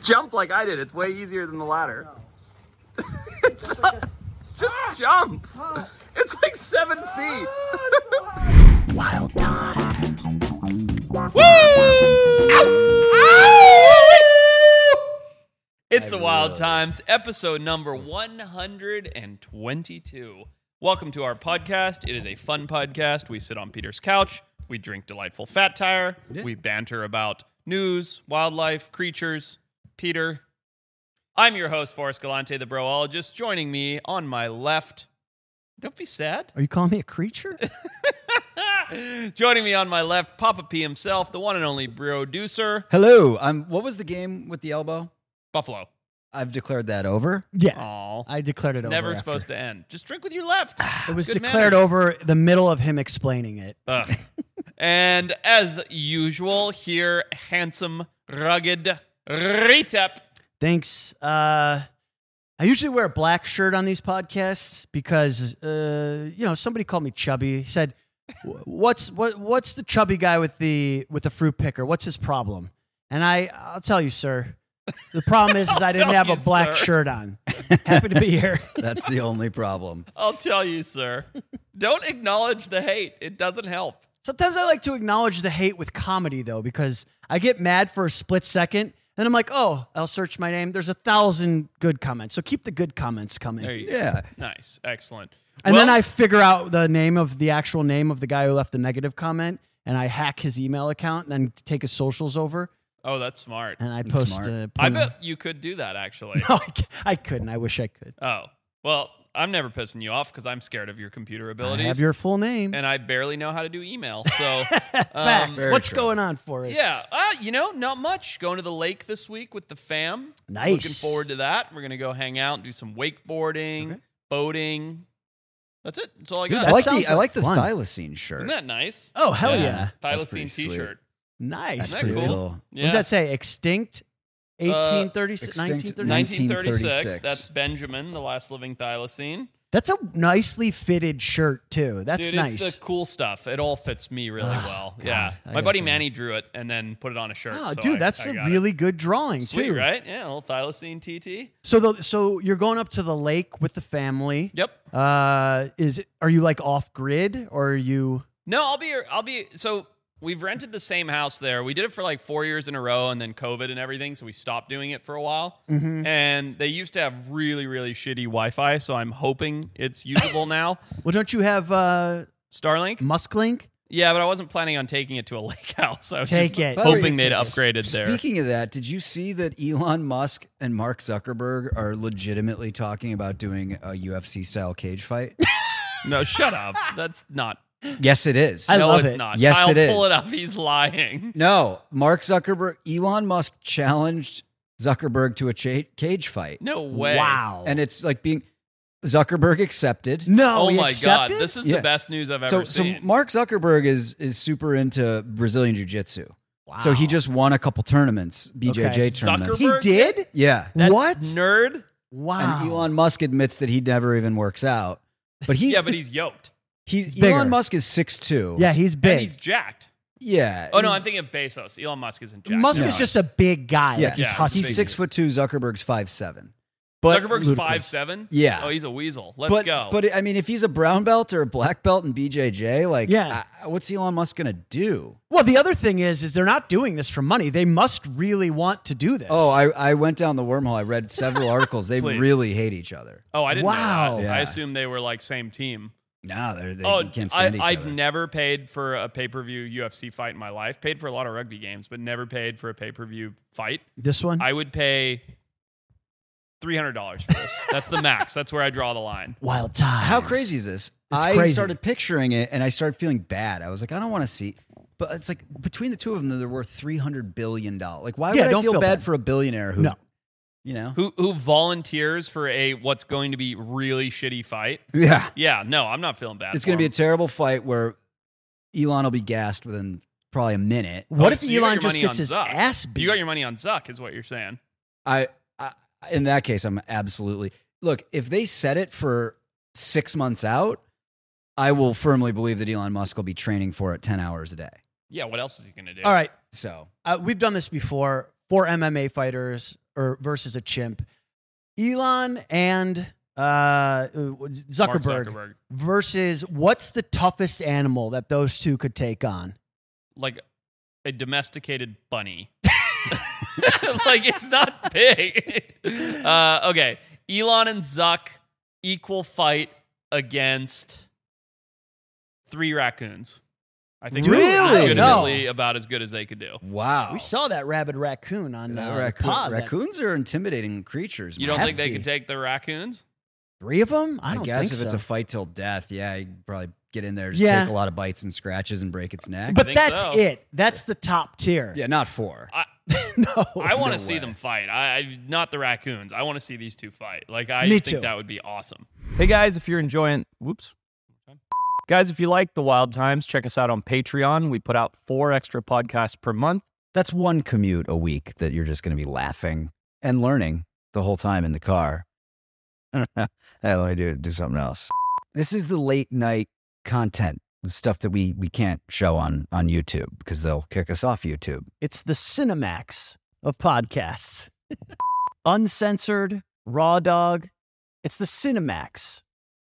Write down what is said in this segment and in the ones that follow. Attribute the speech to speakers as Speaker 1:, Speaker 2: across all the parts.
Speaker 1: jump like I did. It's way easier than the ladder. it's not. Just jump. It's like seven feet. Ah! Wild times.
Speaker 2: It's
Speaker 3: I
Speaker 2: the Wild
Speaker 3: really-
Speaker 2: Times, episode number 122. Welcome to our podcast. It is a fun podcast. We sit on Peter's couch, we drink delightful fat tire,
Speaker 3: Yeah.
Speaker 2: we banter about news, wildlife, creatures. Peter, I'm your host, Forrest Galante, the broologist. Joining me on my left, don't be sad.
Speaker 3: Are you calling me a creature?
Speaker 2: Joining me on my left, Papa P himself, the one and only producer,
Speaker 3: Hello. I'm. What was the game with the elbow?
Speaker 2: Buffalo.
Speaker 3: I've declared that over.
Speaker 4: Yeah.
Speaker 2: Aw.
Speaker 4: I declared it over.
Speaker 2: never
Speaker 4: after.
Speaker 2: supposed to end. Just drink with your left.
Speaker 4: It was
Speaker 2: Good Uh.
Speaker 4: declared
Speaker 2: manners.
Speaker 4: over the middle of him explaining it.
Speaker 2: Ugh. and as usual, here, handsome, rugged Retep.
Speaker 4: Thanks. Uh, I usually wear a black shirt on these podcasts because uh, you know somebody called me chubby. He said, "Wh- "What's what, What's the chubby guy with the with the fruit picker? What's his problem?" And I, I'll tell you, sir. The problem is, is I didn't
Speaker 2: tell
Speaker 4: have a
Speaker 2: you,
Speaker 4: black
Speaker 2: sir.
Speaker 4: shirt on. Happy to be here.
Speaker 3: That's the only problem.
Speaker 2: I'll tell you, sir. Don't acknowledge the hate. It doesn't help.
Speaker 4: Sometimes I like to acknowledge the hate with comedy though, because I get mad for a split second, and I'm like, oh, I'll search my name. There's a thousand good comments, so keep the good comments coming.
Speaker 2: There you go.
Speaker 3: Yeah.
Speaker 2: Nice. Excellent.
Speaker 4: and
Speaker 2: Well,
Speaker 4: then I figure out the name of the actual name of the guy who left the negative comment, and I hack his email account, and then take his socials over,
Speaker 2: Oh, that's smart.
Speaker 4: and I post.
Speaker 3: smart.
Speaker 4: A
Speaker 2: I bet you could do that, actually.
Speaker 4: No, I c- I couldn't. I wish I could.
Speaker 2: oh, well, I'm never pissing you off because I'm scared of your computer
Speaker 4: I
Speaker 2: abilities.
Speaker 4: have your full name.
Speaker 2: and I barely know how to do email. So,
Speaker 4: Fact.
Speaker 3: Very
Speaker 4: What's
Speaker 3: true.
Speaker 4: going on for us?
Speaker 2: yeah, uh, you know, not much. Going to the lake this week with the fam.
Speaker 4: Nice.
Speaker 2: Looking forward to that. We're gonna go hang out and do some wakeboarding, boating. That's it. That's all I
Speaker 4: Dude,
Speaker 2: got.
Speaker 3: I
Speaker 4: That
Speaker 3: like the
Speaker 4: sounds
Speaker 3: I like the
Speaker 4: fun.
Speaker 3: thylacine shirt.
Speaker 2: Isn't that nice?
Speaker 4: Oh hell yeah!
Speaker 3: That's pretty
Speaker 2: Thylacine T-shirt.
Speaker 4: Nice.
Speaker 2: Isn't that
Speaker 3: pretty
Speaker 2: cool? Yeah. Uh,
Speaker 4: What does that say? Extinct. 1836,
Speaker 3: extinct-
Speaker 4: 1936.
Speaker 2: 1936.
Speaker 3: 1936.
Speaker 2: That's Benjamin, the last living thylacine.
Speaker 4: That's a nicely fitted shirt too. That's
Speaker 2: Dude,
Speaker 4: nice. Ah,
Speaker 2: it's the cool stuff. It all fits me really well. yeah.
Speaker 4: I
Speaker 2: My
Speaker 4: gotta
Speaker 2: buddy
Speaker 4: find
Speaker 2: Manny drew it and then put it on a shirt.
Speaker 4: oh,
Speaker 2: so
Speaker 4: dude,
Speaker 2: I-
Speaker 4: that's
Speaker 2: I
Speaker 4: a
Speaker 2: got it.
Speaker 4: really good drawing
Speaker 2: sweet,
Speaker 4: too.
Speaker 2: right? Yeah, a little thylacine TT.
Speaker 4: So the so you're going up to the lake with the family.
Speaker 2: Yep.
Speaker 4: Uh, is it, are you like off grid or are you?
Speaker 2: No, I'll be. I'll be. So we've rented the same house there. We did it for like four years in a row, and then COVID and everything, so we stopped doing it for a while.
Speaker 4: Mm-hmm.
Speaker 2: And they used to have really, really shitty Wi-Fi, so I'm hoping it's usable now.
Speaker 4: Well, don't you have uh
Speaker 2: Starlink.
Speaker 4: Musklink?
Speaker 2: Yeah, but I wasn't planning on taking it to a lake house. I was
Speaker 4: Take
Speaker 2: just
Speaker 4: it.
Speaker 2: hoping they'd
Speaker 3: Sp-
Speaker 2: upgraded there.
Speaker 3: Speaking of that, did you see that Elon Musk and Mark Zuckerberg are legitimately talking about doing a UFC style cage fight?
Speaker 2: No, shut up. That's not.
Speaker 3: yes, it is.
Speaker 4: I
Speaker 2: no,
Speaker 4: love
Speaker 2: it's
Speaker 4: it.
Speaker 2: not.
Speaker 3: Yes,
Speaker 2: I'll
Speaker 3: it
Speaker 2: pull
Speaker 3: is.
Speaker 2: it up. He's lying.
Speaker 3: no, Mark Zuckerberg, Elon Musk challenged Zuckerberg to a cha- cage fight,
Speaker 2: No way.
Speaker 4: Wow.
Speaker 3: and it's like being Zuckerberg accepted.
Speaker 4: no.
Speaker 2: Oh
Speaker 4: he
Speaker 2: my
Speaker 4: accepted?
Speaker 2: god, this is
Speaker 3: Yeah.
Speaker 2: the best news I've
Speaker 3: so,
Speaker 2: ever
Speaker 3: so
Speaker 2: seen.
Speaker 3: Mark Zuckerberg is is super into Brazilian jiu jitsu.
Speaker 4: Wow.
Speaker 3: So he just won a couple tournaments, BJJ
Speaker 4: Okay.
Speaker 3: tournaments.
Speaker 2: Zuckerberg-
Speaker 4: he did.
Speaker 3: yeah.
Speaker 2: That
Speaker 4: what?
Speaker 2: nerd?
Speaker 4: Wow.
Speaker 3: And Elon Musk admits that he never even works out. But he's
Speaker 2: yeah, but he's yoked
Speaker 3: he's,
Speaker 4: he's bigger.
Speaker 3: Elon Musk is 6'2".
Speaker 4: yeah, he's big.
Speaker 2: and he's jacked.
Speaker 3: Yeah.
Speaker 2: Oh no,
Speaker 3: he's-
Speaker 2: I'm thinking of Bezos. Elon Musk isn't jacked.
Speaker 4: Musk
Speaker 3: No.
Speaker 4: is just a big guy.
Speaker 3: Yeah.
Speaker 4: like he's
Speaker 2: Yeah, he's
Speaker 4: husky.
Speaker 3: he's six foot two, Zuckerberg's five seven. But
Speaker 2: Zuckerberg's
Speaker 4: ludicrous.
Speaker 2: five seven.
Speaker 3: Yeah.
Speaker 2: Oh, he's a weasel. Let's
Speaker 3: but,
Speaker 2: go.
Speaker 3: But I mean, if he's a brown belt or a black belt in BJJ, like,
Speaker 4: Yeah.
Speaker 3: I- what's Elon Musk gonna do?
Speaker 4: Well, the other thing is, is they're not doing this for money. They must really want to do this.
Speaker 3: Oh, I, I went down the wormhole. I read several articles. They
Speaker 2: Please.
Speaker 3: really hate each other.
Speaker 2: oh, I didn't
Speaker 4: Wow.
Speaker 2: know that.
Speaker 3: Yeah.
Speaker 2: I assumed they were like same team.
Speaker 3: No, they're, they
Speaker 2: oh,
Speaker 3: can't
Speaker 2: I,
Speaker 3: stand each
Speaker 2: I've
Speaker 3: other.
Speaker 2: never paid for a pay per view UFC fight in my life. Paid for a lot of rugby games, but never paid for a pay per view fight.
Speaker 4: this one.
Speaker 2: I would pay three hundred dollars for this. That's the max. That's where I draw the line.
Speaker 4: Wild time.
Speaker 3: How crazy is this? I
Speaker 4: crazy.
Speaker 3: started picturing it and I started feeling bad. I was like, I don't want to see. But it's like between the two of them, they're worth three hundred billion dollars. Like, why
Speaker 4: Yeah,
Speaker 3: would I
Speaker 4: don't
Speaker 3: feel,
Speaker 4: feel
Speaker 3: bad,
Speaker 4: bad.
Speaker 3: for a billionaire who,
Speaker 4: No.
Speaker 3: you know,
Speaker 2: Who who volunteers for a what's going to be really shitty fight?
Speaker 3: yeah,
Speaker 2: Yeah, no, I'm not feeling bad.
Speaker 3: it's going to
Speaker 2: for
Speaker 3: be a
Speaker 2: him.
Speaker 3: terrible fight where Elon will be gassed within probably a minute.
Speaker 2: Oh,
Speaker 4: What if
Speaker 2: so you got
Speaker 4: Elon
Speaker 2: your
Speaker 4: just
Speaker 2: money on
Speaker 4: gets his
Speaker 2: Zuck.
Speaker 4: ass beat?
Speaker 2: you got your money on Zuck, is what you're saying.
Speaker 3: I, I, in that case, I'm absolutely look. If they set it for six months out, I will firmly believe that Elon Musk will be training for it ten hours a day.
Speaker 2: Yeah, what else is he going to do?
Speaker 4: All right.
Speaker 3: So
Speaker 4: Uh, we've done this before. Four MMA fighters or versus a chimp. Elon and uh,
Speaker 2: Mark
Speaker 4: Zuckerberg, versus what's the toughest animal that those two could take on?
Speaker 2: Like a domesticated bunny. like it's not big. Uh, okay. Elon and Zuck equal fight against three raccoons. I think that's
Speaker 4: Really?
Speaker 2: legitimately about as good as they could do.
Speaker 3: Wow.
Speaker 2: Oh.
Speaker 4: We saw that rabid raccoon on uh,
Speaker 3: That
Speaker 4: the
Speaker 3: raccoon-
Speaker 4: pod. that-
Speaker 3: raccoons are intimidating creatures.
Speaker 2: You
Speaker 3: man.
Speaker 2: don't think they
Speaker 4: hefty.
Speaker 2: could take the raccoons?
Speaker 4: Three of them? I
Speaker 3: I,
Speaker 4: don't
Speaker 3: guess
Speaker 4: think
Speaker 3: if it's
Speaker 4: so.
Speaker 3: a fight till death, yeah, you could probably get in there, just
Speaker 4: Yeah.
Speaker 3: take a lot of bites and scratches and break its neck.
Speaker 4: but
Speaker 2: think
Speaker 4: that's
Speaker 2: so.
Speaker 4: it. That's the top tier.
Speaker 3: yeah, not four.
Speaker 2: I,
Speaker 4: no.
Speaker 2: I want to
Speaker 3: Oh, no
Speaker 2: see
Speaker 3: way.
Speaker 2: them fight. I, I not the raccoons. I want to see these two fight. Like I
Speaker 4: Me
Speaker 2: think
Speaker 4: too.
Speaker 2: that would be awesome. Hey guys, if you're enjoying, whoops. Guys, if you like the wild times, check us out on Patreon. We put out four extra podcasts per month.
Speaker 3: That's one commute a week that you're just going to be laughing and learning the whole time in the car. I don't know. Hey, Let me do do something else. This is the late night content, the stuff that we we can't show on on YouTube because they'll kick us off YouTube.
Speaker 4: It's the Cinemax of podcasts. Uncensored, raw dog. It's the Cinemax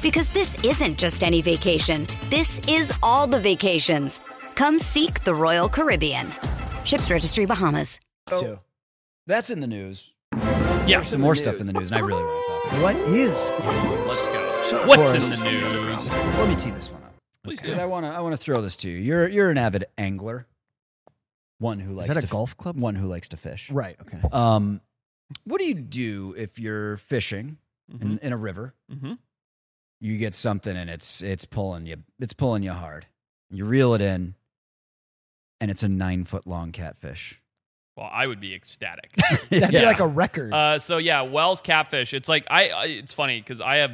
Speaker 5: Because this isn't just any vacation. This is all the vacations. Come seek the Royal Caribbean. Ships Registry Bahamas.
Speaker 3: So that's in the news.
Speaker 2: Yeah,
Speaker 3: Some more stuff in the news, and I really want to talk.
Speaker 2: Oh.
Speaker 3: about
Speaker 4: What is?
Speaker 2: let's go. What's in the news?
Speaker 3: it. Let me tee this one up
Speaker 2: Please
Speaker 3: because
Speaker 2: do.
Speaker 3: I want to I want to throw this to you. You're you're an avid angler, one who likes
Speaker 4: that a
Speaker 3: to f-
Speaker 4: golf club?
Speaker 3: one who likes to fish.
Speaker 4: Right. Okay.
Speaker 3: Um, what do you do if you're fishing in, in a river?
Speaker 2: Mhm.
Speaker 3: You get something and it's it's pulling you it's pulling you hard. You reel it in, and it's a nine foot long catfish.
Speaker 2: Well, I would be ecstatic.
Speaker 4: That'd be
Speaker 2: Yeah.
Speaker 4: like a record.
Speaker 2: Uh, so yeah, Wells catfish. It's like I. I it's funny because I have.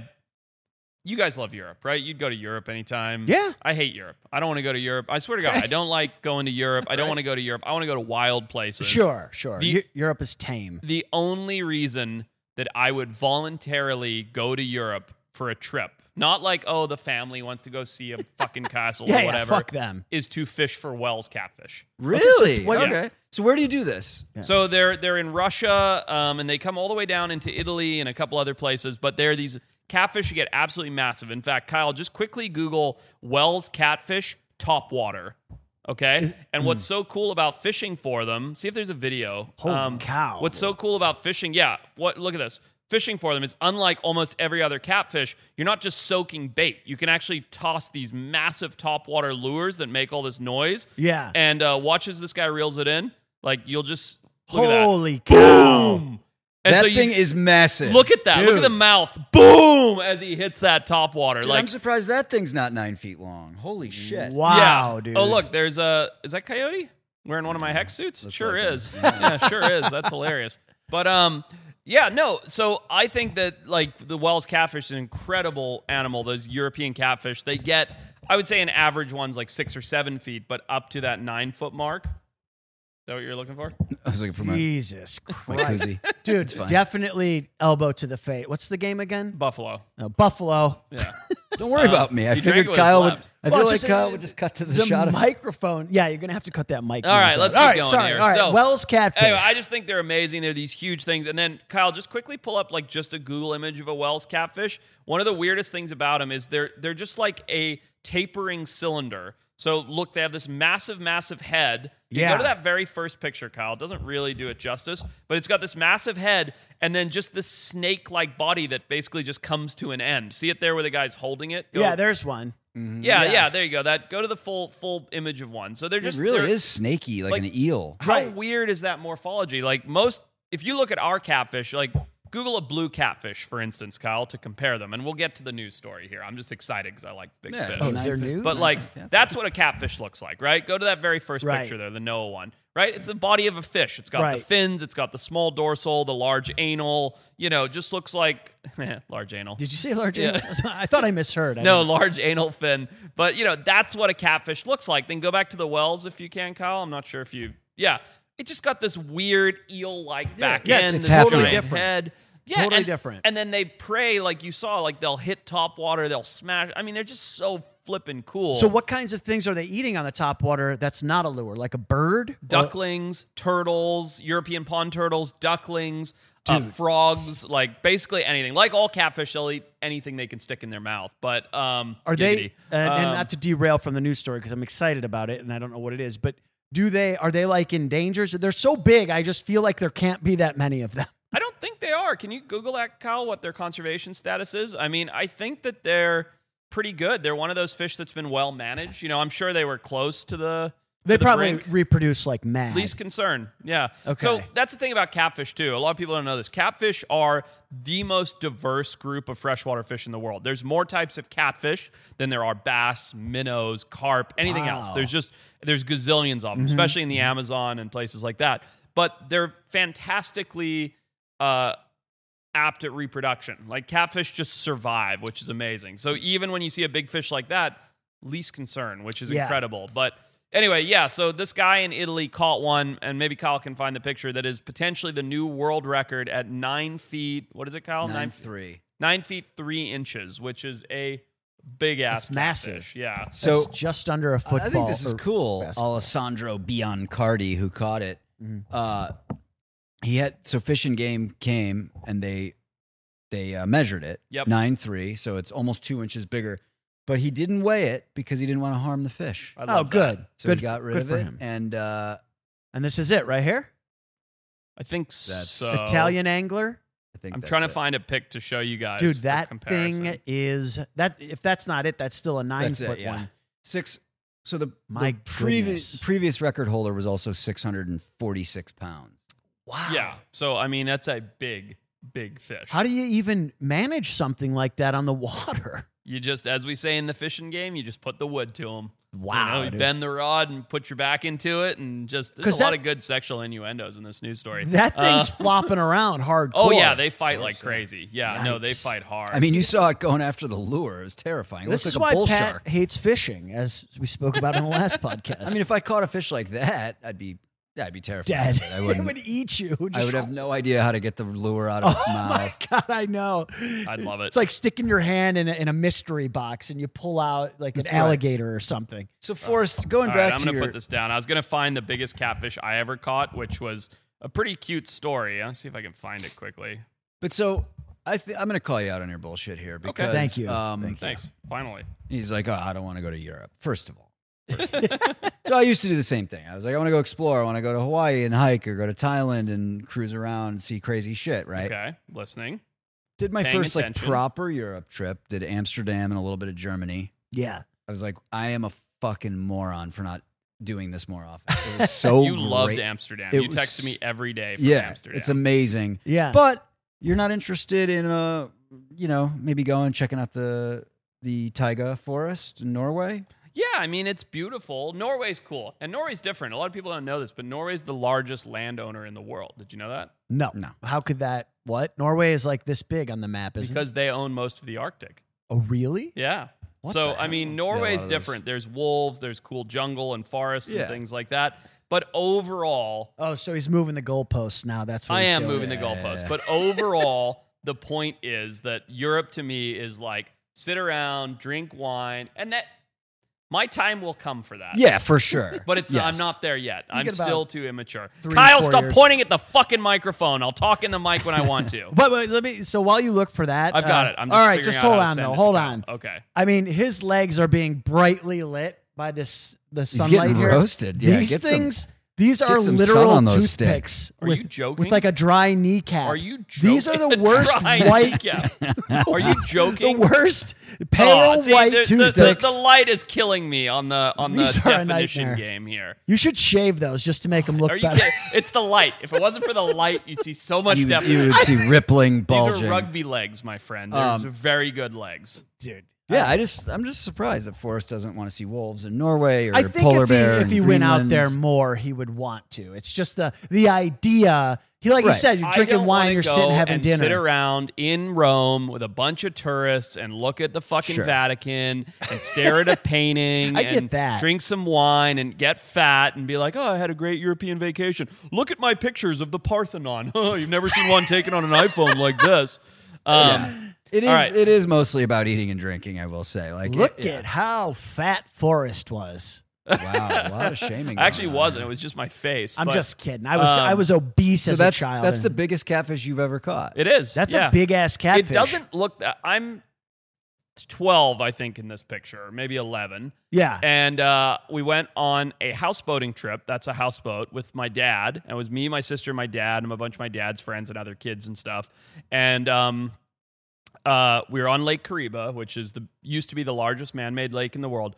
Speaker 2: You guys love Europe, right? You'd go to Europe anytime.
Speaker 4: Yeah.
Speaker 2: I hate Europe. I don't want to go to Europe. I swear to God, I don't like going to Europe. I don't want to go to Europe. I want to go to wild places.
Speaker 4: sure. Sure.
Speaker 2: The-
Speaker 4: Eu- Europe is tame.
Speaker 2: The only reason that I would voluntarily go to Europe for a trip, not like oh the family wants to go see a fucking castle or
Speaker 4: Yeah. yeah
Speaker 2: whatever,
Speaker 4: fuck them.
Speaker 2: is to fish for Wells catfish.
Speaker 3: Really?
Speaker 2: what-
Speaker 3: okay. So where do you do this?
Speaker 2: So they're they're in Russia, um, and they come all the way down into Italy and a couple other places. But they're these catfish that get absolutely massive. In fact, Kyle, just quickly Google Wells catfish top water. Okay, and what's so cool about fishing for them? See if there's a video.
Speaker 4: mm.
Speaker 2: Um,
Speaker 4: Holy cow.
Speaker 2: What's so cool about fishing? Yeah, what? Look at this. Fishing for them is unlike almost every other catfish. You're not just soaking bait. You can actually toss these massive topwater lures that make all this noise
Speaker 4: Yeah.
Speaker 2: and uh, watch as this guy reels it in. Like you'll just look at
Speaker 4: Holy cow.
Speaker 2: that. Boom. And
Speaker 3: that
Speaker 2: so you-
Speaker 3: thing is massive.
Speaker 2: Look at that. Look at
Speaker 4: Dude.
Speaker 2: the mouth. Boom as he hits that top water.
Speaker 3: Dude,
Speaker 2: like
Speaker 3: I'm surprised that thing's not nine feet long. Holy shit!
Speaker 4: Wow,
Speaker 2: yeah.
Speaker 4: dude.
Speaker 2: Oh look, there's a is that coyote wearing one of my hex suits?
Speaker 3: Looks
Speaker 2: sure
Speaker 3: like it.
Speaker 2: is. yeah, sure is. That's hilarious. But um yeah, no. So I think that like the Wells catfish is an incredible animal. Those European catfish, they get I would say an average one's like six or seven feet, but up to that nine foot mark. Is that what you're looking for?
Speaker 3: I was looking for my,
Speaker 4: Jesus
Speaker 3: my
Speaker 4: Christ.
Speaker 3: koozie.
Speaker 4: Dude,
Speaker 3: fine.
Speaker 4: definitely elbow to the face. What's the game again?
Speaker 2: Buffalo.
Speaker 4: Uh, Buffalo.
Speaker 2: Yeah.
Speaker 3: Don't worry about me. I
Speaker 2: you drank
Speaker 3: figured
Speaker 2: what was
Speaker 3: Kyle would.
Speaker 2: left.
Speaker 3: I
Speaker 4: Well,
Speaker 3: feel like
Speaker 4: it's just-
Speaker 3: Kyle would just cut to the,
Speaker 4: the
Speaker 3: shot of
Speaker 4: microphone. Yeah, you're gonna have to cut that mic.
Speaker 2: All right,
Speaker 4: noise out.
Speaker 2: let's
Speaker 4: All
Speaker 2: keep
Speaker 4: right,
Speaker 2: going
Speaker 4: sorry.
Speaker 2: here.
Speaker 4: All right,
Speaker 2: So-
Speaker 4: Wells catfish.
Speaker 2: Anyway, I just think they're amazing. They're these huge things. And then Kyle, just quickly pull up like just a Google image of a Wells catfish. One of the weirdest things about them is they're they're just like a tapering cylinder. So look, they have this massive, massive head. You
Speaker 4: Yeah.
Speaker 2: go to that very first picture, Kyle. It doesn't really do it justice, but it's got this massive head and then just this snake-like body that basically just comes to an end. See it there where the guy's holding it? Go-
Speaker 4: yeah, there's one.
Speaker 3: Mm.
Speaker 2: yeah,
Speaker 4: yeah.
Speaker 2: yeah, There you go. That go to the full full image of one. So they're
Speaker 3: It
Speaker 2: just
Speaker 3: really
Speaker 2: they're-
Speaker 3: is snaky, like,
Speaker 2: like-
Speaker 3: an eel.
Speaker 2: how
Speaker 4: Right.
Speaker 2: weird is that morphology? Like most, if you look at our catfish, like Google a blue catfish, for instance, Kyle, to compare them, and we'll get to the news story here. I'm just excited because I like big
Speaker 3: Yeah,
Speaker 2: fish.
Speaker 3: oh, is there news?
Speaker 2: But like
Speaker 3: Yeah.
Speaker 2: that's what a catfish looks like, right? Go to that very first
Speaker 4: Right.
Speaker 2: picture there, the Noah one, right? It's the body of a fish. It's got the
Speaker 4: Right.
Speaker 2: fins, it's got the small dorsal, the large anal. You know, just looks like large anal.
Speaker 4: Did you say large
Speaker 2: Yeah.
Speaker 4: animals? I thought I misheard. I
Speaker 2: no,
Speaker 4: didn't-
Speaker 2: large anal fin. But you know, that's what a catfish looks like. Then go back to the wells if you can, Kyle. I'm not sure if you. Yeah, it just got this weird eel-like back
Speaker 4: yes,
Speaker 2: end,
Speaker 4: it's
Speaker 2: this
Speaker 3: totally
Speaker 2: giant
Speaker 4: different.
Speaker 2: head. Yeah,
Speaker 4: Totally
Speaker 2: and-
Speaker 4: different.
Speaker 2: And then they prey, like you saw, like they'll hit top water, they'll smash. I mean, they're just so flippin' cool.
Speaker 4: So what kinds of things are they eating on the top water that's not a lure? Like a bird? Or-
Speaker 2: ducklings, turtles, European pond turtles, ducklings, uh, frogs, like basically anything. Like all catfish, they'll eat anything they can stick in their mouth. But um,
Speaker 4: Are they
Speaker 2: giggity.
Speaker 4: and, and
Speaker 2: Um,
Speaker 4: not to derail from the news story because I'm excited about it and I don't know what it is, but do they are they like in danger? So they're so big, I just feel like there can't be that many of them.
Speaker 2: I don't think they are. Can you Google that, Kyle, what their conservation status is? I mean, I think that they're pretty good. They're one of those fish that's been well managed. You know, I'm sure they were close to the.
Speaker 4: They
Speaker 2: to the
Speaker 4: probably
Speaker 2: brink.
Speaker 4: reproduce like mad.
Speaker 2: Least concern. Yeah.
Speaker 4: Okay.
Speaker 2: So that's the thing about catfish, too. A lot of people don't know this. Catfish are the most diverse group of freshwater fish in the world. There's more types of catfish than there are bass, minnows, carp, anything else. There's just, there's gazillions of
Speaker 4: Mm-hmm.
Speaker 2: them, especially in the Amazon and places like that. But they're fantastically uh, apt at reproduction. Like catfish just survive, which is amazing. So even when you see a big fish like that, least concern, which is
Speaker 4: Yeah.
Speaker 2: incredible. But anyway, yeah, so this guy in Italy caught one, and maybe Kyle can find the picture that is potentially the new world record at nine feet. What is it, Kyle?
Speaker 3: Nine
Speaker 2: feet
Speaker 3: three.
Speaker 2: nine feet three inches, which is a big ass
Speaker 4: That's massive.
Speaker 2: Yeah.
Speaker 3: So
Speaker 4: That's just under a football.
Speaker 3: I think this is
Speaker 4: or-
Speaker 3: cool.
Speaker 4: basketball.
Speaker 3: Alessandro Biancardi, who caught it,
Speaker 4: Mhm.
Speaker 3: uh, he had so Fish and Game came and they they uh, measured it
Speaker 2: Yep.
Speaker 3: nine three, so it's almost two inches bigger. But he didn't weigh it because he didn't want to harm the fish,
Speaker 2: I
Speaker 4: Oh,
Speaker 2: love that.
Speaker 4: good.
Speaker 3: so
Speaker 4: good.
Speaker 3: he got rid
Speaker 4: good
Speaker 3: of
Speaker 4: for
Speaker 3: it.
Speaker 4: him.
Speaker 3: And uh,
Speaker 4: And this is it right here.
Speaker 2: I think
Speaker 3: That's-
Speaker 2: so.
Speaker 4: Italian angler.
Speaker 3: I think
Speaker 2: I'm
Speaker 3: that's
Speaker 2: trying to
Speaker 3: it.
Speaker 2: find a pic to show you guys.
Speaker 4: Dude,
Speaker 2: for
Speaker 4: that
Speaker 2: comparison.
Speaker 4: thing is that if that's not it, that's still a nine
Speaker 3: That's it,
Speaker 4: foot
Speaker 3: yeah.
Speaker 4: one.
Speaker 3: six. So the
Speaker 4: My
Speaker 3: the previous
Speaker 4: goodness.
Speaker 3: previous record holder was also six hundred and forty six pounds. Wow.
Speaker 2: Yeah. So I mean, that's a big, big fish.
Speaker 4: ah. How do you even manage something like that on the water?
Speaker 2: You just, as we say in the fishing game, you just put the wood to them. You, know,
Speaker 4: Wow,
Speaker 2: you
Speaker 4: dude.
Speaker 2: bend the rod and put your back into it, and just there's
Speaker 4: 'Cause
Speaker 2: a
Speaker 4: that-
Speaker 2: lot of good sexual innuendos in this news story.
Speaker 4: That thing's
Speaker 2: Uh,
Speaker 4: flopping around hardcore.
Speaker 2: oh yeah, they fight like crazy. Yeah, no, they
Speaker 4: Yikes.
Speaker 2: fight hard.
Speaker 3: I mean, you saw it going after the lure. It was terrifying. It
Speaker 4: this
Speaker 3: looks
Speaker 4: is
Speaker 3: like a
Speaker 4: why
Speaker 3: bull
Speaker 4: Pat
Speaker 3: shark.
Speaker 4: hates fishing, as we spoke about in the last podcast.
Speaker 3: I mean, if I caught a fish like that, I'd be yeah, I'd be terrified.
Speaker 4: dead,
Speaker 3: of it. I
Speaker 4: it
Speaker 3: wouldn't.
Speaker 4: would eat you.
Speaker 3: I would have no idea how to get the lure out of its
Speaker 4: Oh My
Speaker 3: mouth.
Speaker 4: God, I know.
Speaker 2: I'd love it.
Speaker 4: It's like sticking your hand in a, in a mystery box and you pull out like an alligator or something.
Speaker 3: So Forrest, going
Speaker 2: All right,
Speaker 3: back
Speaker 2: I'm
Speaker 3: to
Speaker 2: gonna
Speaker 3: your
Speaker 2: put this down. I was gonna find the biggest catfish I ever caught, which was a pretty cute story. I'll see if I can find it quickly.
Speaker 3: but so I th- I'm gonna call you out on your bullshit here because
Speaker 4: Thank you.
Speaker 3: Um,
Speaker 4: Thank
Speaker 2: Thanks. Finally.
Speaker 3: He's like, oh, I don't want to go to Europe. First of all. so I used to do the same thing. I was like, I want to go explore. I want to go to Hawaii and hike, or go to Thailand and cruise around and see crazy shit. Right?
Speaker 2: Okay. Listening.
Speaker 3: Did my
Speaker 2: Paying
Speaker 3: first like
Speaker 2: attention.
Speaker 3: proper Europe trip. Did Amsterdam and a little bit of Germany.
Speaker 4: Yeah.
Speaker 3: I was like, I am a fucking moron for not doing this more often. It was so
Speaker 2: you loved
Speaker 3: Oh, great.
Speaker 2: Amsterdam.
Speaker 3: It
Speaker 2: you
Speaker 3: was-
Speaker 2: texted me every day from
Speaker 3: Yeah,
Speaker 2: Amsterdam.
Speaker 3: it's amazing.
Speaker 4: Yeah.
Speaker 3: But you're not interested in uh, you know, maybe going checking out the the taiga forest in Norway.
Speaker 2: Yeah, I mean it's beautiful. Norway's cool, and Norway's different. A lot of people don't know this, but Norway's the largest landowner in the world. Did you know that?
Speaker 4: no.
Speaker 3: No.
Speaker 4: How could that? What? Norway is like this big on the map, isn't it?
Speaker 2: Because they own most of the Arctic.
Speaker 4: Oh, really?
Speaker 2: Yeah.
Speaker 4: What
Speaker 2: so
Speaker 4: the
Speaker 2: I mean,
Speaker 3: a lot
Speaker 2: Norway's
Speaker 3: of those.
Speaker 2: different. There's wolves, there's cool jungle and forests
Speaker 3: Yeah.
Speaker 2: and things like that. But overall,
Speaker 4: Oh, so he's moving the goalposts now. That's what
Speaker 2: I
Speaker 4: he's
Speaker 2: am
Speaker 4: doing.
Speaker 2: moving the goalposts. But overall, the point is that Europe to me is like sit around, drink wine, and that my time will come for that.
Speaker 3: Yeah, for sure.
Speaker 2: But it's I'm
Speaker 3: Yes.
Speaker 2: not there yet. I'm
Speaker 4: get about
Speaker 2: still too immature.
Speaker 4: three,
Speaker 2: Kyle,
Speaker 4: four
Speaker 2: stop
Speaker 4: years.
Speaker 2: pointing at the fucking microphone. I'll talk in the mic when I want to.
Speaker 4: But wait, let me. So while you look for that,
Speaker 2: I've got
Speaker 4: uh,
Speaker 2: it. I'm
Speaker 4: all right,
Speaker 2: figuring
Speaker 4: just
Speaker 2: out how
Speaker 4: hold
Speaker 2: to
Speaker 4: on
Speaker 2: send
Speaker 4: though.
Speaker 2: it to
Speaker 4: Hold
Speaker 2: Kyle.
Speaker 4: on.
Speaker 2: Okay.
Speaker 4: I mean, his legs are being brightly lit by this the
Speaker 3: He's
Speaker 4: sunlight
Speaker 3: getting
Speaker 4: here.
Speaker 3: roasted. Yeah,
Speaker 4: These
Speaker 3: get some-
Speaker 4: things, These
Speaker 3: Get
Speaker 4: are
Speaker 3: some
Speaker 4: literal
Speaker 3: sun on those
Speaker 4: toothpicks.
Speaker 2: Are
Speaker 4: with,
Speaker 2: you joking?
Speaker 4: With like a dry kneecap.
Speaker 2: Are you joking?
Speaker 4: These are the worst
Speaker 2: Dry
Speaker 4: white,
Speaker 2: kneecap. Are you
Speaker 4: the
Speaker 2: joking?
Speaker 4: worst pale
Speaker 2: Oh, see,
Speaker 4: white
Speaker 2: the, the, the,
Speaker 4: toothpicks.
Speaker 2: the light is killing me on the on the
Speaker 4: These are a
Speaker 2: definition
Speaker 4: nightmare.
Speaker 2: game here.
Speaker 4: you should shave those just to make them look
Speaker 2: Are you
Speaker 4: better.
Speaker 2: kidding? It's the light. If it wasn't for the light, you'd see so much
Speaker 3: You, you
Speaker 2: definition.
Speaker 3: would see rippling,
Speaker 2: These are
Speaker 3: bulging.
Speaker 2: rugby legs, my friend. They're
Speaker 3: Um,
Speaker 2: very good legs.
Speaker 3: Dude. Yeah, I just I'm just surprised that Forrest doesn't want to see wolves in Norway or
Speaker 4: I think
Speaker 3: polar
Speaker 4: if he,
Speaker 3: bear.
Speaker 4: if
Speaker 3: in
Speaker 4: he went out
Speaker 3: Greenland.
Speaker 4: there more, he would want to. It's just the the idea. He like you
Speaker 3: Right.
Speaker 4: said, you're
Speaker 2: I
Speaker 4: drinking
Speaker 2: don't wanna
Speaker 4: wine, you're
Speaker 2: go
Speaker 4: sitting having
Speaker 2: and
Speaker 4: dinner.
Speaker 2: Sit around in Rome with a bunch of tourists and look at the fucking
Speaker 3: Sure.
Speaker 2: Vatican and stare at a painting.
Speaker 4: I get
Speaker 2: and
Speaker 4: that.
Speaker 2: Drink some wine and get fat and be like, oh, I had a great European vacation. Look at my pictures of the Parthenon. Oh, you've never seen one taken on an iPhone like this. Um,
Speaker 3: It is
Speaker 2: All right.
Speaker 3: it is mostly about eating and drinking, I will say. Like
Speaker 4: Look
Speaker 3: it, yeah.
Speaker 4: at how fat Forrest was.
Speaker 3: wow, a lot of shaming.
Speaker 2: I actually
Speaker 3: going on
Speaker 2: wasn't. It
Speaker 3: here.
Speaker 2: was just my face.
Speaker 4: I'm
Speaker 2: but
Speaker 4: just kidding. I was
Speaker 2: um,
Speaker 4: I was obese
Speaker 3: So
Speaker 4: as
Speaker 3: that's
Speaker 4: a child.
Speaker 3: that's
Speaker 4: and-
Speaker 3: the biggest catfish you've ever caught.
Speaker 2: It is.
Speaker 4: That's
Speaker 2: yeah.
Speaker 4: a big ass catfish.
Speaker 2: It doesn't look that. I'm 12, I think, in this picture, or maybe 11.
Speaker 4: Yeah.
Speaker 2: And uh, we went on a houseboating trip. That's a houseboat with my dad. And it was me, my sister, my dad, and a bunch of my dad's friends and other kids and stuff. And um, uh, we were on Lake Kariba, which is the used to be the largest man-made lake in the world.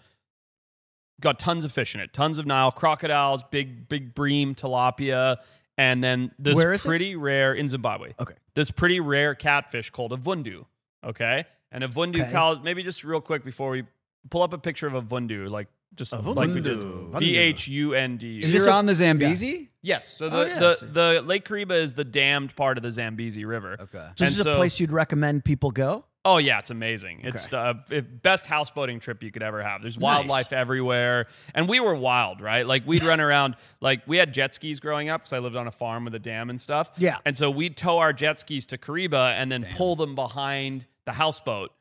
Speaker 2: Got tons of fish in it, tons of Nile crocodiles, big big bream, tilapia, and then this
Speaker 4: Where is it?
Speaker 2: pretty rare in Zimbabwe.
Speaker 3: Okay.
Speaker 2: this pretty rare catfish called a vundu. Okay, and a vundu
Speaker 4: Okay.
Speaker 2: cow. Maybe just real quick before we pull up a picture of a vundu, like just like we did. V H U N D U.
Speaker 3: So you're on the Zambezi?
Speaker 2: Yes. So the,
Speaker 3: Oh, yes.
Speaker 2: the the Lake Kariba is the dammed part of the Zambezi River.
Speaker 3: Okay.
Speaker 4: So
Speaker 2: And
Speaker 4: this is a
Speaker 2: so-
Speaker 4: place you'd recommend people go.
Speaker 2: Oh yeah, it's amazing. It's uh, if best houseboating trip you could ever have. There's wildlife everywhere, and we were wild, right? Like we'd run around. Like we had jet skis growing up because I lived on a farm with a dam and stuff.
Speaker 4: Yeah.
Speaker 2: and so we'd tow our jet skis to Kariba and then pull them behind the houseboat.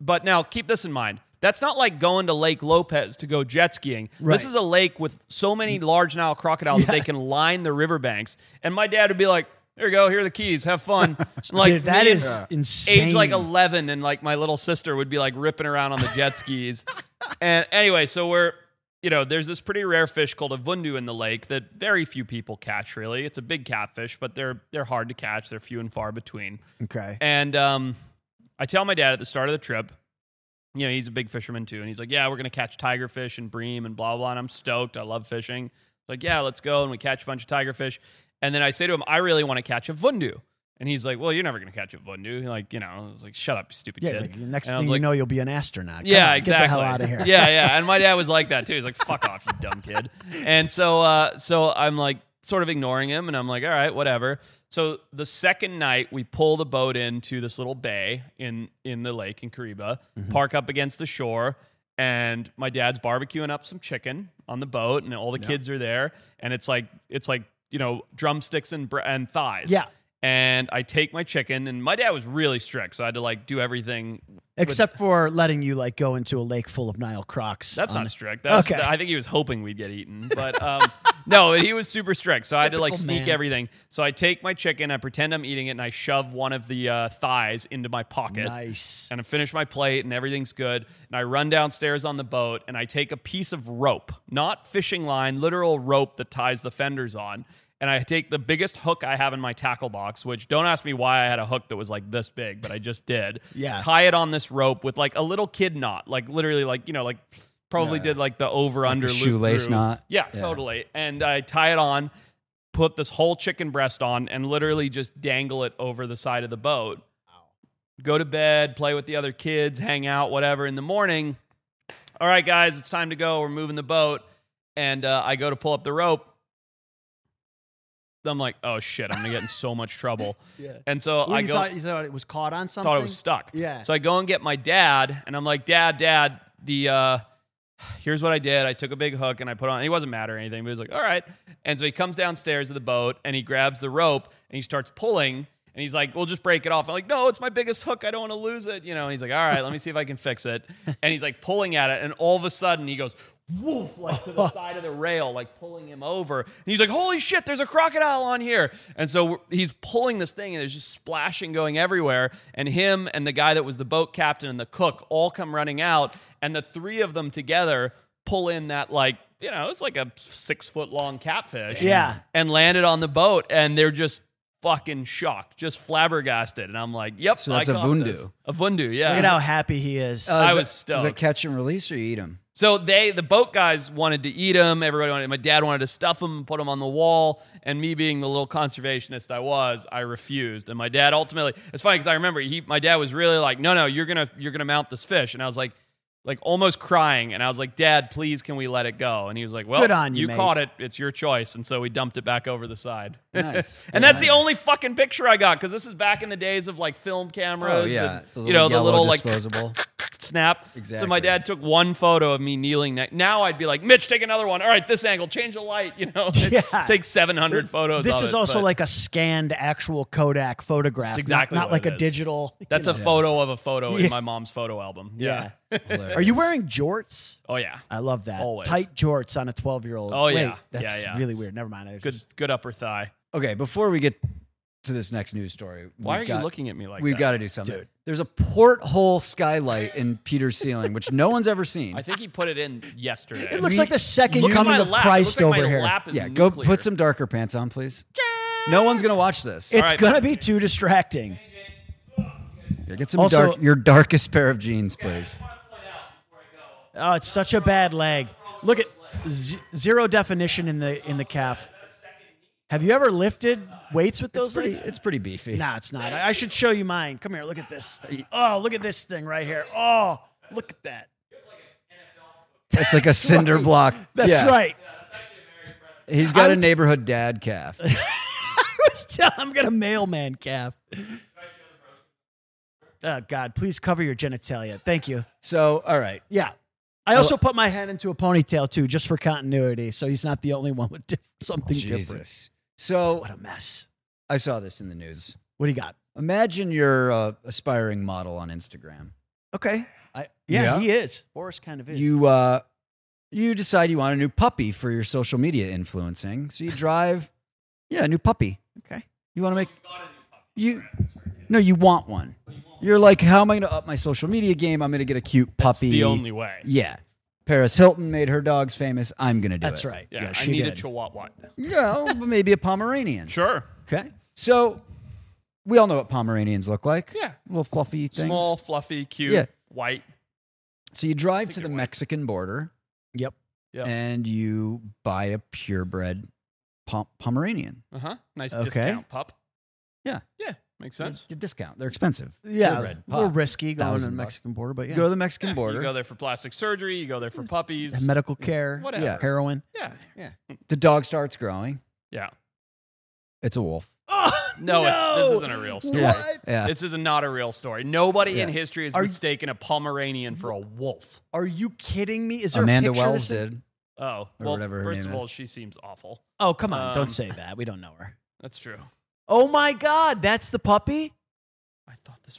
Speaker 2: But now keep this in mind. That's not like going to Lake Lopez to go jet skiing.
Speaker 4: Right. Mm.
Speaker 2: This is a lake with so many large Nile crocodiles that they can line the riverbanks. And my dad would be like, "There you go. Here are the keys. Have fun." like
Speaker 4: Dude, that
Speaker 2: me and-
Speaker 4: is insane.
Speaker 2: age like 11 and like my little sister would be like ripping around on the jet skis and anyway so we're you know there's this pretty rare fish called a vundu in the lake that very few people catch really it's a big catfish but they're they're hard to catch they're few and far between
Speaker 4: Okay.
Speaker 2: and um, I tell my dad at the start of the trip, you know, he's a big fisherman too. And he's like, yeah, we're going to catch tiger fish and bream and blah, blah. And I'm stoked. I love fishing. Like, yeah, let's go. And we catch a bunch of tiger fish. And then I say to him, I really want to catch a vundu. And he's like, well, you're never going to catch a vundu. Like, you know, I was like, shut up, you stupid
Speaker 4: Yeah.
Speaker 2: kid.
Speaker 4: Like, the next
Speaker 2: And I
Speaker 4: thing
Speaker 2: was
Speaker 4: you
Speaker 2: like,
Speaker 4: know, you'll be an astronaut. Come
Speaker 2: yeah,
Speaker 4: on,
Speaker 2: exactly.
Speaker 4: Get the hell out of here.
Speaker 2: Yeah, yeah. And my dad was like that too. He's like, "Fuck off, you dumb kid." And so, uh, so I'm like sort of ignoring him, and I'm like, "All right, whatever." So the second night, we pull the boat into this little bay in in the lake in Kariba,
Speaker 4: Mm-hmm.
Speaker 2: park up against the shore, and my dad's barbecuing up some chicken on the boat, and all the kids are there, and it's like it's like you know drumsticks and br- and thighs.
Speaker 4: Yeah.
Speaker 2: And I take my chicken, and my dad was really strict, so I had to like do everything
Speaker 4: Except for letting you like go into a lake full of Nile crocs. Um,
Speaker 2: That's
Speaker 4: on
Speaker 2: not strict. That's,
Speaker 4: Okay.
Speaker 2: I think he was hoping we'd get eaten, but um, no, he was super strict. So I had to like
Speaker 4: Typical
Speaker 2: sneak
Speaker 4: man.
Speaker 2: everything. So I take my chicken, I pretend I'm eating it, and I shove one of the uh, thighs into my
Speaker 4: the-
Speaker 2: pocket.
Speaker 4: Nice.
Speaker 2: And I finish my plate, and everything's good. And I run downstairs on the boat, and I take a piece of rope, not fishing line, literal rope that ties the fenders on. And I take the biggest hook I have in my tackle box, which don't ask me why I had a hook that was like this big, but I just did.
Speaker 4: Yeah.
Speaker 2: Tie it on this rope with like a little kid knot, like literally, like, you know, like probably did like the over under
Speaker 3: the shoelace knot.
Speaker 2: Yeah,
Speaker 3: Yeah.
Speaker 2: totally. And I tie it on, put this whole chicken breast on, and literally just dangle it over the side of the boat. Go to bed, play with the other kids, hang out, whatever. In the morning, all right, guys, it's time to go. We're moving the boat. And uh, I go to pull up the rope. I'm like, oh shit, I'm gonna get in so much trouble.
Speaker 4: Yeah.
Speaker 2: And so
Speaker 4: Well,
Speaker 2: I
Speaker 4: you
Speaker 2: go.
Speaker 4: thought, you thought it was caught on something.
Speaker 2: Thought it was stuck.
Speaker 4: Yeah.
Speaker 2: So I go and get my dad, and I'm like, Dad, Dad, the uh, here's what I did. I took a big hook and I put on. He wasn't mad or anything, but he was like, All right. And so he comes downstairs to the boat and he grabs the rope and he starts pulling. And he's like, "We'll just break it off." I'm like, "No, it's my biggest hook. I don't want to lose it." You know. And he's like, "All right, let me see if I can fix it." And he's like pulling at it, and all of a sudden he goes, "Woof!" like to the side of the rail, like pulling him over. And he's like, "Holy shit! There's a crocodile on here!" And so we're- he's pulling this thing, and there's just splashing going everywhere. And him and the guy that was the boat captain and the cook all come running out, and the three of them together pull in that like you know, it was like a six foot long catfish.
Speaker 4: Yeah.
Speaker 2: And landed on the boat, and they're just fucking shocked, just flabbergasted. And I'm like, yep.
Speaker 3: So
Speaker 2: I
Speaker 3: that's a
Speaker 2: caught
Speaker 3: vundu.
Speaker 2: this. A vundu, yeah.
Speaker 4: Look at how happy he is.
Speaker 2: I was
Speaker 3: is it- Is it
Speaker 2: stoked.
Speaker 3: catch and release or you eat them?
Speaker 2: So they, the boat guys, wanted to eat them. Everybody wanted. My dad wanted to stuff them, put them on the wall, and me being the little conservationist I was, I refused. And my dad ultimately, it's funny because I remember he, my dad was really like, "No, no, you're gonna, you're gonna mount this fish," and I was like, like almost crying, and I was like, "Dad, please, can we let it go?" And he was like, "Well,
Speaker 4: Good on you, mate."
Speaker 2: caught it. It's your choice." And so we dumped it back over the side.
Speaker 3: Nice.
Speaker 2: and that's the only fucking picture I got because this is back in the days of like film cameras.
Speaker 3: Oh yeah,
Speaker 2: and, you know the little like
Speaker 3: disposable.
Speaker 2: snap. So my
Speaker 3: Exactly.
Speaker 2: dad took one photo of me kneeling. Ne- now I'd be like, Mitch, take another one. All right, this angle, change the light. You know,
Speaker 4: Yeah.
Speaker 2: take seven hundred photos.
Speaker 4: this
Speaker 2: of
Speaker 4: is
Speaker 2: it,
Speaker 4: also
Speaker 2: but
Speaker 4: like a scanned actual Kodak photograph. not-
Speaker 2: exactly
Speaker 4: not,
Speaker 2: what
Speaker 4: like
Speaker 2: it
Speaker 4: a
Speaker 2: is.
Speaker 4: digital. you
Speaker 2: that's
Speaker 4: know.
Speaker 2: a photo of a photo
Speaker 4: Yeah.
Speaker 2: in my mom's photo album. Yeah.
Speaker 4: Are you wearing jorts?
Speaker 2: Oh yeah.
Speaker 4: I love that.
Speaker 2: Always.
Speaker 4: Tight jorts on a 12 year old.
Speaker 2: Oh, yeah.
Speaker 4: That's
Speaker 2: Yeah, yeah.
Speaker 4: really weird. Never mind. I was
Speaker 2: Good.
Speaker 4: just-
Speaker 2: Good upper thigh.
Speaker 3: okay, before we get to this next news story,
Speaker 2: Why
Speaker 3: we've
Speaker 2: are
Speaker 3: got-
Speaker 2: you looking at me like
Speaker 3: we've
Speaker 2: that?
Speaker 3: got to do something. There's a porthole skylight in Peter's ceiling, which no one's ever seen.
Speaker 2: I think he put it in yesterday.
Speaker 4: It looks
Speaker 3: We-
Speaker 4: like the second
Speaker 2: Look at
Speaker 4: coming
Speaker 2: my lap.
Speaker 4: of
Speaker 2: It looks
Speaker 4: Christ
Speaker 2: like my
Speaker 4: over here.
Speaker 2: lap is
Speaker 3: yeah, go
Speaker 2: nuclear.
Speaker 3: put some darker pants on, please. No one's gonna watch this.
Speaker 4: It's
Speaker 2: right,
Speaker 4: going to be too distracting.
Speaker 3: Yeah, get some
Speaker 4: Also-
Speaker 3: dark, your darkest pair of jeans, please.
Speaker 4: Oh, it's such a bad leg. Look at z- zero definition in the in the calf. Have you ever lifted weights with
Speaker 3: It's
Speaker 4: those
Speaker 3: pretty,
Speaker 4: legs?
Speaker 3: it's pretty beefy.
Speaker 4: Nah, it's not. I I should show you mine. Come here. Look at this. Oh, look at this thing right here. Oh, look at that.
Speaker 3: It's like a cinder
Speaker 4: right.
Speaker 3: block.
Speaker 4: That's
Speaker 3: Yeah.
Speaker 4: right.
Speaker 3: He's got
Speaker 4: I
Speaker 3: a
Speaker 4: would-
Speaker 3: neighborhood dad calf.
Speaker 4: Still, I'm gonna mailman calf. Oh God! Please cover your genitalia. Thank you.
Speaker 3: So, all right.
Speaker 4: Yeah. I
Speaker 3: Oh,
Speaker 4: also put my head into a ponytail too, just for continuity, so he's not the only one with diff- something different.
Speaker 3: Jesus. So
Speaker 4: What a mess.
Speaker 3: I saw this in the news.
Speaker 4: What do you got?
Speaker 3: Imagine you're a aspiring model on Instagram. Okay. I,
Speaker 4: Yeah, he is. Boris kind of is.
Speaker 3: you uh, you decide you want a new puppy for your social media influencing. So you drive, yeah, a new puppy. Okay. You want to make you no, Oh, you want one. You're like, how am I going to up my social media game? I'm going to get a cute
Speaker 2: That's
Speaker 3: puppy.
Speaker 2: the only way.
Speaker 3: Yeah. Paris Hilton made her dogs famous. I'm going to do
Speaker 4: That's
Speaker 3: it.
Speaker 4: right.
Speaker 2: Yeah. I
Speaker 4: she
Speaker 2: need a
Speaker 4: did.
Speaker 2: chihuahua.
Speaker 3: Yeah, well, maybe a Pomeranian.
Speaker 2: Sure.
Speaker 3: Okay. So we all know what Pomeranians look like.
Speaker 2: Yeah.
Speaker 3: Little fluffy things.
Speaker 2: Small, fluffy, cute,
Speaker 3: Yeah.
Speaker 2: white.
Speaker 3: So you drive to the Mexican border
Speaker 4: Yep.
Speaker 2: Yeah.
Speaker 3: and you buy a purebred Pom- Pomeranian.
Speaker 2: Uh huh. Nice
Speaker 4: Okay.
Speaker 2: discount pup.
Speaker 3: Yeah.
Speaker 2: Yeah. Makes sense.
Speaker 3: Get a discount. They're expensive.
Speaker 4: Yeah.
Speaker 3: Purebred.
Speaker 4: A little
Speaker 3: Pop.
Speaker 4: risky going to the
Speaker 3: Thousand bucks.
Speaker 4: Mexican border, but yeah.
Speaker 3: Go to the Mexican
Speaker 2: Yeah,
Speaker 3: border.
Speaker 2: You go there for plastic surgery. You go there for puppies.
Speaker 4: And medical care.
Speaker 2: Whatever.
Speaker 3: Yeah.
Speaker 4: Heroin.
Speaker 2: Yeah.
Speaker 3: the dog starts growing.
Speaker 2: Yeah.
Speaker 3: It's a wolf.
Speaker 4: Oh,
Speaker 2: No, it- this isn't a real story.
Speaker 3: Yeah. Yeah.
Speaker 2: This is a, not a real story. Nobody in
Speaker 3: Yeah.
Speaker 2: history has
Speaker 4: Are-
Speaker 2: mistaken a Pomeranian for a wolf.
Speaker 4: Are you kidding me? Is there
Speaker 3: Amanda
Speaker 4: a picture of this
Speaker 3: Wells
Speaker 4: thing?
Speaker 3: did.
Speaker 2: Oh,
Speaker 3: Or
Speaker 2: well,
Speaker 3: whatever her
Speaker 2: first
Speaker 3: name
Speaker 2: of all,
Speaker 3: is.
Speaker 2: she seems awful.
Speaker 4: Oh, come on.
Speaker 2: Um,
Speaker 4: don't say that. We don't know her.
Speaker 2: That's true.
Speaker 4: Oh my God. That's the puppy?
Speaker 2: I thought this.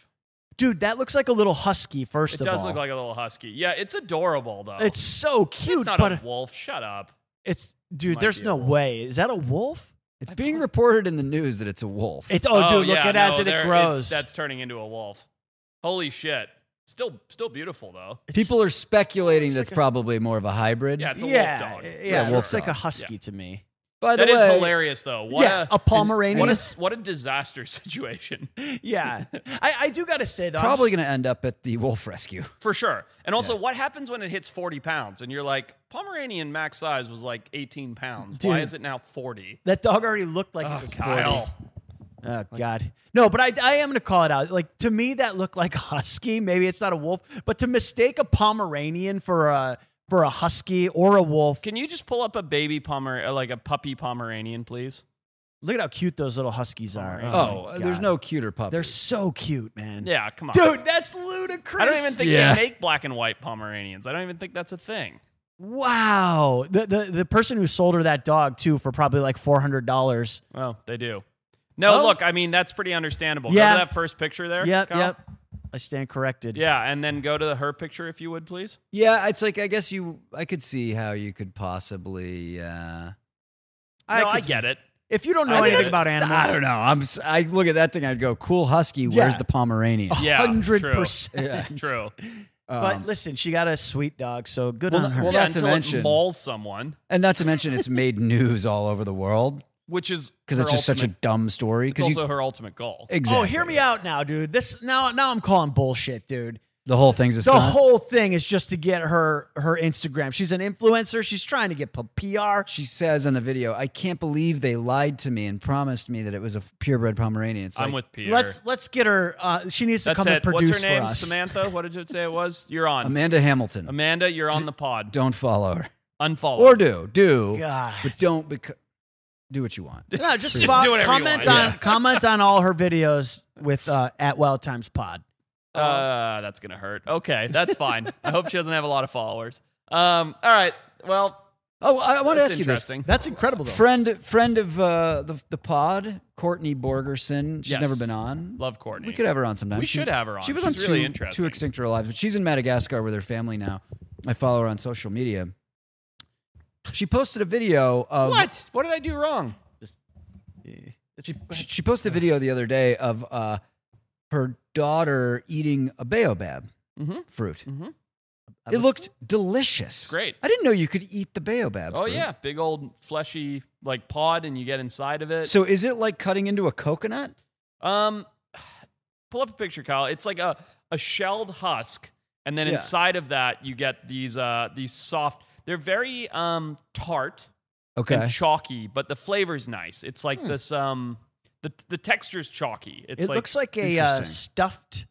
Speaker 4: Dude, that looks like a little husky, first
Speaker 2: It
Speaker 4: of
Speaker 2: does
Speaker 4: all.
Speaker 2: look like a little husky. Yeah, it's adorable though.
Speaker 4: It's so cute,
Speaker 2: It's not
Speaker 4: but
Speaker 2: a wolf. Shut up.
Speaker 4: it's dude.
Speaker 2: Might
Speaker 4: There's
Speaker 2: be a
Speaker 4: no
Speaker 2: wolf.
Speaker 4: way. Is that a wolf?
Speaker 3: It's being reported in the news that it's a wolf.
Speaker 4: It's oh, dude, look
Speaker 2: yeah,
Speaker 4: at as
Speaker 2: no,
Speaker 4: it,
Speaker 2: there- it's-
Speaker 4: it grows.
Speaker 2: That's turning into a wolf. Holy shit! Still, still beautiful though.
Speaker 3: People are speculating
Speaker 4: It's
Speaker 3: that's
Speaker 4: like a-
Speaker 3: probably more of a hybrid.
Speaker 2: Yeah, it's a
Speaker 4: yeah,
Speaker 2: wolf dog.
Speaker 4: yeah,
Speaker 3: Yeah,
Speaker 4: it
Speaker 3: wolf
Speaker 4: looks like
Speaker 3: dog.
Speaker 4: a husky to me.
Speaker 3: By the
Speaker 2: That is
Speaker 3: way,
Speaker 2: hilarious though. What
Speaker 4: yeah, a,
Speaker 2: a,
Speaker 4: Pomeranian.
Speaker 2: what a what a disaster situation.
Speaker 4: yeah, I, I do gotta say though, I'm
Speaker 3: Probably
Speaker 4: just-
Speaker 3: going to end up at the wolf rescue.
Speaker 2: For sure. And also, what happens when it hits 40 pounds and you're like, Pomeranian max size was like 18 pounds. Why
Speaker 4: Dude.
Speaker 2: is it now 40?
Speaker 4: that dog already looked like
Speaker 2: Oh,
Speaker 4: it was 40.
Speaker 2: Kyle.
Speaker 4: Oh God, no! But I, I am gonna call it out. Like to me, that looked like a husky. Maybe it's not a wolf, but to mistake a Pomeranian for a for a husky or a wolf.
Speaker 2: Can you just pull up a baby Pomer, uh, like a puppy Pomeranian, please?
Speaker 4: Look at how cute those little huskies are.
Speaker 2: Pomeranian.
Speaker 3: Oh,
Speaker 4: my
Speaker 3: uh, there's
Speaker 4: God.
Speaker 3: no cuter puppy.
Speaker 4: They're so cute, man.
Speaker 2: Yeah, come on.
Speaker 4: dude, that's ludicrous.
Speaker 2: I don't even think
Speaker 3: Yeah.
Speaker 2: they make black and white Pomeranians. I don't even think that's a thing.
Speaker 4: Wow. The, the the person who sold her that dog too for probably like four hundred dollars.
Speaker 2: Well, they do. No,
Speaker 4: Oh.
Speaker 2: look, I mean, that's pretty understandable.
Speaker 4: Yeah.
Speaker 2: Go to that first picture there.
Speaker 4: Yep,
Speaker 2: Kyle?
Speaker 4: yep. I stand corrected.
Speaker 2: Yeah, and then go to the, her picture if you would, please.
Speaker 3: yeah, it's like I guess you. I could see how you could possibly. Uh,
Speaker 2: No, I,
Speaker 4: could-
Speaker 2: get it.
Speaker 4: If you don't know
Speaker 2: I think
Speaker 4: anything
Speaker 2: that's-
Speaker 4: about
Speaker 3: I
Speaker 4: animals,
Speaker 3: don't know. I'm. s- I look at that thing. I'd go, cool husky. Where's
Speaker 4: Yeah.
Speaker 2: Oh,
Speaker 3: the Pomeranian?
Speaker 2: Yeah, true.
Speaker 4: hundred percent.
Speaker 2: True.
Speaker 4: But
Speaker 3: Um,
Speaker 4: listen, she got a sweet dog, so good
Speaker 3: Well,
Speaker 4: on her.
Speaker 3: well,
Speaker 2: yeah,
Speaker 3: not to
Speaker 2: until
Speaker 3: mention-
Speaker 2: it mauls someone,
Speaker 3: and not to mention, it's made news all over the world
Speaker 2: which is
Speaker 3: because
Speaker 2: her
Speaker 3: it's just such a
Speaker 2: ultimate-
Speaker 3: dumb story.
Speaker 2: It's
Speaker 3: Because
Speaker 2: also her ultimate goal.
Speaker 3: exactly,
Speaker 4: Oh, hear me out now, dude. This now now I'm calling bullshit, dude.
Speaker 3: The whole thing's a
Speaker 4: The
Speaker 3: stunt.
Speaker 4: whole thing is just to get her her Instagram. She's an influencer. She's trying to get pu- PR.
Speaker 3: She says in the video, "I can't believe they lied to me and promised me that it was a purebred Pomeranian." It's
Speaker 2: I'm
Speaker 3: like,
Speaker 2: with Peter.
Speaker 4: Let's let's get her. Uh, she needs to
Speaker 2: That's
Speaker 4: come
Speaker 2: it.
Speaker 4: and produce
Speaker 2: What's her name?
Speaker 4: for us.
Speaker 2: Samantha. What did you say it was? You're on. Amanda,
Speaker 3: Amanda Hamilton.
Speaker 2: you're on the pod.
Speaker 3: don't follow her
Speaker 2: Unfollow.
Speaker 3: or do do,
Speaker 4: God.
Speaker 3: but don't beca- do what you want.
Speaker 4: No, just,
Speaker 2: Just
Speaker 4: fo-
Speaker 2: do whatever you
Speaker 4: comment
Speaker 2: want.
Speaker 4: on
Speaker 2: Yeah.
Speaker 4: comment on all her videos with uh, at Wild Times Pod.
Speaker 2: Uh, that's gonna hurt. Okay, that's fine. I hope she doesn't have a lot of followers. Um, all right. Well,
Speaker 3: Oh, I, I want to
Speaker 2: that's
Speaker 3: ask you this.
Speaker 2: interesting.
Speaker 4: That's incredible, though.
Speaker 3: Friend, friend of uh, the the pod, Courtney Borgerson. She's
Speaker 2: Yes.
Speaker 3: never been on.
Speaker 2: Love Courtney.
Speaker 3: We could have her on sometime.
Speaker 2: We should have her on.
Speaker 3: She was
Speaker 2: She's
Speaker 3: on
Speaker 2: really
Speaker 3: two,
Speaker 2: interesting.
Speaker 3: two Extinct or Alive, but she's in Madagascar with her family now. I follow her on social media. She posted a video of
Speaker 2: What? What did I do wrong?
Speaker 3: She, she she posted a video the other day of uh, her daughter eating a baobab
Speaker 2: Mhm.
Speaker 3: fruit.
Speaker 2: Mhm.
Speaker 3: It looked delicious.
Speaker 2: Great.
Speaker 3: I didn't know you could eat the baobab.
Speaker 2: Oh
Speaker 3: fruit.
Speaker 2: yeah, big old fleshy like pod, and you get inside of it.
Speaker 3: So is it like cutting into a coconut?
Speaker 2: Um, pull up a picture, Kyle. It's like a a shelled husk, and then
Speaker 3: Yeah.
Speaker 2: inside of that you get these uh these soft. They're very um tart
Speaker 3: Okay. Hmm.
Speaker 2: and chalky, but the flavor's nice. It's like this um the the texture's chalky. It's
Speaker 4: It
Speaker 2: like,
Speaker 4: looks like a uh,
Speaker 3: Interesting.
Speaker 4: stuffed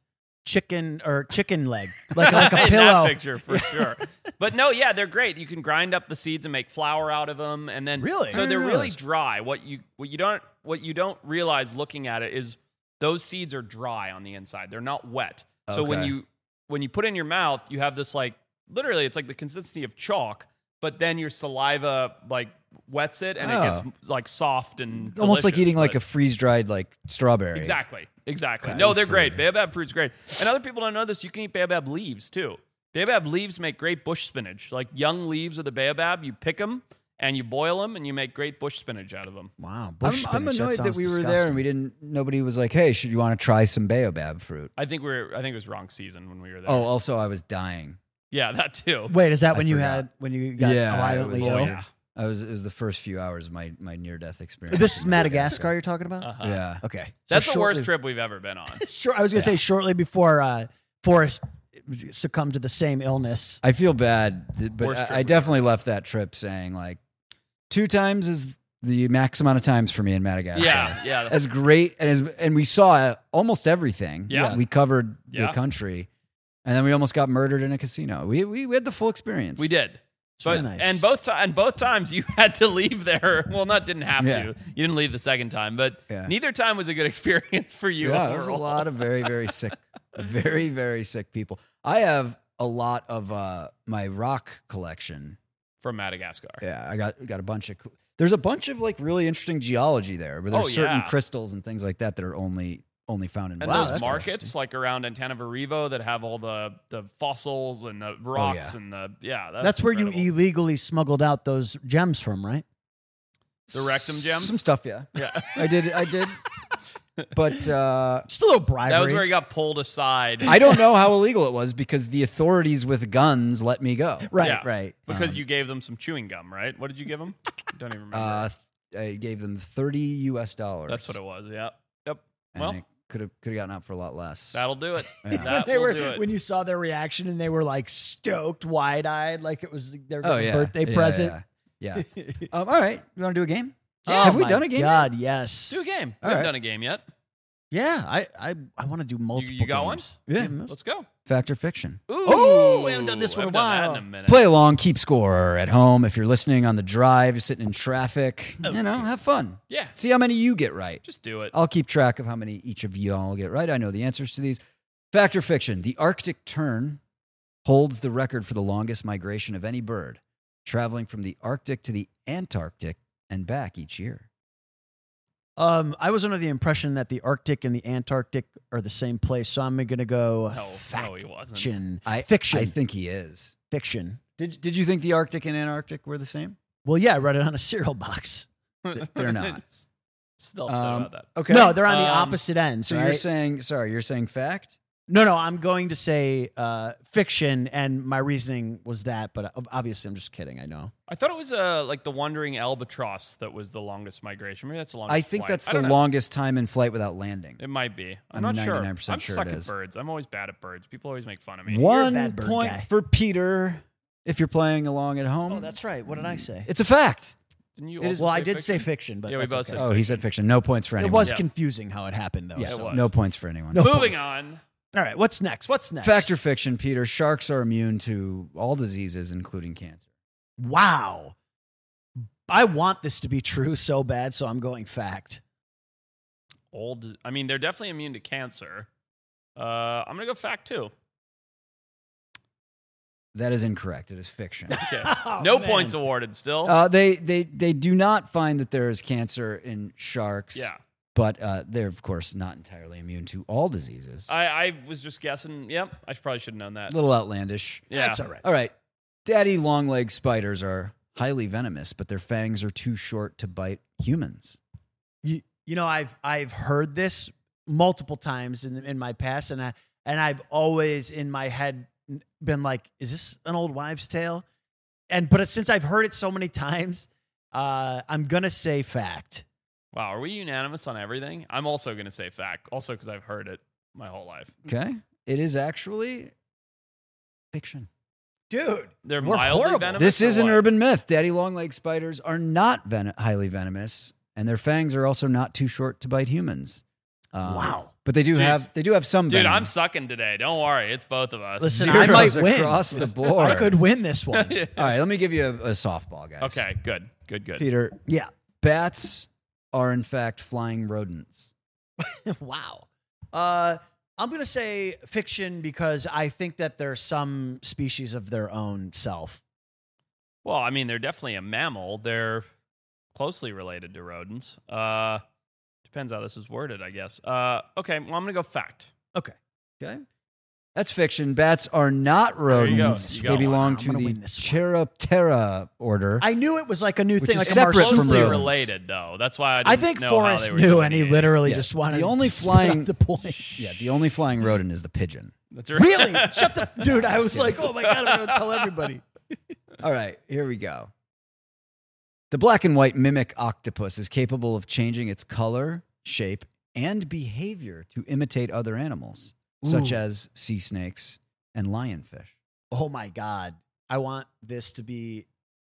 Speaker 4: chicken or chicken leg, like like a
Speaker 2: in that
Speaker 4: pillow.
Speaker 2: picture for sure. But no, yeah, they're great. You can grind up the seeds and make flour out of them, and then
Speaker 4: Really? I
Speaker 2: so
Speaker 4: didn't
Speaker 2: they're really
Speaker 3: realize.
Speaker 2: dry. What you what you don't what you don't realize looking at it is those seeds are dry on the inside. They're not wet. So when
Speaker 3: Okay.
Speaker 2: you when you put it in your mouth, you have this like literally it's like the consistency of chalk, but then your saliva like wets it and it
Speaker 3: Oh.
Speaker 2: gets like soft and
Speaker 3: Almost like
Speaker 2: delicious,
Speaker 3: eating like
Speaker 2: but-
Speaker 3: a freeze dried like strawberry.
Speaker 2: Exactly. Exactly.
Speaker 3: That
Speaker 2: no,
Speaker 3: is
Speaker 2: they're great. Baobab fruit's great. And other people don't know this. You can eat baobab leaves too. Baobab leaves make great bush spinach. Like young leaves of the baobab, you pick them and you boil them and you make great bush spinach out of them.
Speaker 4: Wow,
Speaker 3: I'm,
Speaker 4: bush
Speaker 3: I'm
Speaker 4: spinach,
Speaker 3: annoyed that,
Speaker 4: sounds
Speaker 3: we were there
Speaker 4: disgusting.
Speaker 3: and we didn't. Nobody was like, "Hey, should you want to try some baobab fruit?"
Speaker 2: I think we were. I think it was wrong season when we were there.
Speaker 3: Oh, also, I was dying.
Speaker 2: yeah, that too.
Speaker 4: Wait, is that
Speaker 3: I
Speaker 4: when you
Speaker 3: forgot.
Speaker 4: had when you got
Speaker 3: Yeah, it
Speaker 4: violently
Speaker 3: was
Speaker 4: ill?
Speaker 3: weird. I was. It was the first few hours of my my near death experience.
Speaker 4: This is
Speaker 3: in
Speaker 4: Madagascar you're talking about?
Speaker 2: Uh-huh.
Speaker 3: Yeah.
Speaker 4: Okay, So
Speaker 2: That's the
Speaker 4: shortly-
Speaker 2: worst trip we've ever been on.
Speaker 4: Sure, I was gonna say shortly before uh, Forrest succumbed to the same illness.
Speaker 3: I feel bad, th- but
Speaker 2: Worst trip
Speaker 3: I, I
Speaker 2: we've
Speaker 3: definitely left that trip saying like two times is the max amount of times for me in Madagascar.
Speaker 2: yeah, yeah.
Speaker 3: as great and as and we saw almost everything.
Speaker 2: Yeah.
Speaker 3: we covered
Speaker 2: Yeah.
Speaker 3: the country, and then we almost got murdered in a casino. We we, we had the full experience.
Speaker 2: We did.
Speaker 4: really
Speaker 2: But,
Speaker 4: nice.
Speaker 2: And both ti- and both times you had to leave there. Well, not didn't have
Speaker 3: Yeah.
Speaker 2: to. You didn't leave the second time, but
Speaker 3: Yeah.
Speaker 2: neither time was a good experience for you.
Speaker 3: Yeah, there's a
Speaker 2: overall.
Speaker 3: lot of very very sick, very very sick people. I have a lot of uh my rock collection.
Speaker 2: from Madagascar.
Speaker 3: Yeah, I got got a bunch of. Cool, there's a bunch of like really interesting geology there, where
Speaker 2: Oh,
Speaker 3: there's certain
Speaker 2: yeah.
Speaker 3: crystals and things like that that are only only found in.
Speaker 2: And
Speaker 3: rocks.
Speaker 2: those
Speaker 4: that's
Speaker 2: markets, like around Antananarivo, that have all the the fossils and the rocks and the yeah. That's,
Speaker 4: That's where you
Speaker 2: incredible.
Speaker 4: illegally smuggled out those gems from, right?
Speaker 2: the rectum gems?
Speaker 3: some stuff. Yeah,
Speaker 2: Yeah,
Speaker 3: I did, I did. but uh,
Speaker 4: Just a little bribery.
Speaker 2: that was where he got pulled aside.
Speaker 3: I don't know how illegal it was because the authorities with guns let me go. Um,
Speaker 4: right,
Speaker 2: Yeah.
Speaker 4: right.
Speaker 2: because you gave them some chewing gum, right? What did you give them? don't even remember.
Speaker 3: Uh, th- I gave them thirty U.S. dollars.
Speaker 2: That's what it was. Yeah. Yep.
Speaker 3: And
Speaker 2: well.
Speaker 3: I could have could have gotten out for a lot less.
Speaker 2: That'll do it.
Speaker 3: Yeah.
Speaker 2: That
Speaker 4: they
Speaker 2: will
Speaker 4: were
Speaker 2: do it.
Speaker 4: when you saw their reaction and they were like stoked, wide eyed, like it was their
Speaker 3: oh yeah,
Speaker 4: birthday
Speaker 3: Yeah,
Speaker 4: present.
Speaker 3: Yeah. yeah. um, all right, you want to do a game?
Speaker 4: Oh
Speaker 3: have we
Speaker 4: my
Speaker 3: done a game? yet?
Speaker 4: God, yes.
Speaker 2: do a game. We
Speaker 3: All
Speaker 2: haven't
Speaker 3: right.
Speaker 2: done a game yet.
Speaker 4: Yeah, I I, I want to do multiple.
Speaker 2: got one?
Speaker 4: games.
Speaker 3: Yeah.
Speaker 2: Let's go.
Speaker 3: Fact or fiction?
Speaker 2: Ooh,
Speaker 4: Ooh, we haven't done this for a
Speaker 2: haven't done that
Speaker 4: while.
Speaker 2: in a minute.
Speaker 3: Play along, keep score at home. If you're listening on the drive, you're sitting in traffic, you know, have fun.
Speaker 2: Yeah.
Speaker 3: See how many you get right.
Speaker 2: Just do it.
Speaker 3: I'll keep track of how many each of you all get right. I know the answers to these. Fact or fiction? The Arctic tern holds the record for the longest migration of any bird, traveling from the Arctic to the Antarctic and back each year.
Speaker 4: Um, I was under the impression that the Arctic and the Antarctic are the same place, so I'm gonna go
Speaker 2: No, no, he wasn't.
Speaker 4: fiction,
Speaker 3: I,
Speaker 4: Fiction.
Speaker 3: I think he is.
Speaker 4: fiction.
Speaker 3: Did, did you think the Arctic and Antarctic were the same?
Speaker 4: Well, yeah, I read it on a cereal box.
Speaker 3: Th- They're not.
Speaker 2: Still upset
Speaker 3: Um,
Speaker 2: about that.
Speaker 3: Okay.
Speaker 4: No, they're on the
Speaker 2: Um,
Speaker 4: opposite end.
Speaker 3: so
Speaker 4: right?
Speaker 3: you're saying, sorry, you're saying fact?
Speaker 4: No, no, I'm going to say uh, fiction, and my reasoning was that, but uh, ob- obviously I'm just kidding. I know.
Speaker 2: I thought it was uh, like the wandering albatross that was the longest migration. Maybe that's the longest.
Speaker 3: I think
Speaker 2: flight.
Speaker 3: that's
Speaker 2: I
Speaker 3: the
Speaker 2: don't know.
Speaker 3: longest time in flight without landing.
Speaker 2: It might be. I'm,
Speaker 3: I'm
Speaker 2: not sure.
Speaker 3: 99%
Speaker 2: I'm
Speaker 3: sure it
Speaker 2: suck at
Speaker 3: is.
Speaker 2: birds. I'm always bad at birds. People always make fun of me.
Speaker 3: One
Speaker 4: bad bird
Speaker 3: point
Speaker 4: guy.
Speaker 3: for Peter if you're playing along at home.
Speaker 4: Oh, that's right. What did I say?
Speaker 3: it's a fact.
Speaker 2: Didn't you
Speaker 4: It is.
Speaker 2: also
Speaker 4: Well, I
Speaker 2: say
Speaker 4: did say
Speaker 2: fiction?
Speaker 4: fiction, but
Speaker 2: Yeah, we
Speaker 4: that's
Speaker 2: both
Speaker 4: okay.
Speaker 2: said
Speaker 3: Oh, he said fiction. No points for
Speaker 4: It
Speaker 3: anyone.
Speaker 4: was
Speaker 2: Yeah.
Speaker 4: confusing how it happened, though.
Speaker 3: Yeah,
Speaker 4: so-
Speaker 2: was.
Speaker 3: no points for anyone.
Speaker 4: No
Speaker 2: Moving
Speaker 4: points.
Speaker 2: on.
Speaker 4: All right, what's next? What's next?
Speaker 3: Fact or fiction, Peter? Sharks are immune to all diseases, including cancer.
Speaker 4: Wow. I want this to be true so bad, so I'm going fact.
Speaker 2: Old. I mean, they're definitely immune to cancer. Uh, I'm gonna go fact two.
Speaker 3: That is incorrect. It is fiction.
Speaker 2: Okay.
Speaker 4: Oh,
Speaker 2: no
Speaker 4: man.
Speaker 2: points awarded still.
Speaker 3: Uh, they they they do not find that there is cancer in sharks.
Speaker 2: yeah.
Speaker 3: but uh, they're of course not entirely immune to all diseases.
Speaker 2: I, I was just guessing. Yep. I should, probably should have known
Speaker 3: a
Speaker 2: that.
Speaker 3: little outlandish.
Speaker 2: Yeah.
Speaker 4: That's all right.
Speaker 3: All right, daddy long-legged spiders are highly venomous, but their fangs are too short to bite humans.
Speaker 4: You, you know, I've I've heard this multiple times in in my past, and I and I've always in my head been like, "Is this an old wives' tale?" And but since I've heard it so many times, uh, I'm gonna say fact.
Speaker 2: Wow. Are we unanimous on everything? I'm also gonna say fact. Also because I've heard it my whole life.
Speaker 3: Okay, it is actually fiction.
Speaker 4: Dude,
Speaker 2: They're
Speaker 4: We're
Speaker 2: mildly
Speaker 4: horrible.
Speaker 2: venomous.
Speaker 3: This
Speaker 2: or
Speaker 3: is an
Speaker 2: what?
Speaker 3: urban myth. Daddy long-legged spiders are not ven- highly venomous, and their fangs are also not too short to bite humans. Um,
Speaker 4: Wow.
Speaker 3: But they do
Speaker 2: Jeez.
Speaker 3: have they do have some.
Speaker 2: Dude,
Speaker 3: venom.
Speaker 2: I'm sucking today. Don't worry. It's both of us.
Speaker 4: listen, I might
Speaker 3: Zeros
Speaker 4: win
Speaker 3: across the
Speaker 4: I
Speaker 3: board.
Speaker 4: could win this one.
Speaker 2: Yeah.
Speaker 3: All right, let me give you a, a softball, guys.
Speaker 2: Okay. Good. Good. Good.
Speaker 3: Peter,
Speaker 4: yeah.
Speaker 3: bats are in fact flying rodents.
Speaker 4: wow. Uh, I'm going to say fiction because I think that they're some species of their own self.
Speaker 2: Well, I mean, they're definitely a mammal. They're closely related to rodents. Uh, depends how this is worded, I guess. Uh, okay, well, I'm gonna go fact.
Speaker 4: Okay.
Speaker 3: Okay. That's fiction. Bats are not
Speaker 2: you go.
Speaker 3: rodents.
Speaker 2: You
Speaker 3: They
Speaker 2: got one.
Speaker 3: belong
Speaker 4: I'm
Speaker 3: to
Speaker 4: gonna
Speaker 3: the
Speaker 4: win this one.
Speaker 3: Cheroptera order.
Speaker 4: I knew it was like a new
Speaker 3: Which
Speaker 4: thing, like
Speaker 3: is
Speaker 4: a
Speaker 3: separate from
Speaker 4: marsupial.
Speaker 2: Closely
Speaker 3: rodents.
Speaker 2: related, though. That's why I. Didn't
Speaker 4: I think
Speaker 2: know
Speaker 4: Forrest
Speaker 2: how they were
Speaker 4: knew, and he
Speaker 2: delineated.
Speaker 4: literally
Speaker 3: Yeah.
Speaker 4: just wanted
Speaker 3: the only
Speaker 4: to spit out
Speaker 3: flying
Speaker 4: the point.
Speaker 3: Yeah, the only flying rodent is the pigeon.
Speaker 2: That's right.
Speaker 4: really? Shut the dude! I was like, oh my god, I'm gonna tell everybody.
Speaker 3: All right, here we go. The black and white mimic octopus is capable of changing its color, shape, and behavior to imitate other animals, such
Speaker 4: Ooh.
Speaker 3: as sea snakes and lionfish.
Speaker 4: Oh my god, I want this to be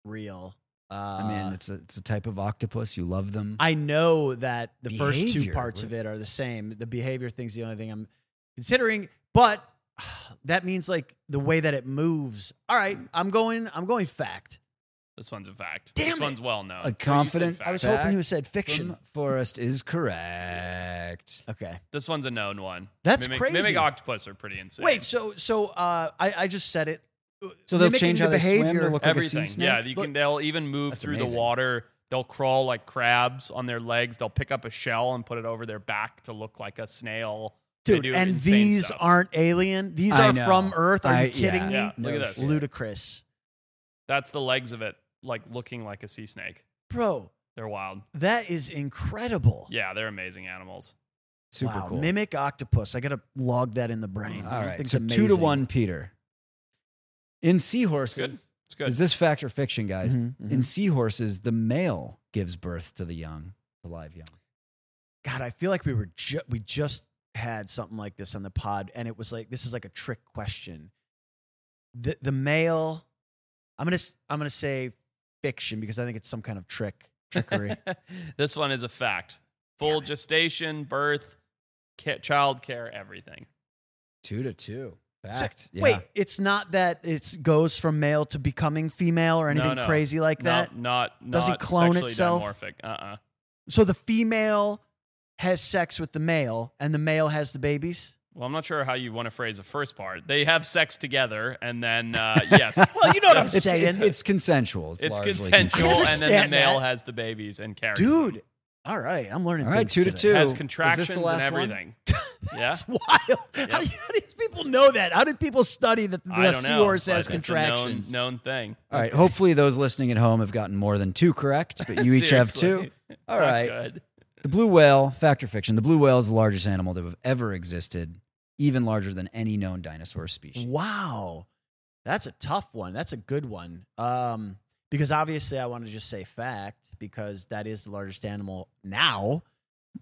Speaker 4: real. Uh,
Speaker 3: I mean, it's a, it's a type of octopus. You love them.
Speaker 4: I know that the first two
Speaker 3: Behavior,
Speaker 4: parts of
Speaker 3: right.
Speaker 4: it are the same. The behavior thing's the only thing I'm considering, but that means like the way that it moves. All right,
Speaker 2: Mm.
Speaker 4: I'm going. I'm going fact.
Speaker 2: This one's a fact.
Speaker 4: Damn
Speaker 2: this
Speaker 4: it.
Speaker 2: one's well known.
Speaker 3: A
Speaker 2: Or you said
Speaker 3: confident-
Speaker 2: fact.
Speaker 4: I was
Speaker 3: Fact
Speaker 4: hoping you said
Speaker 3: From
Speaker 4: fiction.
Speaker 3: Forrest is correct.
Speaker 4: Okay.
Speaker 2: This one's a known one.
Speaker 4: That's
Speaker 2: mimic,
Speaker 4: crazy.
Speaker 2: Mimic octopus are pretty insane.
Speaker 4: Wait. So so uh, I I just said it. Uh,
Speaker 3: So they'll
Speaker 4: Mimicking
Speaker 3: change
Speaker 4: the
Speaker 3: how they swim
Speaker 4: behavior.
Speaker 3: to look
Speaker 2: everything.
Speaker 3: like a sea snake.
Speaker 2: yeah, you can. They'll even move
Speaker 3: That's
Speaker 2: through
Speaker 3: amazing.
Speaker 2: the water. They'll crawl like crabs on their legs. They'll pick up a shell and put it over their back to look like a snail. They
Speaker 4: Dude,
Speaker 2: do
Speaker 4: and
Speaker 2: insane
Speaker 4: these
Speaker 2: stuff.
Speaker 4: aren't alien. These
Speaker 3: I
Speaker 4: are
Speaker 3: know.
Speaker 4: from Earth. Are
Speaker 3: I-
Speaker 4: you kidding me?
Speaker 2: Yeah, look
Speaker 3: No
Speaker 2: at this.
Speaker 3: shit.
Speaker 4: Ludicrous,
Speaker 2: That's the legs of it, like looking like a sea snake.
Speaker 4: bro.
Speaker 2: They're wild.
Speaker 4: That is incredible.
Speaker 2: Yeah, they're amazing animals.
Speaker 3: Super
Speaker 4: wow.
Speaker 3: cool.
Speaker 4: Mimic octopus. I gotta log that in the brain.
Speaker 3: All right,
Speaker 4: Thing's
Speaker 3: so two to
Speaker 4: amazing.
Speaker 3: one, Peter. In
Speaker 2: It's good.
Speaker 3: seahorses,
Speaker 2: It's good.
Speaker 3: is this fact or fiction, guys?
Speaker 4: Mhm, mhm.
Speaker 3: In seahorses, the male gives birth to the young, the live young.
Speaker 4: God, I feel like we were ju- we just had something like this on the pod, and it was like this is like a trick question. The the male, I'm gonna s- I'm gonna say fiction because I think it's some kind of trick trickery.
Speaker 2: this one is a fact. Full gestation, birth, ca- child care, everything.
Speaker 3: Two to two.
Speaker 4: So-
Speaker 3: Fact. yeah.
Speaker 4: Wait, it's not that it goes from male to becoming female or
Speaker 2: No,
Speaker 4: anything
Speaker 2: no.
Speaker 4: crazy like
Speaker 2: No,
Speaker 4: that.
Speaker 2: not not
Speaker 4: Doesn't clone
Speaker 2: sexually
Speaker 4: itself?
Speaker 2: Dimorphic. Uh uh
Speaker 4: So the female has sex with the male, and the male has the babies.
Speaker 2: Well, I'm not sure how you want to phrase the first part. They have sex together, and then uh, yes,
Speaker 4: Well, you know what I'm
Speaker 3: It's,
Speaker 4: saying,
Speaker 3: it's, it's consensual. It's,
Speaker 2: it's
Speaker 3: largely
Speaker 2: consensual,
Speaker 4: I
Speaker 2: and then the
Speaker 4: understand
Speaker 2: male
Speaker 4: that.
Speaker 2: has the babies and carries. them.
Speaker 4: dude. All right, I'm learning.
Speaker 3: All right,
Speaker 4: things
Speaker 3: two to
Speaker 4: today.
Speaker 3: two.
Speaker 2: has
Speaker 3: Is this the
Speaker 2: contractions and
Speaker 3: last one?
Speaker 2: everything. yeah,
Speaker 4: That's wild. How, do you, how do these people know that? How did people study that the
Speaker 2: I don't know.
Speaker 4: seahorse
Speaker 2: but
Speaker 4: has
Speaker 2: it's a known-
Speaker 4: contractions?
Speaker 2: known thing.
Speaker 3: All right. Hopefully, those listening at home have gotten more than two correct, but you each have two.
Speaker 2: Seriously.
Speaker 3: All
Speaker 2: Not
Speaker 3: right.
Speaker 2: good.
Speaker 3: The blue whale, fact or fiction? The blue whale is the largest animal to have ever existed. even larger than any known dinosaur species.
Speaker 4: Wow. That's a tough one. That's a good one. Um, because obviously I want to just say fact because that is the largest animal now.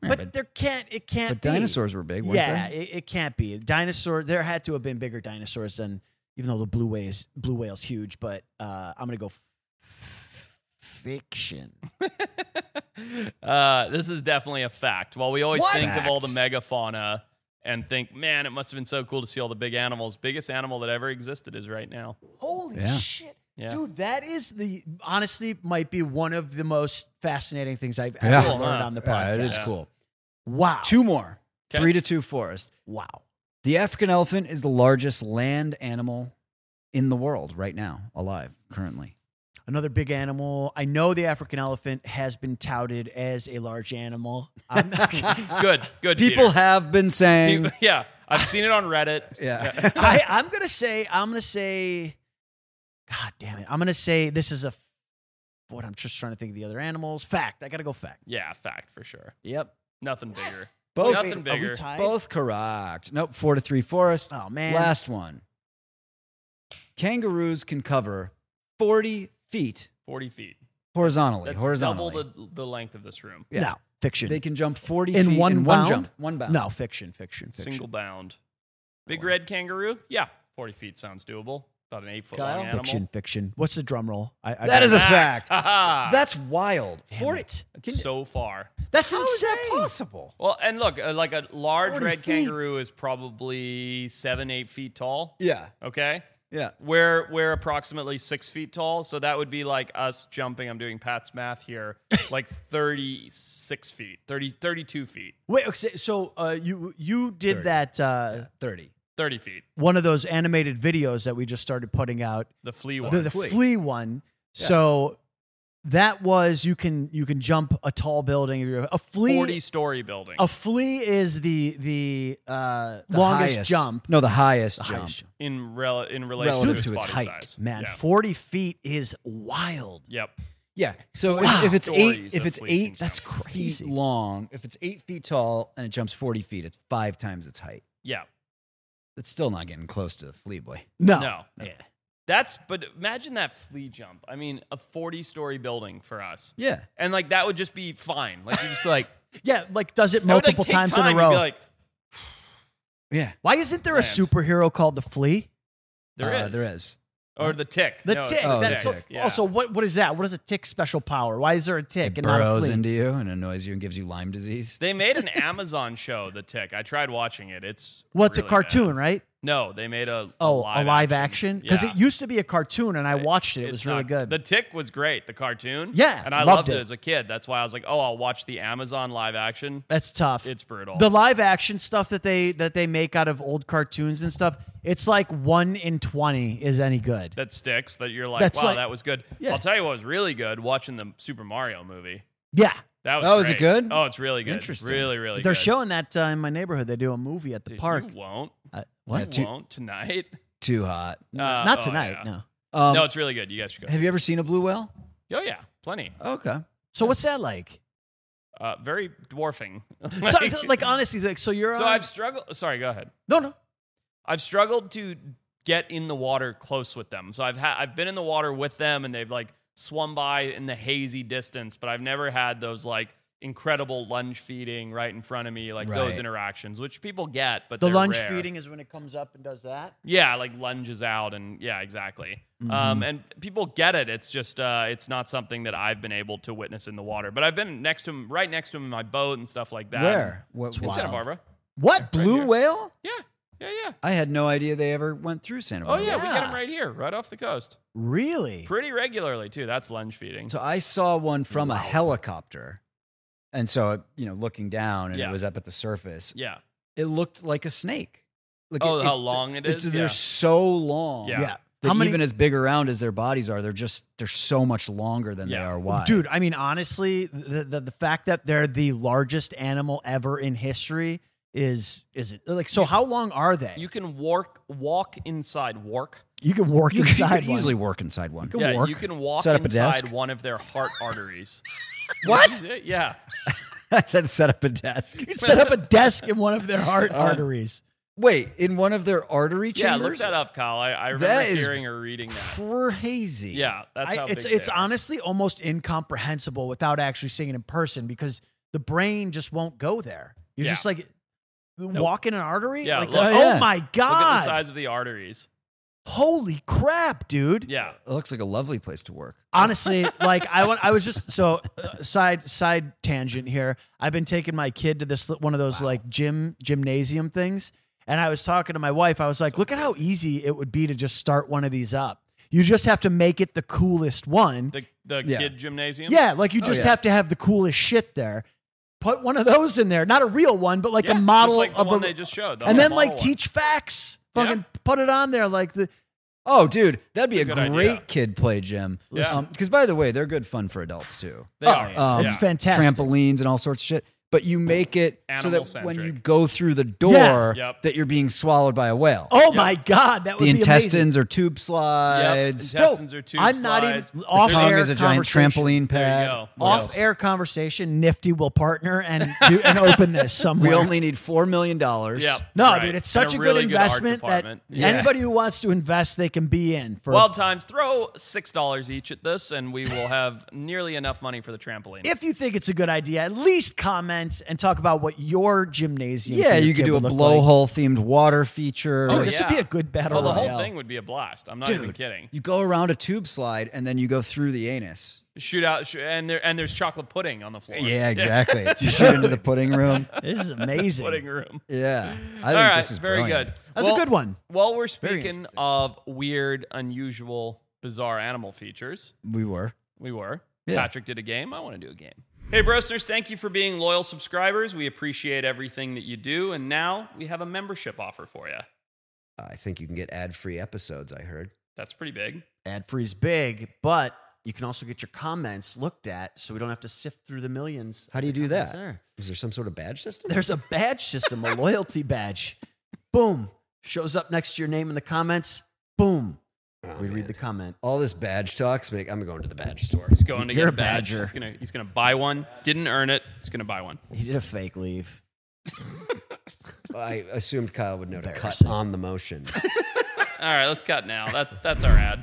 Speaker 3: Yeah,
Speaker 4: but,
Speaker 3: but,
Speaker 4: there can't it can't
Speaker 3: but
Speaker 4: be.
Speaker 3: dinosaurs were big, weren't
Speaker 4: yeah,
Speaker 3: they?
Speaker 4: it, it can't be. Dinosaur there had to have been bigger dinosaurs than even though the blue whale's blue whale's huge, but uh, I'm gonna go f- fiction.
Speaker 2: uh, this is definitely a fact. While we always
Speaker 4: What?
Speaker 2: think of all the
Speaker 3: Fact.
Speaker 2: megafauna and think, man, it must have been so cool to see all the big animals. Biggest animal that ever existed is right now.
Speaker 4: Holy
Speaker 3: Yeah.
Speaker 4: shit.
Speaker 2: Yeah.
Speaker 4: Dude, that is the honestly might be one of the most fascinating things I've
Speaker 3: Yeah.
Speaker 4: ever
Speaker 2: Cool,
Speaker 4: learned
Speaker 2: huh?
Speaker 4: on the podcast.
Speaker 3: Yeah, it is
Speaker 2: Yeah.
Speaker 3: cool.
Speaker 4: Wow.
Speaker 3: Two more.
Speaker 2: Okay.
Speaker 3: Three to two forest.
Speaker 4: wow.
Speaker 3: The African elephant is the largest land animal in the world right now, alive currently.
Speaker 4: Another big animal. I know the African elephant has been touted as a large animal. I'm
Speaker 2: It's good. Good.
Speaker 3: People
Speaker 2: Peter.
Speaker 3: have been saying,
Speaker 2: People- yeah. I've seen it on Reddit.
Speaker 3: yeah,
Speaker 4: I, I'm gonna say I'm gonna say God damn it. I'm gonna say this is a f- what I'm just trying to think of the other animals. Fact. I gotta go fact.
Speaker 2: Yeah, fact for sure.
Speaker 3: yep,
Speaker 2: Nothing bigger.
Speaker 3: both,
Speaker 2: Nothing
Speaker 4: Are we
Speaker 2: bigger.
Speaker 4: tied?
Speaker 3: both correct. Nope, four to three forest.
Speaker 4: Oh man.
Speaker 3: Last one. Kangaroos can cover forty feet
Speaker 2: 40 feet.
Speaker 3: horizontally.
Speaker 2: That's
Speaker 3: horizontally,
Speaker 2: double the, the length of this room.
Speaker 3: Yeah.
Speaker 4: No, fiction.
Speaker 3: they can jump forty
Speaker 4: In
Speaker 3: feet
Speaker 4: one
Speaker 3: in one
Speaker 4: bound?
Speaker 3: jump, one bound.
Speaker 4: no, fiction, fiction, fiction.
Speaker 2: Single bound. Big
Speaker 3: Wow.
Speaker 2: red kangaroo? Yeah. 40 feet sounds doable. About an eight foot long animal.
Speaker 4: fiction, fiction. What's the drum roll? I, I
Speaker 3: That is a fact.
Speaker 2: Haha.
Speaker 3: That's wild.
Speaker 4: Damn
Speaker 3: Forty.
Speaker 4: it.
Speaker 2: It's so far.
Speaker 4: That's
Speaker 3: How
Speaker 4: insane.
Speaker 3: is that possible?
Speaker 2: Well, and look, uh, like a large
Speaker 3: 40
Speaker 2: red
Speaker 3: feet.
Speaker 2: kangaroo is probably seven, eight feet tall.
Speaker 3: Yeah,
Speaker 2: Okay.
Speaker 3: yeah.
Speaker 2: We're we're approximately six feet tall, so that would be like us jumping. I'm doing Pat's math here, like 36 feet, 30, 32 feet,
Speaker 4: Wait, okay, so uh, you you did
Speaker 3: Thirty.
Speaker 4: that uh,
Speaker 3: Thirty.
Speaker 2: 30 feet.
Speaker 4: one of those animated videos that we just started putting out,
Speaker 2: The flea one.
Speaker 4: the, the
Speaker 3: Flea.
Speaker 4: flea one.
Speaker 3: Yeah.
Speaker 4: So that was you can you can jump a tall building. if you're- A flea,
Speaker 2: 40 story building.
Speaker 4: a flea is the the, uh,
Speaker 3: The
Speaker 4: longest
Speaker 3: highest-
Speaker 4: jump.
Speaker 3: No, the highest
Speaker 4: The
Speaker 3: jump.
Speaker 4: highest jump.
Speaker 2: in rel- in relation
Speaker 3: Relative
Speaker 2: to,
Speaker 3: to
Speaker 2: its
Speaker 3: its
Speaker 2: body
Speaker 3: height,
Speaker 2: size.
Speaker 4: man,
Speaker 2: Yeah.
Speaker 4: forty feet is wild.
Speaker 2: Yep.
Speaker 3: Yeah. So
Speaker 4: Wow.
Speaker 3: if, if it's eight,
Speaker 2: Stories
Speaker 3: if
Speaker 2: of
Speaker 3: it's
Speaker 2: leaking
Speaker 3: eight, that's
Speaker 4: jump.
Speaker 3: crazy.
Speaker 4: Crazy.
Speaker 3: Feet long. If it's eight feet tall and it jumps forty feet, it's five times its height.
Speaker 2: Yeah.
Speaker 3: It's still not getting close to the flea boy.
Speaker 4: No,
Speaker 2: No.
Speaker 4: Yeah.
Speaker 2: That's but imagine that flea jump. I mean, a 40 story building for us.
Speaker 3: Yeah.
Speaker 2: And like that would just be fine. Like you just be like
Speaker 4: yeah, like does it
Speaker 2: that would, like,
Speaker 4: multiple
Speaker 2: take
Speaker 4: times
Speaker 2: time.
Speaker 4: in a
Speaker 2: You'd
Speaker 4: row.
Speaker 2: Be like
Speaker 3: Yeah.
Speaker 4: Why isn't there
Speaker 2: Man.
Speaker 4: a superhero called the Flea?
Speaker 2: there is.
Speaker 3: Uh, There is.
Speaker 2: Or the tick.
Speaker 4: The
Speaker 2: No, it's
Speaker 4: tick.
Speaker 3: Oh, the
Speaker 4: that's so,
Speaker 3: tick.
Speaker 2: Yeah.
Speaker 4: Also, what what is that? What is a tick special power? Why is there a tick
Speaker 3: It
Speaker 4: and not a
Speaker 3: burrows
Speaker 4: flea?
Speaker 3: into you and annoys you and gives you Lyme disease.
Speaker 2: They made an Amazon show, The Tick. I tried watching it. It's
Speaker 4: well, it's
Speaker 2: really
Speaker 4: a cartoon,
Speaker 2: bad.
Speaker 4: right?
Speaker 2: No, they made a
Speaker 4: Oh,
Speaker 2: a live,
Speaker 4: action because
Speaker 2: Yeah.
Speaker 4: it used to be a cartoon, and I watched it. It
Speaker 2: It's
Speaker 4: was really
Speaker 2: not-
Speaker 4: good.
Speaker 2: The Tick was great, the cartoon.
Speaker 4: Yeah,
Speaker 2: and I
Speaker 4: loved
Speaker 2: loved it.
Speaker 4: it.
Speaker 2: as a kid. That's why I was like, oh, I'll watch the Amazon live action.
Speaker 4: That's tough.
Speaker 2: It's brutal.
Speaker 4: the live action stuff that they that they make out of old cartoons and stuff. It's like one in twenty is any good.
Speaker 2: that sticks. That you're like,
Speaker 4: That's
Speaker 2: wow,
Speaker 4: like-
Speaker 2: that was good.
Speaker 4: Yeah.
Speaker 2: I'll tell you what was really good watching the Super Mario movie.
Speaker 4: yeah,
Speaker 2: That was
Speaker 3: Oh, is
Speaker 2: great.
Speaker 3: it good?
Speaker 2: Oh, it's really good.
Speaker 3: Interesting.
Speaker 2: Really, really.
Speaker 4: they're
Speaker 2: good.
Speaker 4: showing that uh, in my neighborhood. They do a movie at the
Speaker 2: Dude,
Speaker 4: park.
Speaker 2: You won't.
Speaker 4: Uh,
Speaker 3: Yeah,
Speaker 4: what?
Speaker 3: too,
Speaker 2: You won't tonight.
Speaker 3: too hot.
Speaker 2: Uh,
Speaker 4: not
Speaker 2: oh,
Speaker 4: tonight.
Speaker 2: yeah.
Speaker 4: No.
Speaker 3: Um,
Speaker 2: no, it's really good. You guys should go.
Speaker 3: have you ever seen a blue whale?
Speaker 2: oh yeah, plenty.
Speaker 3: Okay.
Speaker 4: So what's that like?
Speaker 2: Uh, very dwarfing.
Speaker 4: So, so, like um, honestly, like so you're
Speaker 2: So
Speaker 4: on-
Speaker 2: I've struggled. Sorry, go ahead.
Speaker 4: no no
Speaker 2: I've struggled to get in the water close with them. So I've ha- I've been in the water with them, and they've like swum by in the hazy distance, but I've never had those like incredible lunge feeding right in front of me, like those
Speaker 3: Right.
Speaker 2: interactions, which people get, but
Speaker 4: the
Speaker 2: they're
Speaker 4: lunge
Speaker 2: rare.
Speaker 4: feeding is when it comes up and does that.
Speaker 2: Yeah, like lunges out, and yeah, exactly.
Speaker 4: Mm-hmm.
Speaker 2: Um, and people get it. It's just uh, it's not something that I've been able to witness in the water, but I've been next to him, right next to him in my boat and stuff like that.
Speaker 3: Where? What,
Speaker 2: Um, In Santa Barbara.
Speaker 3: What blue
Speaker 2: here.
Speaker 3: whale?
Speaker 2: Yeah, yeah, yeah.
Speaker 3: I had no idea they ever went through Santa
Speaker 2: Oh
Speaker 3: Barbara.
Speaker 2: yeah, we get
Speaker 4: Yeah.
Speaker 2: them right here, right off the coast.
Speaker 4: Really?
Speaker 2: pretty regularly too. That's lunge feeding.
Speaker 3: So I saw one from a helicopter. And so, you know, looking down and
Speaker 2: Yeah.
Speaker 3: it was up at the surface.
Speaker 2: yeah.
Speaker 3: It looked like a snake. Like
Speaker 2: Oh, how long it
Speaker 3: it's-
Speaker 2: is?
Speaker 3: They're
Speaker 2: Yeah.
Speaker 3: so long.
Speaker 2: Yeah.
Speaker 3: That
Speaker 4: How many?
Speaker 3: even as big around as their bodies are, they're just, they're so much longer than they
Speaker 2: Yeah.
Speaker 3: are wide.
Speaker 4: dude, I mean, honestly, the, the the fact that they're the largest animal ever in history is is like so. how long are they?
Speaker 2: You can walk walk inside work.
Speaker 4: you can work
Speaker 3: you could, you
Speaker 4: inside
Speaker 3: could
Speaker 4: one.
Speaker 3: easily work inside one.
Speaker 2: yeah, you can walk
Speaker 3: Set up a
Speaker 2: inside
Speaker 3: desk.
Speaker 2: one of their heart arteries.
Speaker 3: What?
Speaker 2: yeah.
Speaker 3: I said set up a desk.
Speaker 2: Uh,
Speaker 4: Set up a desk in one of their heart arteries.
Speaker 3: Wait, in one of their artery
Speaker 2: Yeah, look
Speaker 3: chambers?
Speaker 2: that up, Kyle. I, I remember
Speaker 3: That is
Speaker 2: hearing or reading that.
Speaker 3: Crazy.
Speaker 2: Yeah, that's how
Speaker 4: I, it's
Speaker 2: big
Speaker 4: it's
Speaker 2: they are.
Speaker 4: honestly almost incomprehensible without actually seeing it in person because the brain just won't go there. You're
Speaker 2: Yeah.
Speaker 4: just like walking an artery.
Speaker 2: Yeah,
Speaker 4: like,
Speaker 2: look-
Speaker 4: oh,
Speaker 3: Oh, yeah.
Speaker 4: my
Speaker 2: Look at the
Speaker 4: god!
Speaker 2: size of the arteries.
Speaker 4: Holy crap, dude!
Speaker 2: Yeah.
Speaker 3: It looks like a lovely place to work.
Speaker 4: honestly like i wa- i was just so uh, side side tangent here i've been taking my kid to this one of those like gym gymnasium things and i was talking to my wife i was like look at how easy it would be to just start one of these up you just have to make it the coolest one
Speaker 2: The Oh, the
Speaker 3: Yeah.
Speaker 2: kid gymnasium.
Speaker 4: yeah like you just
Speaker 3: yeah.
Speaker 4: have to have the coolest shit there put one of those in there not a real one but like
Speaker 2: Yeah,
Speaker 4: a model
Speaker 2: just like the
Speaker 4: of
Speaker 2: one
Speaker 4: a
Speaker 2: they just showed. the
Speaker 4: and
Speaker 2: whole
Speaker 4: then like
Speaker 2: model one.
Speaker 4: teach facts
Speaker 2: Yeah.
Speaker 4: fucking put it on there like the
Speaker 3: Oh, dude, that'd be a,
Speaker 2: That's a
Speaker 3: great
Speaker 2: good idea.
Speaker 3: kid play gym.
Speaker 2: Yeah.
Speaker 3: Because, by the way, they're good fun for adults, too.
Speaker 2: They
Speaker 4: oh,
Speaker 2: are.
Speaker 3: um,
Speaker 4: it's
Speaker 2: Yeah.
Speaker 4: fantastic
Speaker 3: Trampolines and all sorts of shit. But you make it so that when
Speaker 2: Animal-centric.
Speaker 3: you go through the door,
Speaker 2: Yep.
Speaker 3: that you're being swallowed by a whale.
Speaker 4: oh my god that would
Speaker 3: the
Speaker 4: be amazing.
Speaker 3: intestines are tube
Speaker 2: Yep.
Speaker 3: slides.
Speaker 2: Intestines are tube
Speaker 4: I'm not
Speaker 2: slides.
Speaker 4: even off
Speaker 3: The
Speaker 4: air.
Speaker 3: tongue is a giant
Speaker 4: conversation.
Speaker 3: trampoline
Speaker 2: There you
Speaker 3: pad.
Speaker 2: go.
Speaker 3: What
Speaker 4: Off
Speaker 3: else?
Speaker 4: air conversation. Nifty will partner and do, and open this somewhere.
Speaker 3: We only need $4 million.
Speaker 2: Yep.
Speaker 4: no,
Speaker 2: right.
Speaker 4: dude, it's
Speaker 2: And
Speaker 4: such a,
Speaker 2: really
Speaker 4: good
Speaker 2: art
Speaker 4: investment that
Speaker 2: department. Yeah.
Speaker 4: anybody who wants to invest, they can be in. For
Speaker 2: Wild times. Throw six dollars each at this, and we will have nearly enough money for the trampoline.
Speaker 4: if you think it's a good idea, at least comment and talk about what your gymnasium.
Speaker 3: Yeah,
Speaker 4: for your
Speaker 3: you could
Speaker 4: kid
Speaker 3: do a
Speaker 4: would look like.
Speaker 3: blowhole themed water feature.
Speaker 4: Dude,
Speaker 2: Oh,
Speaker 4: this
Speaker 2: yeah.
Speaker 4: would be a good battle
Speaker 2: well, the whole
Speaker 4: royale.
Speaker 2: thing would be a blast. I'm not even kidding.
Speaker 3: You go around a tube slide and then you go through the anus.
Speaker 2: Shoot out, sh- and there and there's chocolate pudding on the floor.
Speaker 3: exactly. you shoot into the pudding room.
Speaker 4: This is amazing.
Speaker 2: pudding room.
Speaker 3: Yeah. I
Speaker 2: All
Speaker 3: think
Speaker 2: right,
Speaker 3: this is
Speaker 2: very good.
Speaker 3: brilliant.
Speaker 4: That's a good one.
Speaker 2: While we're speaking of weird, unusual, bizarre animal features,
Speaker 3: We were.
Speaker 2: We were.
Speaker 3: Yeah.
Speaker 2: Patrick did a game. I want to do a game. Hey, Brosners, thank you for being loyal subscribers. We appreciate everything that you do. And now we have a membership offer for you.
Speaker 3: I think you can get ad free episodes, I heard.
Speaker 2: That's pretty big.
Speaker 4: Ad free's big, but you can also get your comments looked at, so we don't have to sift through the millions.
Speaker 3: How do you do
Speaker 4: Comments
Speaker 3: that?
Speaker 4: there.
Speaker 3: Is there some sort of badge system?
Speaker 4: There's a badge system, a loyalty badge. Boom. Shows up next to your name in the comments. Boom.
Speaker 3: Oh,
Speaker 4: we read the comment.
Speaker 3: All this badge talks make I'm going to the badge store.
Speaker 2: He's going to
Speaker 4: You're
Speaker 2: get
Speaker 4: a
Speaker 2: a badge.
Speaker 4: badger.
Speaker 2: He's gonna he's gonna buy one. Didn't earn it. He's gonna buy one.
Speaker 4: He did a fake leave.
Speaker 3: I assumed Kyle would know to cut
Speaker 4: Embarrassing.
Speaker 3: on the motion.
Speaker 2: All right, let's cut now. That's that's our ad.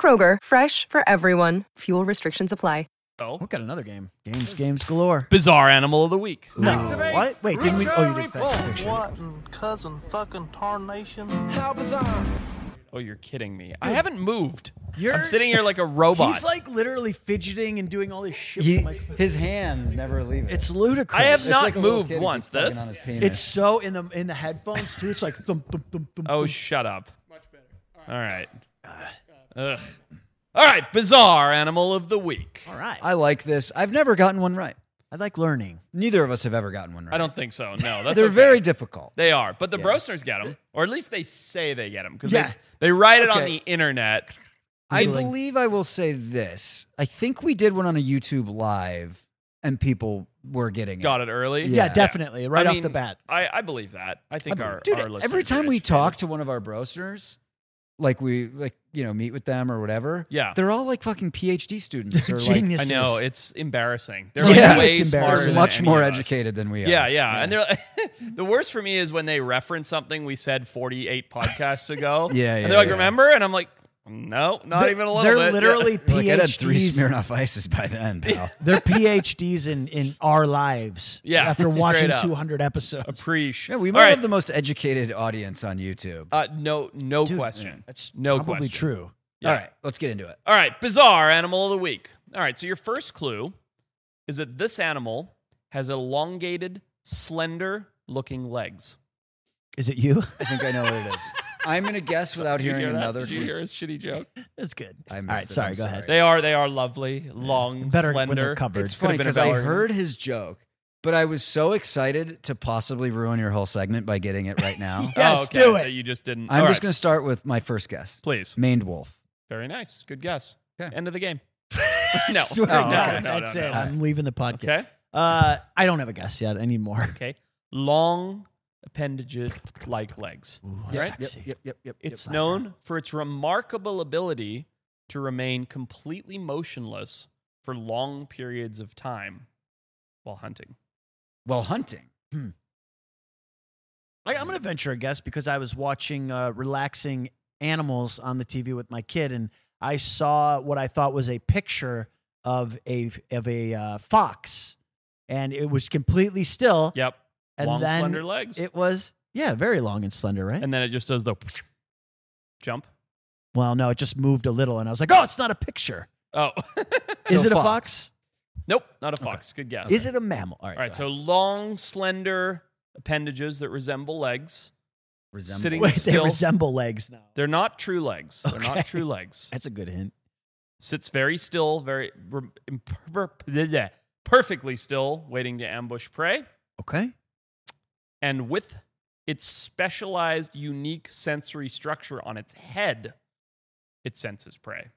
Speaker 6: Kroger, fresh for everyone. Fuel restrictions apply.
Speaker 2: Oh.
Speaker 4: Look at another game. Games, games galore.
Speaker 2: Bizarre animal of the week.
Speaker 4: No. What? Wait, didn't we? Oh, you did fact fiction.
Speaker 7: What in cousin fucking tarnation?
Speaker 2: Oh, you're kidding me. I haven't moved. I'm sitting here like a robot.
Speaker 4: He's like literally fidgeting and doing all this shit.
Speaker 3: Oh, He,
Speaker 4: with my-
Speaker 3: his hands never leave it.
Speaker 4: it's ludicrous.
Speaker 2: I have
Speaker 3: It's
Speaker 2: not
Speaker 3: like a little
Speaker 2: moved
Speaker 3: kid who
Speaker 2: once.
Speaker 3: keeps tugging
Speaker 2: This.
Speaker 3: on his penis.
Speaker 4: It's so in the in the headphones too. It's like thump thump thump thump.
Speaker 2: Oh,
Speaker 4: thump.
Speaker 2: shut up. Much better. All right. Uh, Ugh. All right. Bizarre animal of the week.
Speaker 4: all right. I,
Speaker 3: I like this. I've never gotten one right.
Speaker 4: I like learning.
Speaker 3: Neither of us have ever gotten one right.
Speaker 2: I don't think so. No, that's
Speaker 3: They're
Speaker 2: okay.
Speaker 3: very difficult.
Speaker 2: They are, but the Brosners get them, or at least they say they get them because
Speaker 4: Yeah.
Speaker 2: they, they write it on
Speaker 3: Okay.
Speaker 2: the internet.
Speaker 3: I
Speaker 4: Really?
Speaker 3: believe I will say this. I think we did one on a YouTube live and people were getting
Speaker 2: Got it early.
Speaker 4: Yeah,
Speaker 3: Yeah.
Speaker 4: definitely. Right
Speaker 2: I
Speaker 4: off
Speaker 2: mean,
Speaker 4: the bat.
Speaker 2: I, I believe that. I think our,
Speaker 3: Dude,
Speaker 2: our listeners
Speaker 3: every
Speaker 2: are
Speaker 3: time we
Speaker 2: educated.
Speaker 3: talk to one of our brosners, like we like you know meet with them or whatever,
Speaker 2: Yeah.
Speaker 3: they're all like fucking PhD students.
Speaker 4: They're
Speaker 3: or
Speaker 2: I
Speaker 4: geniuses.
Speaker 3: Like,
Speaker 2: know it's embarrassing. They're
Speaker 3: Yeah,
Speaker 2: like way
Speaker 4: it's
Speaker 2: smarter
Speaker 4: embarrassing.
Speaker 2: than
Speaker 3: they're much
Speaker 2: any
Speaker 3: more
Speaker 2: of us.
Speaker 3: educated than we are.
Speaker 2: Yeah, yeah, and they're the worst for me is when they reference something we said 48 podcasts ago.
Speaker 3: Yeah,
Speaker 2: and
Speaker 3: yeah,
Speaker 2: they're like,
Speaker 3: yeah.
Speaker 2: "Remember?" And I'm like, No, not
Speaker 4: They're-
Speaker 2: even a little
Speaker 4: they're
Speaker 2: bit.
Speaker 4: literally PhDs.
Speaker 3: Like I'd had three Smirnoff Ices by then, pal.
Speaker 4: they're PhDs in in our lives.
Speaker 2: Yeah,
Speaker 4: after
Speaker 2: straight
Speaker 4: watching
Speaker 2: up.
Speaker 4: 200 episodes.
Speaker 2: Preach.
Speaker 3: Yeah, we
Speaker 2: All
Speaker 3: might
Speaker 2: right.
Speaker 3: have the most educated audience on YouTube.
Speaker 2: Uh, no, no question.
Speaker 3: That's
Speaker 2: No
Speaker 4: Probably
Speaker 2: question.
Speaker 4: true.
Speaker 2: Yeah.
Speaker 3: All right, let's get into it.
Speaker 2: All right, bizarre animal of the week. All right, so your first clue is that this animal has elongated, slender-looking legs.
Speaker 4: Is it you?
Speaker 3: I think I know what it is. I'm gonna guess without
Speaker 2: Did you
Speaker 3: hearing
Speaker 2: hear that?
Speaker 3: another.
Speaker 2: Did you hear a shitty joke?
Speaker 4: That's good.
Speaker 3: I missed
Speaker 4: All right,
Speaker 3: it.
Speaker 4: sorry.
Speaker 3: I'm
Speaker 4: go ahead.
Speaker 2: They are. They are lovely, long,
Speaker 4: Better when
Speaker 2: slender.
Speaker 4: they're covered.
Speaker 3: It's funny
Speaker 2: been a
Speaker 3: because I
Speaker 2: ballerina.
Speaker 3: heard his joke, but I was so excited to possibly ruin your whole segment by getting it right now.
Speaker 2: Oh,
Speaker 4: Yes,
Speaker 2: okay,
Speaker 4: do
Speaker 2: that
Speaker 4: it.
Speaker 2: You just didn't.
Speaker 3: I'm
Speaker 2: All
Speaker 3: just
Speaker 2: right,
Speaker 3: gonna start with my first guess.
Speaker 2: please.
Speaker 3: Maned wolf.
Speaker 2: Very nice. Good guess.
Speaker 3: Okay.
Speaker 2: End of the game. no.
Speaker 4: Swear to
Speaker 2: no,
Speaker 3: okay.
Speaker 4: God,
Speaker 2: no, no,
Speaker 4: that's
Speaker 2: no,
Speaker 4: it.
Speaker 2: no.
Speaker 4: I'm leaving the podcast.
Speaker 2: Okay.
Speaker 4: Uh, I don't have a guess yet. I need more.
Speaker 2: Okay. Long appendages like legs. All right.
Speaker 4: Sexy.
Speaker 3: yep, yep.
Speaker 2: It's known for its remarkable ability to remain completely motionless for long periods of time while hunting.
Speaker 3: Well, hunting.
Speaker 4: I, I'm going to venture a guess because I was watching uh, relaxing animals on the TV with my kid, and I saw what I thought was a picture of a of a uh, fox, and it was completely still.
Speaker 2: Yep.
Speaker 4: And
Speaker 2: long,
Speaker 4: then
Speaker 2: slender legs.
Speaker 4: It was yeah, very long and slender, right?
Speaker 2: and then it just does the jump.
Speaker 4: well, no, it just moved a little, and I was like, oh, it's not a picture.
Speaker 2: Oh.
Speaker 4: Is
Speaker 3: So
Speaker 4: it
Speaker 3: fox.
Speaker 4: a fox?
Speaker 2: nope. Not a fox. Good guess.
Speaker 4: Is it a mammal? All right.
Speaker 2: All right.
Speaker 4: go
Speaker 2: So long, slender appendages that resemble legs.
Speaker 3: Resemble.
Speaker 2: Sitting-
Speaker 4: ahead. Wait, they
Speaker 2: still-
Speaker 4: resemble legs now.
Speaker 2: They're not true legs. They're
Speaker 4: Okay.
Speaker 2: not true legs.
Speaker 4: That's a good hint.
Speaker 2: Sits very still, very rem- imper- bleh, perfectly still, waiting to ambush prey.
Speaker 4: Okay.
Speaker 2: and with its specialized, unique sensory structure on its head, it senses prey.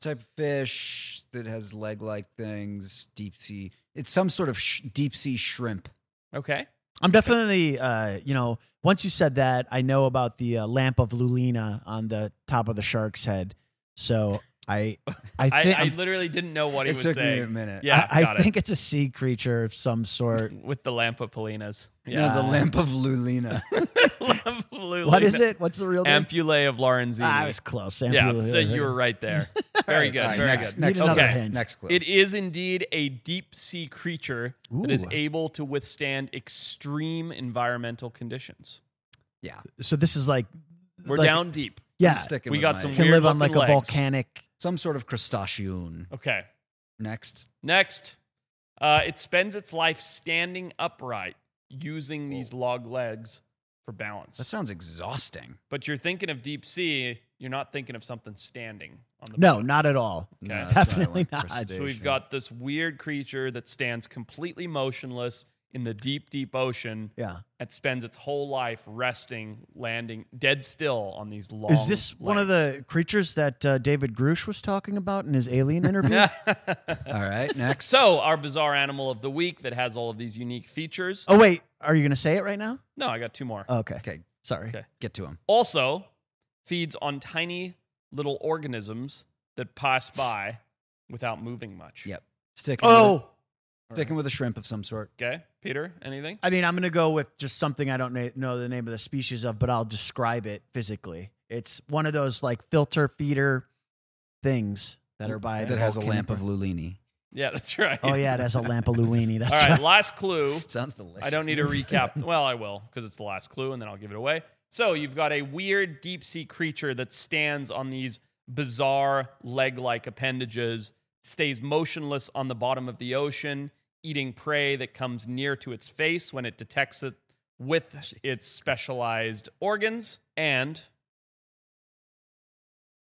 Speaker 3: type of fish that has leg-like things, deep sea. It's some sort of sh- deep sea shrimp.
Speaker 2: Okay.
Speaker 4: I'm definitely, uh, you know, once you said that, I know about the uh, lamp of Lulina on the top of the shark's head. So I, I
Speaker 2: I,
Speaker 4: think,
Speaker 2: I
Speaker 4: I,
Speaker 2: literally didn't know what he
Speaker 3: It
Speaker 2: was
Speaker 3: took me
Speaker 2: saying.
Speaker 3: a minute.
Speaker 2: Yeah,
Speaker 4: I
Speaker 2: got
Speaker 4: think it's a sea creature of some sort.
Speaker 2: it. With the lamp of Polina's.
Speaker 3: Yeah.
Speaker 2: Yeah.
Speaker 3: the lamp of Lulina.
Speaker 2: Absolutely.
Speaker 4: what is it? What's the real name?
Speaker 2: Ampullae of Lorenzini.
Speaker 4: Ah, I was close.
Speaker 2: yeah,
Speaker 4: Ampulula.
Speaker 2: so you were right there. Very good.
Speaker 3: All right,
Speaker 2: very
Speaker 3: next,
Speaker 2: good.
Speaker 3: next,
Speaker 4: Need another
Speaker 2: okay.
Speaker 4: hint.
Speaker 3: next clue.
Speaker 2: It is indeed a deep sea creature that is
Speaker 4: Ooh.
Speaker 2: able to withstand extreme environmental conditions.
Speaker 3: yeah,
Speaker 4: So this is like,
Speaker 2: We're
Speaker 4: like-
Speaker 2: down deep.
Speaker 4: yeah,
Speaker 3: I'm sticking
Speaker 2: we
Speaker 3: with
Speaker 2: got
Speaker 3: my-
Speaker 2: some
Speaker 4: can live on
Speaker 2: Weird-looking legs.
Speaker 4: like a volcanic.
Speaker 3: some sort of crustacean.
Speaker 2: Okay.
Speaker 3: Next,
Speaker 2: Next, uh, it spends its life standing upright using these log legs for balance.
Speaker 3: that sounds exhausting.
Speaker 2: but you're thinking of deep sea, you're not thinking of something standing on the
Speaker 4: No,
Speaker 2: bottom.
Speaker 4: not at all.
Speaker 3: No,
Speaker 2: Okay.
Speaker 3: that's why I
Speaker 4: Definitely
Speaker 3: went
Speaker 4: not. So we've
Speaker 2: So we've
Speaker 3: crustacean.
Speaker 2: got this weird creature that stands completely motionless in the deep, deep ocean
Speaker 4: Yeah.
Speaker 2: and spends its whole life resting, landing dead still on these long.
Speaker 4: Is this one of the creatures that uh, David Grush was talking about in his alien interview?
Speaker 2: the
Speaker 3: All right, next.
Speaker 2: So our bizarre animal of the week that has all of these unique features.
Speaker 4: Oh, Uh. wait. Are you going to say it right now?
Speaker 2: No, I got two more.
Speaker 4: Okay.
Speaker 3: okay,
Speaker 4: Sorry.
Speaker 2: Okay.
Speaker 3: get to him.
Speaker 2: also feeds on tiny little organisms that pass by without moving much.
Speaker 3: Yep. Sticking.
Speaker 4: Oh,
Speaker 3: with, sticking with a shrimp of some sort.
Speaker 2: Okay, Peter, anything?
Speaker 4: I mean, I'm going to go with just something I don't na- know the name of the species of, but I'll describe it physically. It's one of those like filter feeder things that are by the
Speaker 3: that has a
Speaker 4: volcano-
Speaker 3: lamp of Lulini.
Speaker 2: Yeah, that's right.
Speaker 4: Oh yeah, it has a Lampaluini. That's
Speaker 2: All right,
Speaker 4: right.
Speaker 2: last clue.
Speaker 3: Sounds delicious.
Speaker 2: I don't need a recap. Well, I will because it's the last clue and then I'll give it away. So, you've got a weird deep sea creature that stands on these bizarre leg like appendages, stays motionless on the bottom of the ocean, eating prey that comes near to its face when it detects it with its specialized organs. And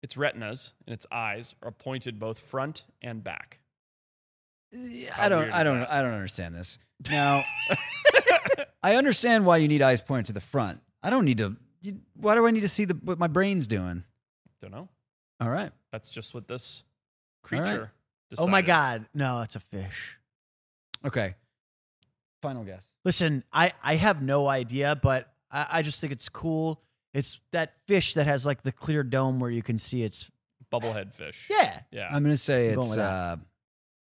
Speaker 2: its retinas and its eyes are pointed both front and back.
Speaker 3: I
Speaker 2: weird
Speaker 3: don't.
Speaker 2: is
Speaker 3: I don't.
Speaker 2: that?
Speaker 3: I don't understand this. Now, I understand why you need eyes pointed to the front. I don't need to. You, why do I need to see the, what my brain's doing?
Speaker 2: Don't know.
Speaker 3: All right.
Speaker 2: That's just what this
Speaker 3: All right.
Speaker 2: creature.
Speaker 4: Oh my
Speaker 2: decided.
Speaker 4: god, no, it's a fish.
Speaker 3: Okay. Final guess.
Speaker 4: Listen, I I have no idea, but I, I just think it's cool. It's that fish that has like the clear dome where you can see its
Speaker 2: Bubblehead fish.
Speaker 4: yeah.
Speaker 2: Yeah.
Speaker 3: I'm gonna say
Speaker 4: I'm going
Speaker 3: it's
Speaker 4: with
Speaker 3: uh,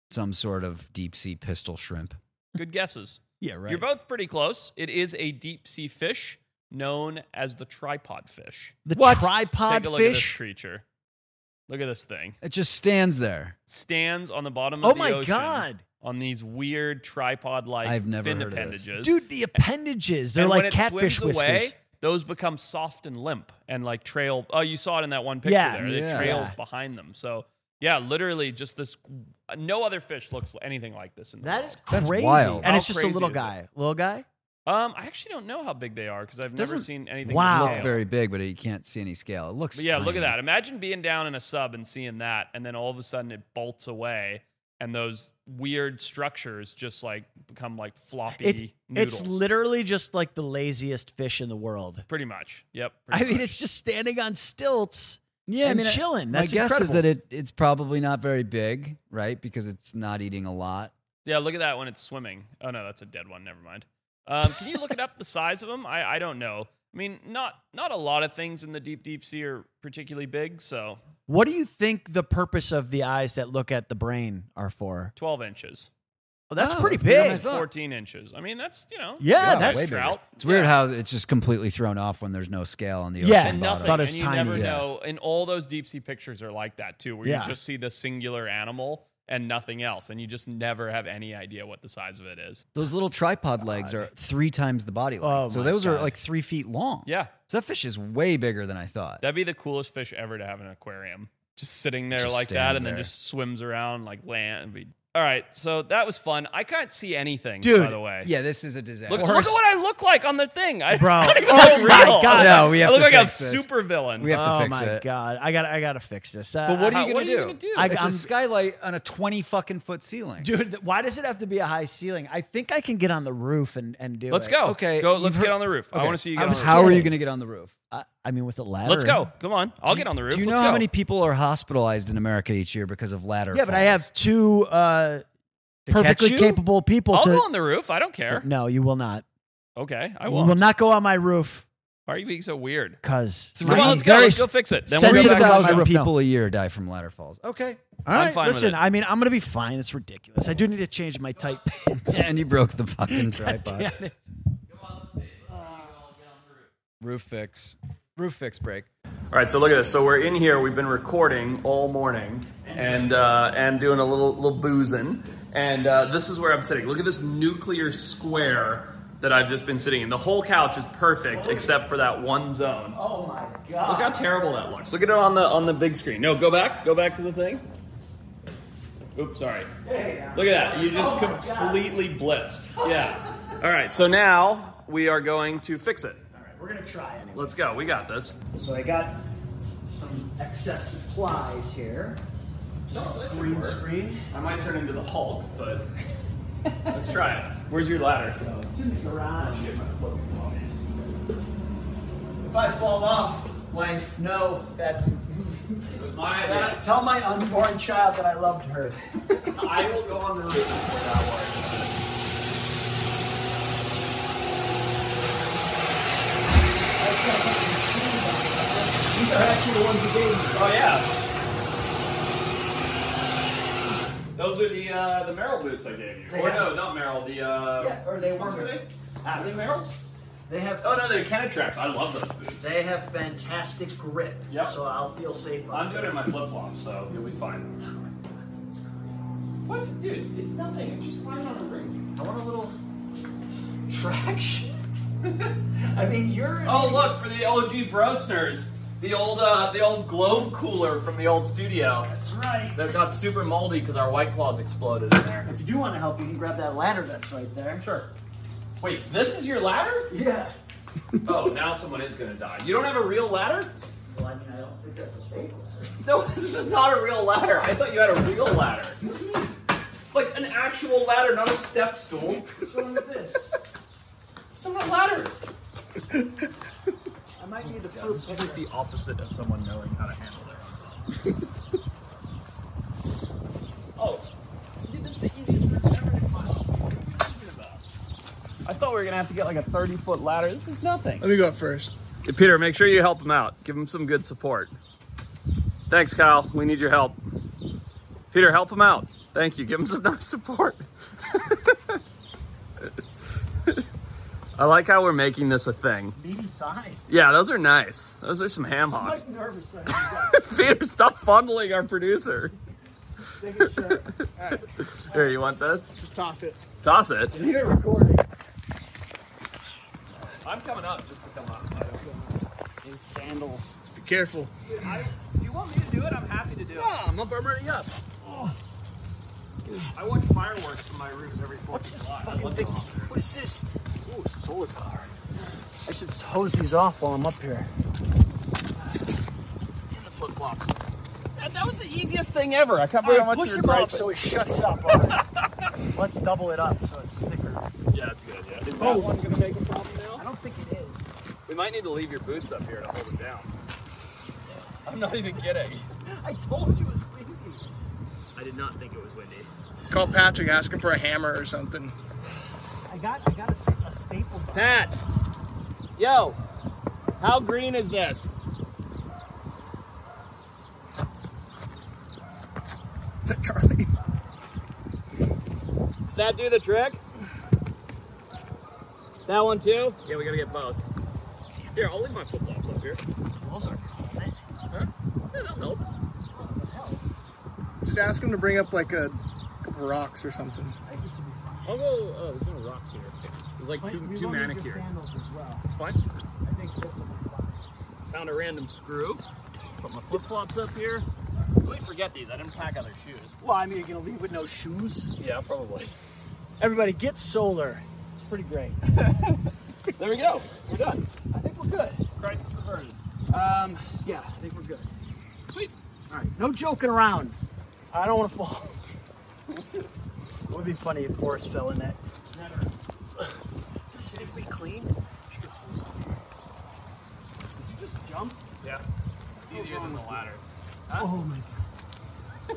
Speaker 3: some sort of deep sea pistol shrimp.
Speaker 2: Good guesses.
Speaker 4: Yeah, right.
Speaker 2: You're both pretty close. It is a deep sea fish known as the tripod fish.
Speaker 4: The
Speaker 3: What?
Speaker 4: tripod
Speaker 2: Take a look at this
Speaker 4: fish.
Speaker 2: creature. Look at this thing.
Speaker 3: It just stands there.
Speaker 2: stands on the bottom
Speaker 4: Oh
Speaker 2: of the
Speaker 4: my
Speaker 2: ocean
Speaker 4: God.
Speaker 2: on these weird tripod like
Speaker 3: I've never
Speaker 2: fin
Speaker 3: heard of this.
Speaker 2: appendages.
Speaker 4: Dude, the appendages. They're
Speaker 2: and when it
Speaker 4: like catfish
Speaker 2: swims
Speaker 4: whiskers.
Speaker 2: away, those become soft and limp and like trail. Oh, you saw it in that one picture
Speaker 4: Yeah,
Speaker 2: there.
Speaker 3: yeah.
Speaker 2: It trails
Speaker 4: Yeah.
Speaker 2: behind them. So, yeah, literally just this. No other fish looks anything like this in the
Speaker 4: That
Speaker 2: world.
Speaker 4: is
Speaker 3: That's
Speaker 4: crazy.
Speaker 3: wild.
Speaker 4: And
Speaker 2: How
Speaker 4: it's just a
Speaker 2: crazy
Speaker 4: little
Speaker 2: is it?
Speaker 4: guy. Little guy?
Speaker 2: Um, I actually don't know how big they are because I've never
Speaker 3: Doesn't-
Speaker 2: seen anything.
Speaker 4: Wow.
Speaker 2: to
Speaker 3: Look
Speaker 2: scale.
Speaker 3: very big, but you can't see any scale. It looks.
Speaker 2: But yeah, look
Speaker 3: tiny.
Speaker 2: at that. Imagine being down in a sub and seeing that, and then all of a sudden it bolts away, and those weird structures just like become like floppy
Speaker 4: It,
Speaker 2: noodles.
Speaker 4: it's literally just like the laziest fish in the world.
Speaker 2: pretty much. Yep.
Speaker 4: I
Speaker 2: pretty
Speaker 4: mean,
Speaker 2: much.
Speaker 4: it's just standing on stilts.
Speaker 3: Yeah,
Speaker 4: and
Speaker 3: I mean, I-
Speaker 4: chilling.
Speaker 3: My
Speaker 4: That's
Speaker 3: guess is
Speaker 4: incredible.
Speaker 3: that it it's probably not very big, right? Because it's not eating a lot.
Speaker 2: yeah. Look at that when it's swimming. Oh no, that's a dead one. Never mind. Um, can you look it up? The size of them? I I don't know. I mean, not not a lot of things in the deep deep sea are particularly big. So
Speaker 4: What do you think the purpose of the eyes that look at the brain are for?
Speaker 2: twelve inches,
Speaker 4: Well, that's
Speaker 3: Oh,
Speaker 4: pretty
Speaker 3: that's bigger than I
Speaker 4: big.
Speaker 3: thought.
Speaker 2: fourteen inches. I mean, that's you know
Speaker 4: Yeah,
Speaker 2: that's, a
Speaker 4: that's-
Speaker 3: way bigger.
Speaker 2: trout.
Speaker 3: It's weird
Speaker 2: Yeah.
Speaker 3: how it's just completely thrown off when there's no scale on the ocean.
Speaker 4: Yeah,
Speaker 2: and
Speaker 3: bottom.
Speaker 2: nothing.
Speaker 4: Thought it was
Speaker 2: and you
Speaker 4: tiny.
Speaker 2: never
Speaker 3: Yeah.
Speaker 2: know. And all those deep sea pictures are like that too, where
Speaker 4: Yeah.
Speaker 2: you just see the singular animal and nothing else, and you just never have any idea what the size of it is.
Speaker 3: Those little tripod legs are three times the body
Speaker 4: Oh,
Speaker 3: length. so
Speaker 4: my
Speaker 3: those are
Speaker 4: God.
Speaker 3: like three feet long.
Speaker 2: Yeah,
Speaker 3: So that fish is way bigger than I thought.
Speaker 2: that'd be the coolest fish ever to have in an aquarium. Just sitting there
Speaker 3: Just
Speaker 2: like that,
Speaker 3: stands
Speaker 2: and then
Speaker 3: there.
Speaker 2: just swims around like land. and Be... All right, so that was fun. I can't see anything,
Speaker 4: Dude,
Speaker 2: By the way,
Speaker 3: yeah, this is a disaster.
Speaker 2: Look, look at what I look like on the thing, I,
Speaker 4: Bro.
Speaker 2: I don't even
Speaker 4: Oh
Speaker 2: look
Speaker 4: my
Speaker 2: real.
Speaker 4: God.
Speaker 3: No, we have
Speaker 2: I look
Speaker 3: to
Speaker 2: like
Speaker 3: fix
Speaker 2: a
Speaker 3: this.
Speaker 2: super villain.
Speaker 3: We have to
Speaker 4: oh
Speaker 3: fix
Speaker 4: my
Speaker 3: it.
Speaker 4: god, I got to I got to fix this. Uh,
Speaker 3: But what are
Speaker 2: How-
Speaker 3: you
Speaker 2: what
Speaker 3: gonna
Speaker 2: are you
Speaker 3: do?
Speaker 2: gonna do?
Speaker 4: I-
Speaker 3: It's a
Speaker 4: I'm-
Speaker 3: skylight on a twenty fucking foot ceiling.
Speaker 4: uh, Dude, th- why does it have to be a high ceiling? I think I can get on the roof and, and do
Speaker 2: let's
Speaker 4: it.
Speaker 2: go.
Speaker 3: Okay,
Speaker 2: go.
Speaker 3: you've
Speaker 2: Let's
Speaker 3: heard-
Speaker 2: get on the roof. I
Speaker 3: Okay,
Speaker 2: want to see you
Speaker 4: I
Speaker 2: get on
Speaker 4: was
Speaker 2: the roof.
Speaker 3: How are you
Speaker 4: kidding.
Speaker 3: going to get on the roof?
Speaker 4: I, I mean, with a ladder.
Speaker 2: Let's go. Come on. I'll get on the roof.
Speaker 3: Do you
Speaker 2: Let's
Speaker 3: know how
Speaker 2: go.
Speaker 3: many people are hospitalized in America each year because of ladder?
Speaker 4: Yeah, but I
Speaker 3: falls?
Speaker 4: have two uh,
Speaker 3: To catch
Speaker 4: perfectly
Speaker 3: you?
Speaker 4: capable people
Speaker 2: I'll
Speaker 4: to.
Speaker 2: go on the roof. I don't care.
Speaker 4: no, you will not.
Speaker 2: Okay, I
Speaker 4: you
Speaker 2: won't.
Speaker 4: will not go on my roof
Speaker 2: Why are you being so weird?
Speaker 4: because
Speaker 2: Come on, let's go. Let's go fix it. Then we'll
Speaker 4: sensitive
Speaker 2: go back.
Speaker 4: about
Speaker 2: on
Speaker 4: my
Speaker 2: the-
Speaker 3: 3,000
Speaker 4: roof, no.
Speaker 3: people a year die from ladder falls. Okay.
Speaker 4: All right,
Speaker 2: fine with
Speaker 4: listen.
Speaker 2: it.
Speaker 4: I mean, I'm gonna be fine. It's ridiculous. I do need to change my tight pants.
Speaker 3: and you broke the fucking tripod.
Speaker 4: Damn it.
Speaker 3: Roof fix. Roof fix break.
Speaker 1: All right, so look at this. So we're in here. We've been recording all morning and uh, and doing a little little boozing. And uh, this is where I'm sitting. Look at this nuclear square that I've just been sitting in. The whole couch is perfect except for that one zone. Oh my god! Look how terrible that looks. Look at it on the on the big screen. No, go back. Go back to the thing. Oops, sorry. Look at that. You just
Speaker 4: Oh
Speaker 1: completely blitzed. Yeah. All right. So now we are going to fix it.
Speaker 4: All right, we're gonna try anyway.
Speaker 1: Let's go. We got this.
Speaker 4: So I got some excess supplies here. Just a green screen.
Speaker 1: I might turn into the Hulk, but let's try it. Where's your ladder? Oh,
Speaker 4: It's in the garage. If I fall off, wife, know that.
Speaker 1: My
Speaker 4: that- Tell my unborn child that I loved her.
Speaker 1: I will go on the roof for that one.
Speaker 4: These are actually the ones who gave me.
Speaker 1: Oh yeah. Those are the uh, the Merrill boots I gave you. Or no, not Merrill. The uh,
Speaker 4: Yeah, or they
Speaker 1: what
Speaker 4: were-
Speaker 1: were they? Ah, Are they Merrills?
Speaker 4: They have
Speaker 1: Oh no, they're Kennetracks. I love those boots.
Speaker 4: they have fantastic grip.
Speaker 1: Yep.
Speaker 4: So I'll feel safe. on
Speaker 1: I'm good in my flip flops, so you'll be fine. What, dude? It's nothing. It's just climbing on a ring.
Speaker 4: it. I want a little traction. I mean, you're.
Speaker 1: Oh look for the OG Brosners, the old uh, the old globe cooler from the old studio.
Speaker 4: That's right.
Speaker 1: That got super moldy because our white claws exploded in there.
Speaker 4: If you do want to help, you can grab that ladder that's right there.
Speaker 1: Sure. Wait, this is your ladder?
Speaker 4: Yeah.
Speaker 1: Oh, now someone is gonna die. You don't have a real ladder?
Speaker 4: Well, I mean, I don't think that's a fake ladder.
Speaker 1: No, this is not a real ladder. I thought you had a real ladder. Like an actual ladder, not a step stool.
Speaker 4: What's wrong with this?
Speaker 1: It's not a ladder.
Speaker 4: I might need the fruit.
Speaker 1: This is like the opposite of someone knowing how to handle their own Oh, dude, this is the easiest roof ever to climb. up. What are you talking about? I thought we were gonna have to get like a 30 foot ladder. This is nothing.
Speaker 8: Let me go first.
Speaker 1: Peter, make sure you help him out. Give him some good support. Thanks, Kyle. We need your help. Peter, help him out. Thank you. Give him some nice support. I like how we're making this a thing.
Speaker 8: Meaty thighs.
Speaker 1: Yeah, those are nice. Those are some ham hocks.
Speaker 8: I'm nervous.
Speaker 1: Peter, stop fondling our producer.
Speaker 8: Take a shirt. All right,
Speaker 1: Here, you want this?
Speaker 8: just toss it.
Speaker 1: Toss it.
Speaker 8: Need it recording.
Speaker 1: I'm coming up just to come up.
Speaker 8: In sandals. Be careful.
Speaker 1: do you want me to do it? I'm happy to do it.
Speaker 8: Ah, I'm up. I'm ready up.
Speaker 1: I watch fireworks from my rooms every 4th of July. I love it.
Speaker 8: What is this? Ooh, solar power. I should hose these off while I'm up here.
Speaker 1: In the flip flops. That, that was the easiest thing ever. I can't believe how much
Speaker 8: push
Speaker 1: you
Speaker 8: him
Speaker 1: were
Speaker 8: up
Speaker 1: griping.
Speaker 8: so it shuts up. on it. Let's double it up so it's thicker.
Speaker 1: Yeah, that's a good. Yeah. Is that one gonna make a problem
Speaker 8: I
Speaker 1: now?
Speaker 8: don't think it is.
Speaker 1: We might need to leave your boots up here to hold it down. I'm not even kidding.
Speaker 8: I told you it was windy.
Speaker 1: I did not think it was windy.
Speaker 9: Call Patrick, ask him for a hammer or something.
Speaker 8: I got, I got a, s- a staple. gun.
Speaker 1: Pat, yo, how green is this?
Speaker 9: Is that Charlie?
Speaker 1: Does that do the trick? That one too? Yeah, we gotta get both. Here, I'll leave my flip flops up here.
Speaker 8: Those are cool.
Speaker 1: Huh? Yeah, that'll help.
Speaker 9: Just ask him to bring up like a couple rocks or something.
Speaker 8: I think it should be fine.
Speaker 1: I'll go. Oh, there's no rocks here. There's like
Speaker 8: But
Speaker 1: two
Speaker 8: we
Speaker 1: two
Speaker 8: wanted the
Speaker 1: manicured.
Speaker 8: sandals as well.
Speaker 1: It's fine.
Speaker 8: I think this will be fine.
Speaker 1: Found a random screw. Put my flip flops up here. We forget these. I didn't pack other shoes.
Speaker 8: Well, I mean, you're going to leave with no shoes.
Speaker 1: Yeah, probably.
Speaker 8: Everybody, get solar. It's pretty great.
Speaker 1: There we go. We're done.
Speaker 8: I think we're good.
Speaker 1: Crisis averted.
Speaker 8: Um, yeah, I think we're good.
Speaker 1: Sweet.
Speaker 8: All right, no joking around. I don't want to fall. it would be funny if Forrest fell in that. Is it be clean? Did you just jump?
Speaker 1: Yeah. It's easier than the ladder.
Speaker 8: Oh my god.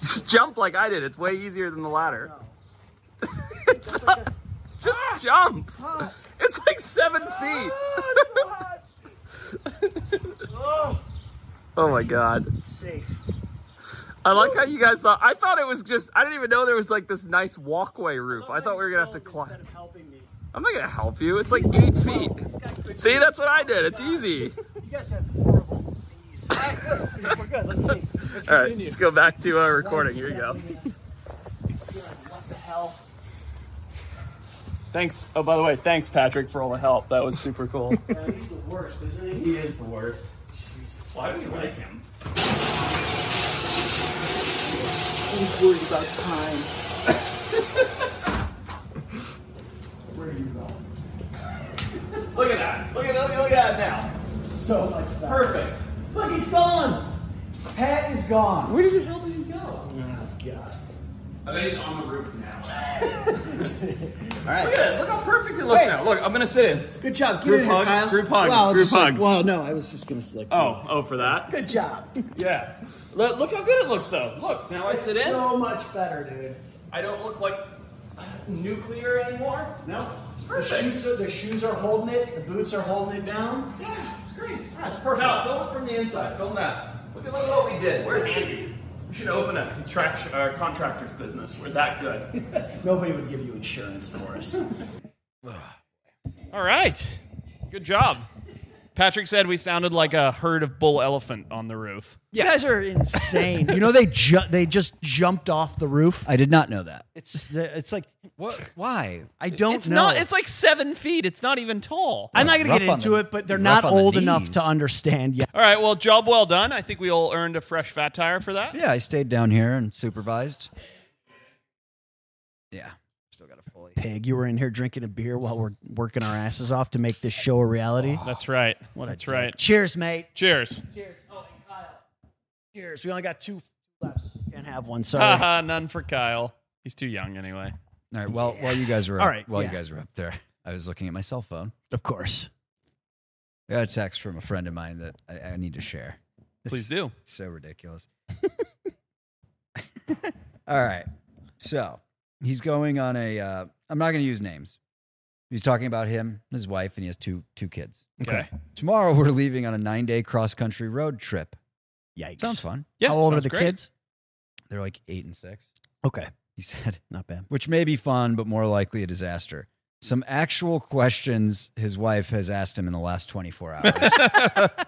Speaker 1: Just jump like I did. It's way easier than the ladder. Just
Speaker 8: Ah!
Speaker 1: jump. It's like seven feet.
Speaker 8: Ah, Oh,
Speaker 1: Oh my god.
Speaker 8: safe.
Speaker 1: I like how you guys thought. I thought it was just. I didn't even know there was like this nice walkway roof. I thought we were gonna have to
Speaker 8: Instead
Speaker 1: climb.
Speaker 8: of helping me.
Speaker 1: I'm not gonna help you. It's like eight feet.
Speaker 8: This guy couldn't- Ah.
Speaker 1: See, that's what I did. It's easy.
Speaker 8: You guys have horrible knees. All right, good. We're good. Let's see. Let's
Speaker 1: All right,
Speaker 8: continue.
Speaker 1: let's go back to our recording. Here you go.
Speaker 8: What the hell?
Speaker 1: Thanks. Oh, by the way, thanks Patrick for all the help. That was super cool.
Speaker 8: Yeah, he's the worst, isn't he? He is the worst.
Speaker 1: Why do we like him?
Speaker 8: He's worried about time. Where are you going?
Speaker 1: Look at that. Look at look at, look at that now.
Speaker 8: So much better.
Speaker 1: Perfect.
Speaker 8: Look, he's gone. Pat is gone. Where the hell did he go?
Speaker 1: Oh,
Speaker 8: God.
Speaker 1: I bet he's on the roof now. all right. Look at this. Look how perfect it looks now. Look, I'm gonna sit in.
Speaker 8: Good job. Get
Speaker 1: Group
Speaker 8: in here,
Speaker 1: hug,
Speaker 8: Kyle.
Speaker 1: group hug,
Speaker 8: Wow,
Speaker 1: group
Speaker 8: just-
Speaker 1: hug.
Speaker 8: Well, no, I was just gonna select.
Speaker 1: Oh, oh, for that.
Speaker 8: Good job.
Speaker 1: Yeah. Look, look how good it looks though. Look, now I sit in.
Speaker 8: So much better, dude.
Speaker 1: I don't look like nuclear anymore.
Speaker 8: No. The shoes are the shoes are holding it. The boots are holding it down.
Speaker 1: Yeah, it's great.
Speaker 8: That's perfect.
Speaker 1: Now film it from the inside. Film that. Look at look at what we did. We're handy. We should open a contract, uh, contractor's business. We're that good.
Speaker 8: Nobody would give you insurance for us.
Speaker 2: All right. Good job. Patrick said we sounded like a herd of bull elephant on the roof.
Speaker 4: You guys are insane. you know they ju- they just jumped off the roof.
Speaker 3: I did not know that.
Speaker 4: It's it's like
Speaker 3: What? Why?
Speaker 4: I don't
Speaker 2: It's
Speaker 4: know.
Speaker 2: not it's like seven feet. It's not even tall.
Speaker 4: I'm not going
Speaker 3: Rough
Speaker 4: to
Speaker 3: on
Speaker 4: get into
Speaker 3: the-
Speaker 4: it, but they're
Speaker 3: rough
Speaker 4: not
Speaker 3: on the
Speaker 4: old enough
Speaker 3: knees.
Speaker 4: to understand yet.
Speaker 2: All right, well, job well done. I think we all earned a fresh fat tire for that.
Speaker 3: Yeah, I stayed down here and supervised. Yeah, still got a fully.
Speaker 4: Pig, you were in here drinking a beer while we're working our asses off to make this show a reality.
Speaker 3: Oh.
Speaker 2: That's right.
Speaker 4: What a
Speaker 2: That's
Speaker 4: dick.
Speaker 2: right.
Speaker 4: Cheers, mate.
Speaker 2: Cheers.
Speaker 4: Cheers. Oh, and Kyle. Cheers. We only got two left. Can't have one.
Speaker 2: Ha
Speaker 3: Uh-huh.
Speaker 4: Sorry.
Speaker 2: ha, none for Kyle. He's too young anyway.
Speaker 3: All right. Well, while you guys were up,
Speaker 4: All right,
Speaker 3: while
Speaker 4: yeah.
Speaker 3: you guys were up there, I was looking at my cell phone.
Speaker 4: of course.
Speaker 3: I got a text from a friend of mine that I, I need to share.
Speaker 2: Please do.
Speaker 3: so ridiculous. All right. So he's going on a. Uh, I'm not going to use names. He's talking about him, his wife, and he has two two kids.
Speaker 2: Okay.
Speaker 3: Tomorrow we're leaving on a nine day cross country road trip.
Speaker 4: Yikes.
Speaker 3: Sounds fun.
Speaker 2: Yeah.
Speaker 4: How old are
Speaker 2: sounds
Speaker 4: the
Speaker 2: great.
Speaker 4: kids?
Speaker 3: They're like eight and six.
Speaker 4: Okay.
Speaker 3: he said,
Speaker 4: Not bad.
Speaker 3: which may be fun, but more likely a disaster. Some actual questions his wife has asked him in the last 24 hours.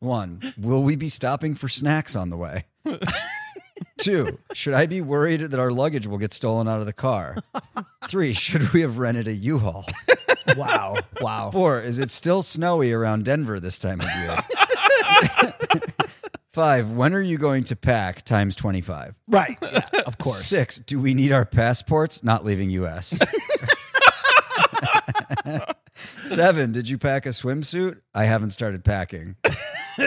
Speaker 3: One, will we be stopping for snacks on the way? Two, should I be worried that our luggage will get stolen out of the car? Three, should we have rented a U Haul?
Speaker 4: Wow. Wow.
Speaker 3: Four, is it still snowy around Denver this time of year? Five, when are you going to pack times 25?
Speaker 4: right. Yeah, of course.
Speaker 3: Six, do we need our passports? Not leaving US. Seven, did you pack a swimsuit? I haven't started packing.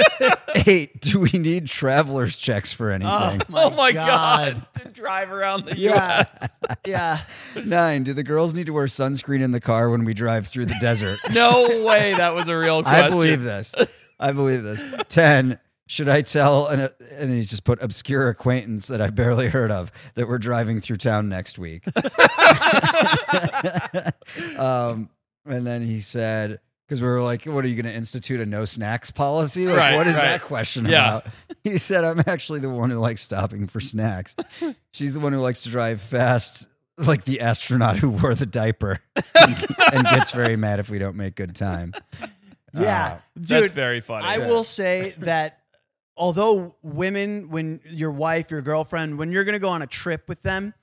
Speaker 3: Eight, do we need traveler's checks for anything?
Speaker 2: oh my god. To drive around the
Speaker 4: Yeah.
Speaker 2: US.
Speaker 4: yeah.
Speaker 3: Nine, do the girls need to wear sunscreen in the car when we drive through the desert?
Speaker 2: No way that was a real question.
Speaker 3: I believe this. I believe this. Ten. Should I tell an and he's just put obscure acquaintance that I barely heard of that we're driving through town next week? um, and then he said, because we were like, what are you going to institute a no snacks policy? Like,
Speaker 2: Right,
Speaker 3: what is
Speaker 2: right.
Speaker 3: that question
Speaker 2: Yeah.
Speaker 3: about? He said, I'm actually the one who likes stopping for snacks. She's the one who likes to drive fast, like the astronaut who wore the diaper and, and gets very mad if we don't make good time.
Speaker 4: Yeah.
Speaker 3: Uh,
Speaker 4: Dude,
Speaker 2: That's very funny.
Speaker 4: I will say that although women, when your wife, your girlfriend, when you're going to go on a trip with them,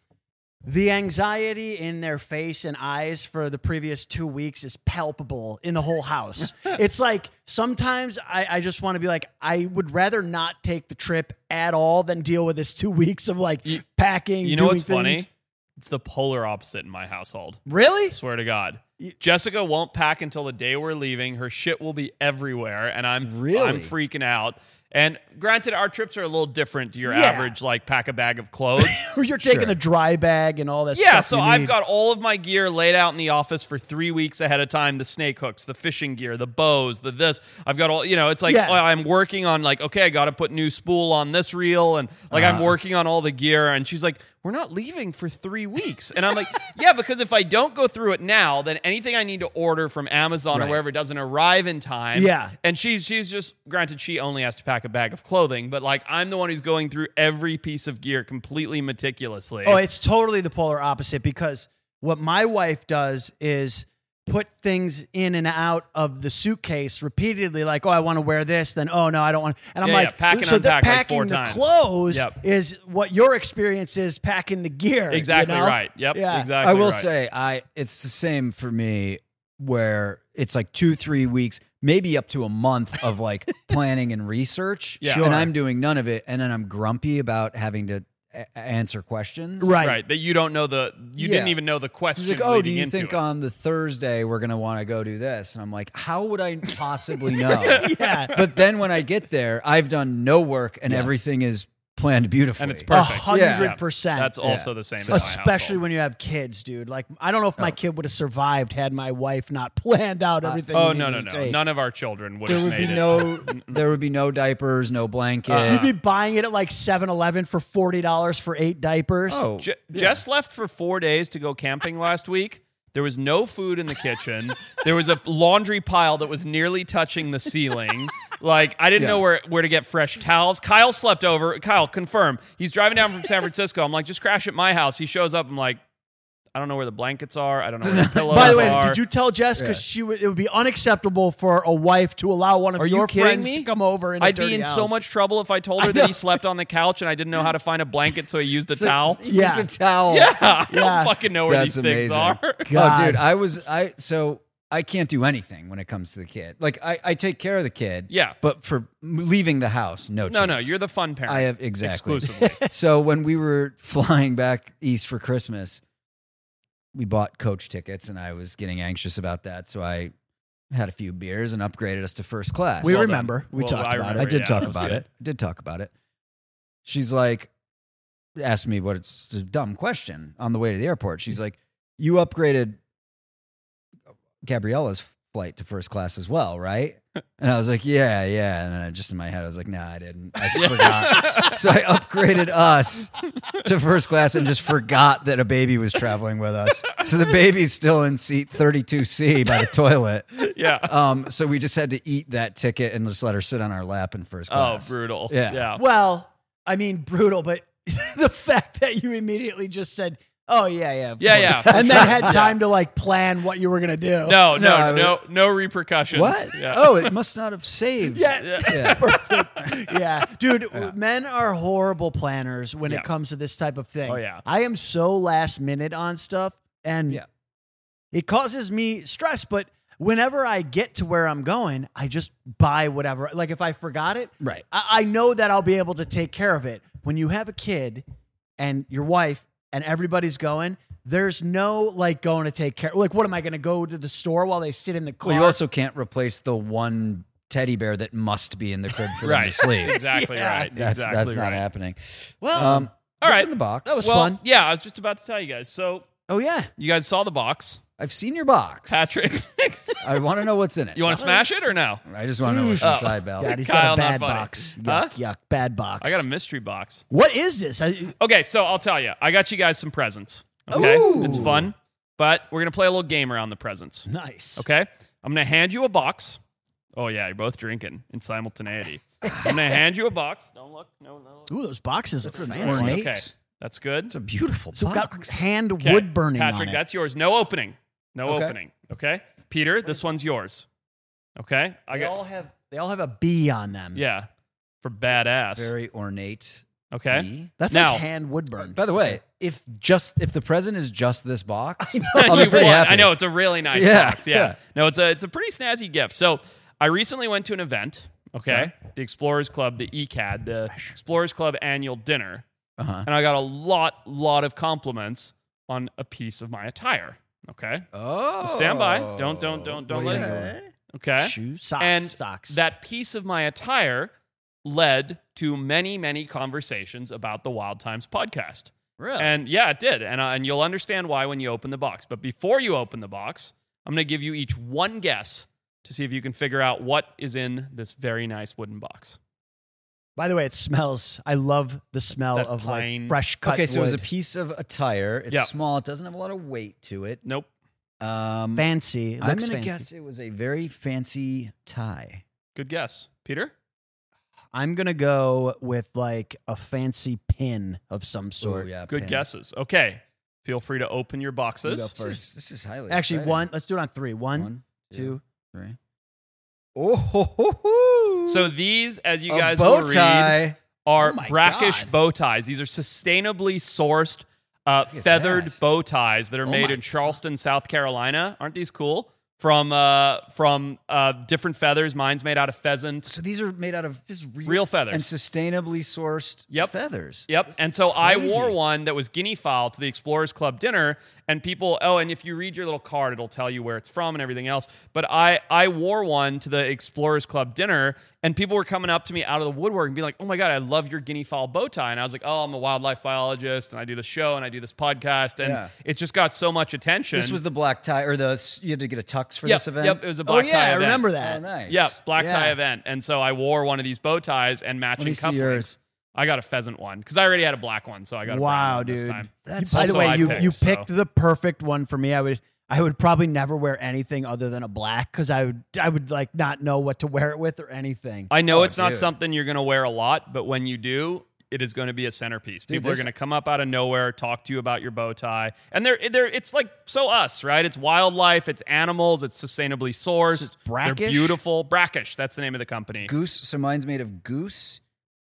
Speaker 4: the anxiety in their face and eyes for the previous two weeks is palpable in the whole house. it's like sometimes I, I just want to be like, I would rather not take the trip at all than deal with this two weeks of like
Speaker 2: You-
Speaker 4: packing.
Speaker 2: You know
Speaker 4: doing
Speaker 2: what's funny?
Speaker 4: things. Mm.
Speaker 2: It's the polar opposite in my household.
Speaker 4: Really?
Speaker 2: Swear to God. Jessica won't pack until the day we're leaving. Her shit will be everywhere, and I'm
Speaker 3: Really?
Speaker 2: I'm freaking out. And granted, our trips are a little different to your
Speaker 4: Yeah.
Speaker 2: average, like pack a bag of clothes.
Speaker 4: You're taking
Speaker 3: Sure.
Speaker 4: the dry bag and all that
Speaker 2: yeah,
Speaker 4: stuff.
Speaker 2: so
Speaker 4: you
Speaker 2: I've
Speaker 4: need.
Speaker 2: got all of my gear laid out in the office for three weeks ahead of time. The snake hooks, the fishing gear, the bows, the this. I've got all. You know, it's like
Speaker 4: Yeah.
Speaker 2: oh, I'm working on like okay, I got to put new spool on this reel, and like
Speaker 4: Uh.
Speaker 2: I'm working on all the gear. And she's like, "We're not leaving for three weeks," and I'm like, "Yeah, because if I don't go through it now, then anything I need to order from Amazon or wherever doesn't arrive in time."
Speaker 4: Yeah.
Speaker 2: and she's she's just granted she only has to pack a bag of clothing, but like I'm the one who's going through every piece of gear completely meticulously.
Speaker 4: Oh, it's totally the polar opposite because what my wife does is put things in and out of the suitcase repeatedly like oh i want to wear this then oh no i don't want and i'm
Speaker 2: Yeah,
Speaker 4: like
Speaker 2: yeah, pack and
Speaker 4: so the
Speaker 2: unpack, like,
Speaker 4: packing
Speaker 2: four
Speaker 4: the
Speaker 2: times.
Speaker 4: clothes
Speaker 2: Yep.
Speaker 4: is what your experience is packing the gear you
Speaker 2: Exactly
Speaker 4: know?
Speaker 2: right. Yep.
Speaker 4: yeah
Speaker 2: Exactly.
Speaker 3: I will
Speaker 2: right.
Speaker 3: say I it's the same for me where it's like 2 3 weeks maybe up to a month of like planning and research
Speaker 2: Yeah.
Speaker 3: and
Speaker 2: Sure.
Speaker 3: I'm doing none of it and then I'm grumpy about having to a- answer questions.
Speaker 4: right
Speaker 2: right. that you don't know the you
Speaker 3: Yeah.
Speaker 2: didn't even know the question.
Speaker 3: She's like, "Oh, do
Speaker 2: leading
Speaker 3: you
Speaker 2: into
Speaker 3: think
Speaker 2: it.
Speaker 3: on the Thursday we're going to want to go do this?" And I'm like, "How would I possibly know?"
Speaker 4: yeah
Speaker 3: But then when I get there, I've done no work and everything is planned beautifully.
Speaker 2: and it's
Speaker 4: a
Speaker 2: perfect.
Speaker 4: hundred percent
Speaker 2: That's also the same, in my
Speaker 4: especially
Speaker 2: household. Oh.
Speaker 4: when you have kids dude like i don't know if my kid would have survived had my wife not planned out everything
Speaker 2: Oh
Speaker 4: he
Speaker 2: no no
Speaker 4: needed
Speaker 2: no!
Speaker 4: to take.
Speaker 2: None of our children would
Speaker 3: Oh, there
Speaker 2: have
Speaker 3: would be
Speaker 2: made it. Uh-huh.
Speaker 3: no there would be no diapers, no blanket.
Speaker 4: You'd be buying it at like 7 Eleven for $40 for eight diapers.
Speaker 3: Oh,
Speaker 2: Je- Jess left for four days to go camping last week. There was no food in the kitchen. there was a laundry pile that was nearly touching the ceiling. Like I didn't know where where to get fresh towels. Kyle slept over. Kyle, confirm. He's driving down from San Francisco. I'm like, just crash at my house. He shows up. I'm like, I don't know where the blankets are. I don't know where the pillows
Speaker 4: By the way,
Speaker 2: are.
Speaker 4: did you tell Jess? Because she would, it would be unacceptable for a wife to allow one of
Speaker 2: Are you
Speaker 4: your
Speaker 2: kidding
Speaker 4: friends
Speaker 2: me?
Speaker 4: to come over. In a
Speaker 2: I'd be
Speaker 4: dirty
Speaker 2: in so
Speaker 4: house.
Speaker 2: much trouble if I told
Speaker 4: I
Speaker 2: her that
Speaker 4: know.
Speaker 2: he slept on the couch and I didn't know how to find a blanket, so he used a towel.
Speaker 4: Yeah.
Speaker 3: It's a towel.
Speaker 2: Yeah, I
Speaker 4: Yeah.
Speaker 2: don't fucking know where
Speaker 3: That's
Speaker 2: these
Speaker 3: amazing.
Speaker 2: things are.
Speaker 3: Oh,
Speaker 4: God.
Speaker 3: dude, I was I so I can't do anything when it comes to the kid. Like I, I take care of the kid.
Speaker 2: Yeah.
Speaker 3: but for leaving the house, no.
Speaker 2: No,
Speaker 3: chance.
Speaker 2: no, you're the fun parent.
Speaker 3: I have exactly.
Speaker 2: exclusively.
Speaker 3: so when we were flying back east for Christmas, we bought coach tickets, and I was getting anxious about that, so I had a few beers and upgraded us to first class.
Speaker 4: We
Speaker 2: Well
Speaker 4: remember.
Speaker 2: done.
Speaker 4: We
Speaker 2: Well,
Speaker 4: talked
Speaker 2: I
Speaker 4: about
Speaker 3: I,
Speaker 4: it.
Speaker 2: remember,
Speaker 3: did
Speaker 2: yeah,
Speaker 3: talk
Speaker 2: that was
Speaker 3: about
Speaker 2: good.
Speaker 3: it. I did talk about it. She's like, asked me what it's a dumb question on the way to the airport. She's like, you upgraded Gabriella's flight to first class as well, right? And I was like, yeah, yeah. And then I just in my head, I was like, nah, I didn't. I just forgot. So I upgraded us to first class and just forgot that a baby was traveling with us. So the baby's still in seat 32C by the toilet.
Speaker 2: Yeah.
Speaker 3: Um, so we just had to eat that ticket and just let her sit on our lap in first
Speaker 2: Oh,
Speaker 3: class.
Speaker 2: brutal.
Speaker 3: Yeah.
Speaker 2: Yeah.
Speaker 4: Well, I mean, brutal, but the fact that you immediately just said, "Oh yeah, yeah, of
Speaker 2: Yeah, yeah,
Speaker 4: course."
Speaker 2: for
Speaker 4: and then had time to like plan what you were gonna do.
Speaker 2: No,
Speaker 3: No, I
Speaker 2: no, no,
Speaker 3: mean-
Speaker 2: no, repercussions.
Speaker 3: What?
Speaker 2: Yeah.
Speaker 3: Oh, it must not have saved.
Speaker 4: Yeah.
Speaker 3: Yeah.
Speaker 4: yeah, dude, men are horrible planners when
Speaker 2: Yeah.
Speaker 4: it comes to this type of thing.
Speaker 2: Oh, yeah.
Speaker 4: I am so last minute on stuff, and
Speaker 3: Yeah.
Speaker 4: it causes me stress. But whenever I get to where I'm going, I just buy whatever. Like if I forgot it,
Speaker 3: Right.
Speaker 4: I, I know that I'll be able to take care of it. When you have a kid and your wife and everybody's going. There's no like going to take care. Like, what am I going to go to the store while they sit in the car?
Speaker 3: Well, you also can't replace the one teddy bear that must be in the crib for them
Speaker 2: Right.
Speaker 3: to sleep.
Speaker 2: Exactly right.
Speaker 3: That's
Speaker 2: exactly
Speaker 3: that's not
Speaker 2: right.
Speaker 3: happening.
Speaker 4: Well,
Speaker 3: Um,
Speaker 2: All
Speaker 3: what's
Speaker 2: right.
Speaker 3: in the box?
Speaker 4: That was-
Speaker 2: well,
Speaker 4: fun.
Speaker 2: Yeah, I was just about to tell you guys. So
Speaker 4: oh yeah,
Speaker 2: you guys saw the box,
Speaker 3: I've seen your box,
Speaker 2: Patrick.
Speaker 3: I want to know what's in it.
Speaker 2: you want to smash it or no?
Speaker 3: I just want to know what's
Speaker 2: Oh.
Speaker 3: inside, Val.
Speaker 4: God, he's
Speaker 2: Kyle,
Speaker 4: got a
Speaker 2: not
Speaker 4: bad
Speaker 2: funny.
Speaker 4: box. Yuck,
Speaker 2: Huh?
Speaker 4: yuck, bad box.
Speaker 2: I got a mystery box.
Speaker 4: What is this? I,
Speaker 2: Okay, so I'll tell you. I got you guys some presents. Okay,
Speaker 3: Ooh.
Speaker 2: it's fun, but we're gonna play a little game around the presents.
Speaker 4: nice.
Speaker 2: Okay. I'm going to hand you a box. Oh, yeah. You're both drinking in simultaneity. I'm going to hand you a box. Don't look. No, no.
Speaker 4: Ooh, those boxes
Speaker 3: That's
Speaker 4: are
Speaker 3: an
Speaker 4: fancy.
Speaker 3: ornate.
Speaker 2: Okay. That's good.
Speaker 3: It's a beautiful
Speaker 4: So got
Speaker 3: box.
Speaker 4: hand
Speaker 2: Okay,
Speaker 4: wood burning
Speaker 2: Patrick,
Speaker 4: on it.
Speaker 2: that's yours. No opening. No
Speaker 3: Okay.
Speaker 2: opening. Okay. Peter, this one's yours. Okay. I
Speaker 4: they all
Speaker 2: got.
Speaker 4: have they all have a bee on them.
Speaker 2: Yeah. For badass.
Speaker 3: Very ornate.
Speaker 2: okay.
Speaker 3: bee.
Speaker 4: that's
Speaker 2: Now-
Speaker 4: like hand wood burn.
Speaker 3: By the way, if just if the present is just this box,
Speaker 2: You
Speaker 3: I'll be pretty
Speaker 2: won.
Speaker 3: happy.
Speaker 2: I know it's a really nice
Speaker 3: Yeah,
Speaker 2: box. Yeah.
Speaker 3: yeah.
Speaker 2: No, it's a it's a pretty snazzy gift. So I recently went to an event. Okay,
Speaker 3: Uh-huh.
Speaker 2: the Explorers Club, the E ECAD, the Explorers Club annual dinner,
Speaker 3: Uh-huh.
Speaker 2: and I got a lot lot of compliments on a piece of my attire. Okay,
Speaker 3: Oh,
Speaker 2: stand by. Don't don't don't don't
Speaker 3: Way
Speaker 2: let
Speaker 3: to
Speaker 2: it
Speaker 3: go.
Speaker 2: go. Okay,
Speaker 4: Shoes, socks,
Speaker 2: and
Speaker 4: socks.
Speaker 2: that piece of my attire led to many many conversations about the Wild Times podcast.
Speaker 4: really?
Speaker 2: And yeah, it did. And, uh, and you'll understand why when you open the box. But before you open the box, I'm going to give you each one guess to see if you can figure out what is in this very nice wooden box.
Speaker 4: By the way, it smells. I love the smell
Speaker 2: that
Speaker 4: of
Speaker 2: pine.
Speaker 4: like fresh cut
Speaker 3: Okay, so
Speaker 4: wood.
Speaker 3: it's a piece of attire. It's
Speaker 2: Yeah.
Speaker 3: small. It doesn't have a lot of weight to it.
Speaker 2: Nope.
Speaker 3: Um,
Speaker 4: fancy. It
Speaker 3: I'm
Speaker 4: looks
Speaker 3: gonna
Speaker 4: fancy.
Speaker 3: guess it was a very fancy tie.
Speaker 2: Good guess. Peter?
Speaker 4: I'm gonna go with like a fancy pin of some sort.
Speaker 3: yeah,
Speaker 2: Good
Speaker 3: pin.
Speaker 2: guesses. Okay. Feel free to open your
Speaker 3: You go
Speaker 2: boxes.
Speaker 3: first. This is, this is highly
Speaker 4: Actually,
Speaker 3: exciting.
Speaker 4: one. Let's do it on three. One,
Speaker 3: One,
Speaker 4: two.
Speaker 3: three. Oh, ho, ho, ho.
Speaker 2: So these, as you
Speaker 3: A
Speaker 2: guys
Speaker 3: bow
Speaker 2: will read,
Speaker 3: tie.
Speaker 2: are
Speaker 4: Oh my
Speaker 2: brackish
Speaker 4: God.
Speaker 2: bow ties. These are sustainably sourced uh,
Speaker 3: at
Speaker 2: feathered
Speaker 3: that.
Speaker 2: bow ties that are
Speaker 3: Oh
Speaker 2: made
Speaker 3: my
Speaker 2: in Charleston, South Carolina. Aren't these cool? From uh, from uh, different feathers. Mine's made out of pheasant.
Speaker 3: So these are made out of just real,
Speaker 2: Real feathers.
Speaker 3: and sustainably sourced
Speaker 2: Yep.
Speaker 3: feathers.
Speaker 2: Yep. And so I
Speaker 3: crazy.
Speaker 2: wore one that was guinea fowl to the Explorers Club dinner, and people. Oh, and if you read your little card, it'll tell you where it's from and everything else. But I I wore one to the Explorers Club dinner, and people were coming up to me out of the woodwork and being like, "Oh my god, I love your guinea fowl bow tie." And I was like, "Oh, I'm a wildlife biologist, and I do this show, and I do this podcast, and
Speaker 3: Yeah.
Speaker 2: it just got so much attention."
Speaker 3: This was the black tie, or the you had to get a tux for
Speaker 2: Yep,
Speaker 3: this event.
Speaker 2: yep, it was a
Speaker 4: Oh
Speaker 2: black
Speaker 4: yeah,
Speaker 2: tie
Speaker 4: I
Speaker 2: event.
Speaker 4: remember
Speaker 3: Oh,
Speaker 4: that.
Speaker 3: nice.
Speaker 2: Yeah, black tie
Speaker 3: Yeah.
Speaker 2: event. And so I wore one of these bow ties and matching
Speaker 3: Let me see
Speaker 2: cufflinks.
Speaker 3: yours.
Speaker 2: I got a pheasant one because I already had a black one, so I got a brown
Speaker 4: Wow,
Speaker 2: one this
Speaker 4: dude.
Speaker 2: time.
Speaker 3: That's
Speaker 4: By
Speaker 2: Also,
Speaker 4: the way,
Speaker 2: I
Speaker 4: you
Speaker 2: picked,
Speaker 4: you
Speaker 2: so-
Speaker 4: picked the perfect one for me. I would I would probably never wear anything other than a black because I would I would like not know what to wear it with or anything.
Speaker 2: I know
Speaker 3: Oh,
Speaker 2: it's not
Speaker 3: dude.
Speaker 2: something you're going to wear a lot, but when you do, it is going to be a centerpiece.
Speaker 3: Dude,
Speaker 2: People
Speaker 3: this-
Speaker 2: are going to come up out of nowhere, talk to you about your bow tie, and they're they're it's like so us, right? It's wildlife, it's animals, it's sustainably sourced,
Speaker 4: So it's
Speaker 2: they're
Speaker 4: brackish?
Speaker 2: beautiful. Brackish, that's the name of the company.
Speaker 3: goose. So mine's made of goose,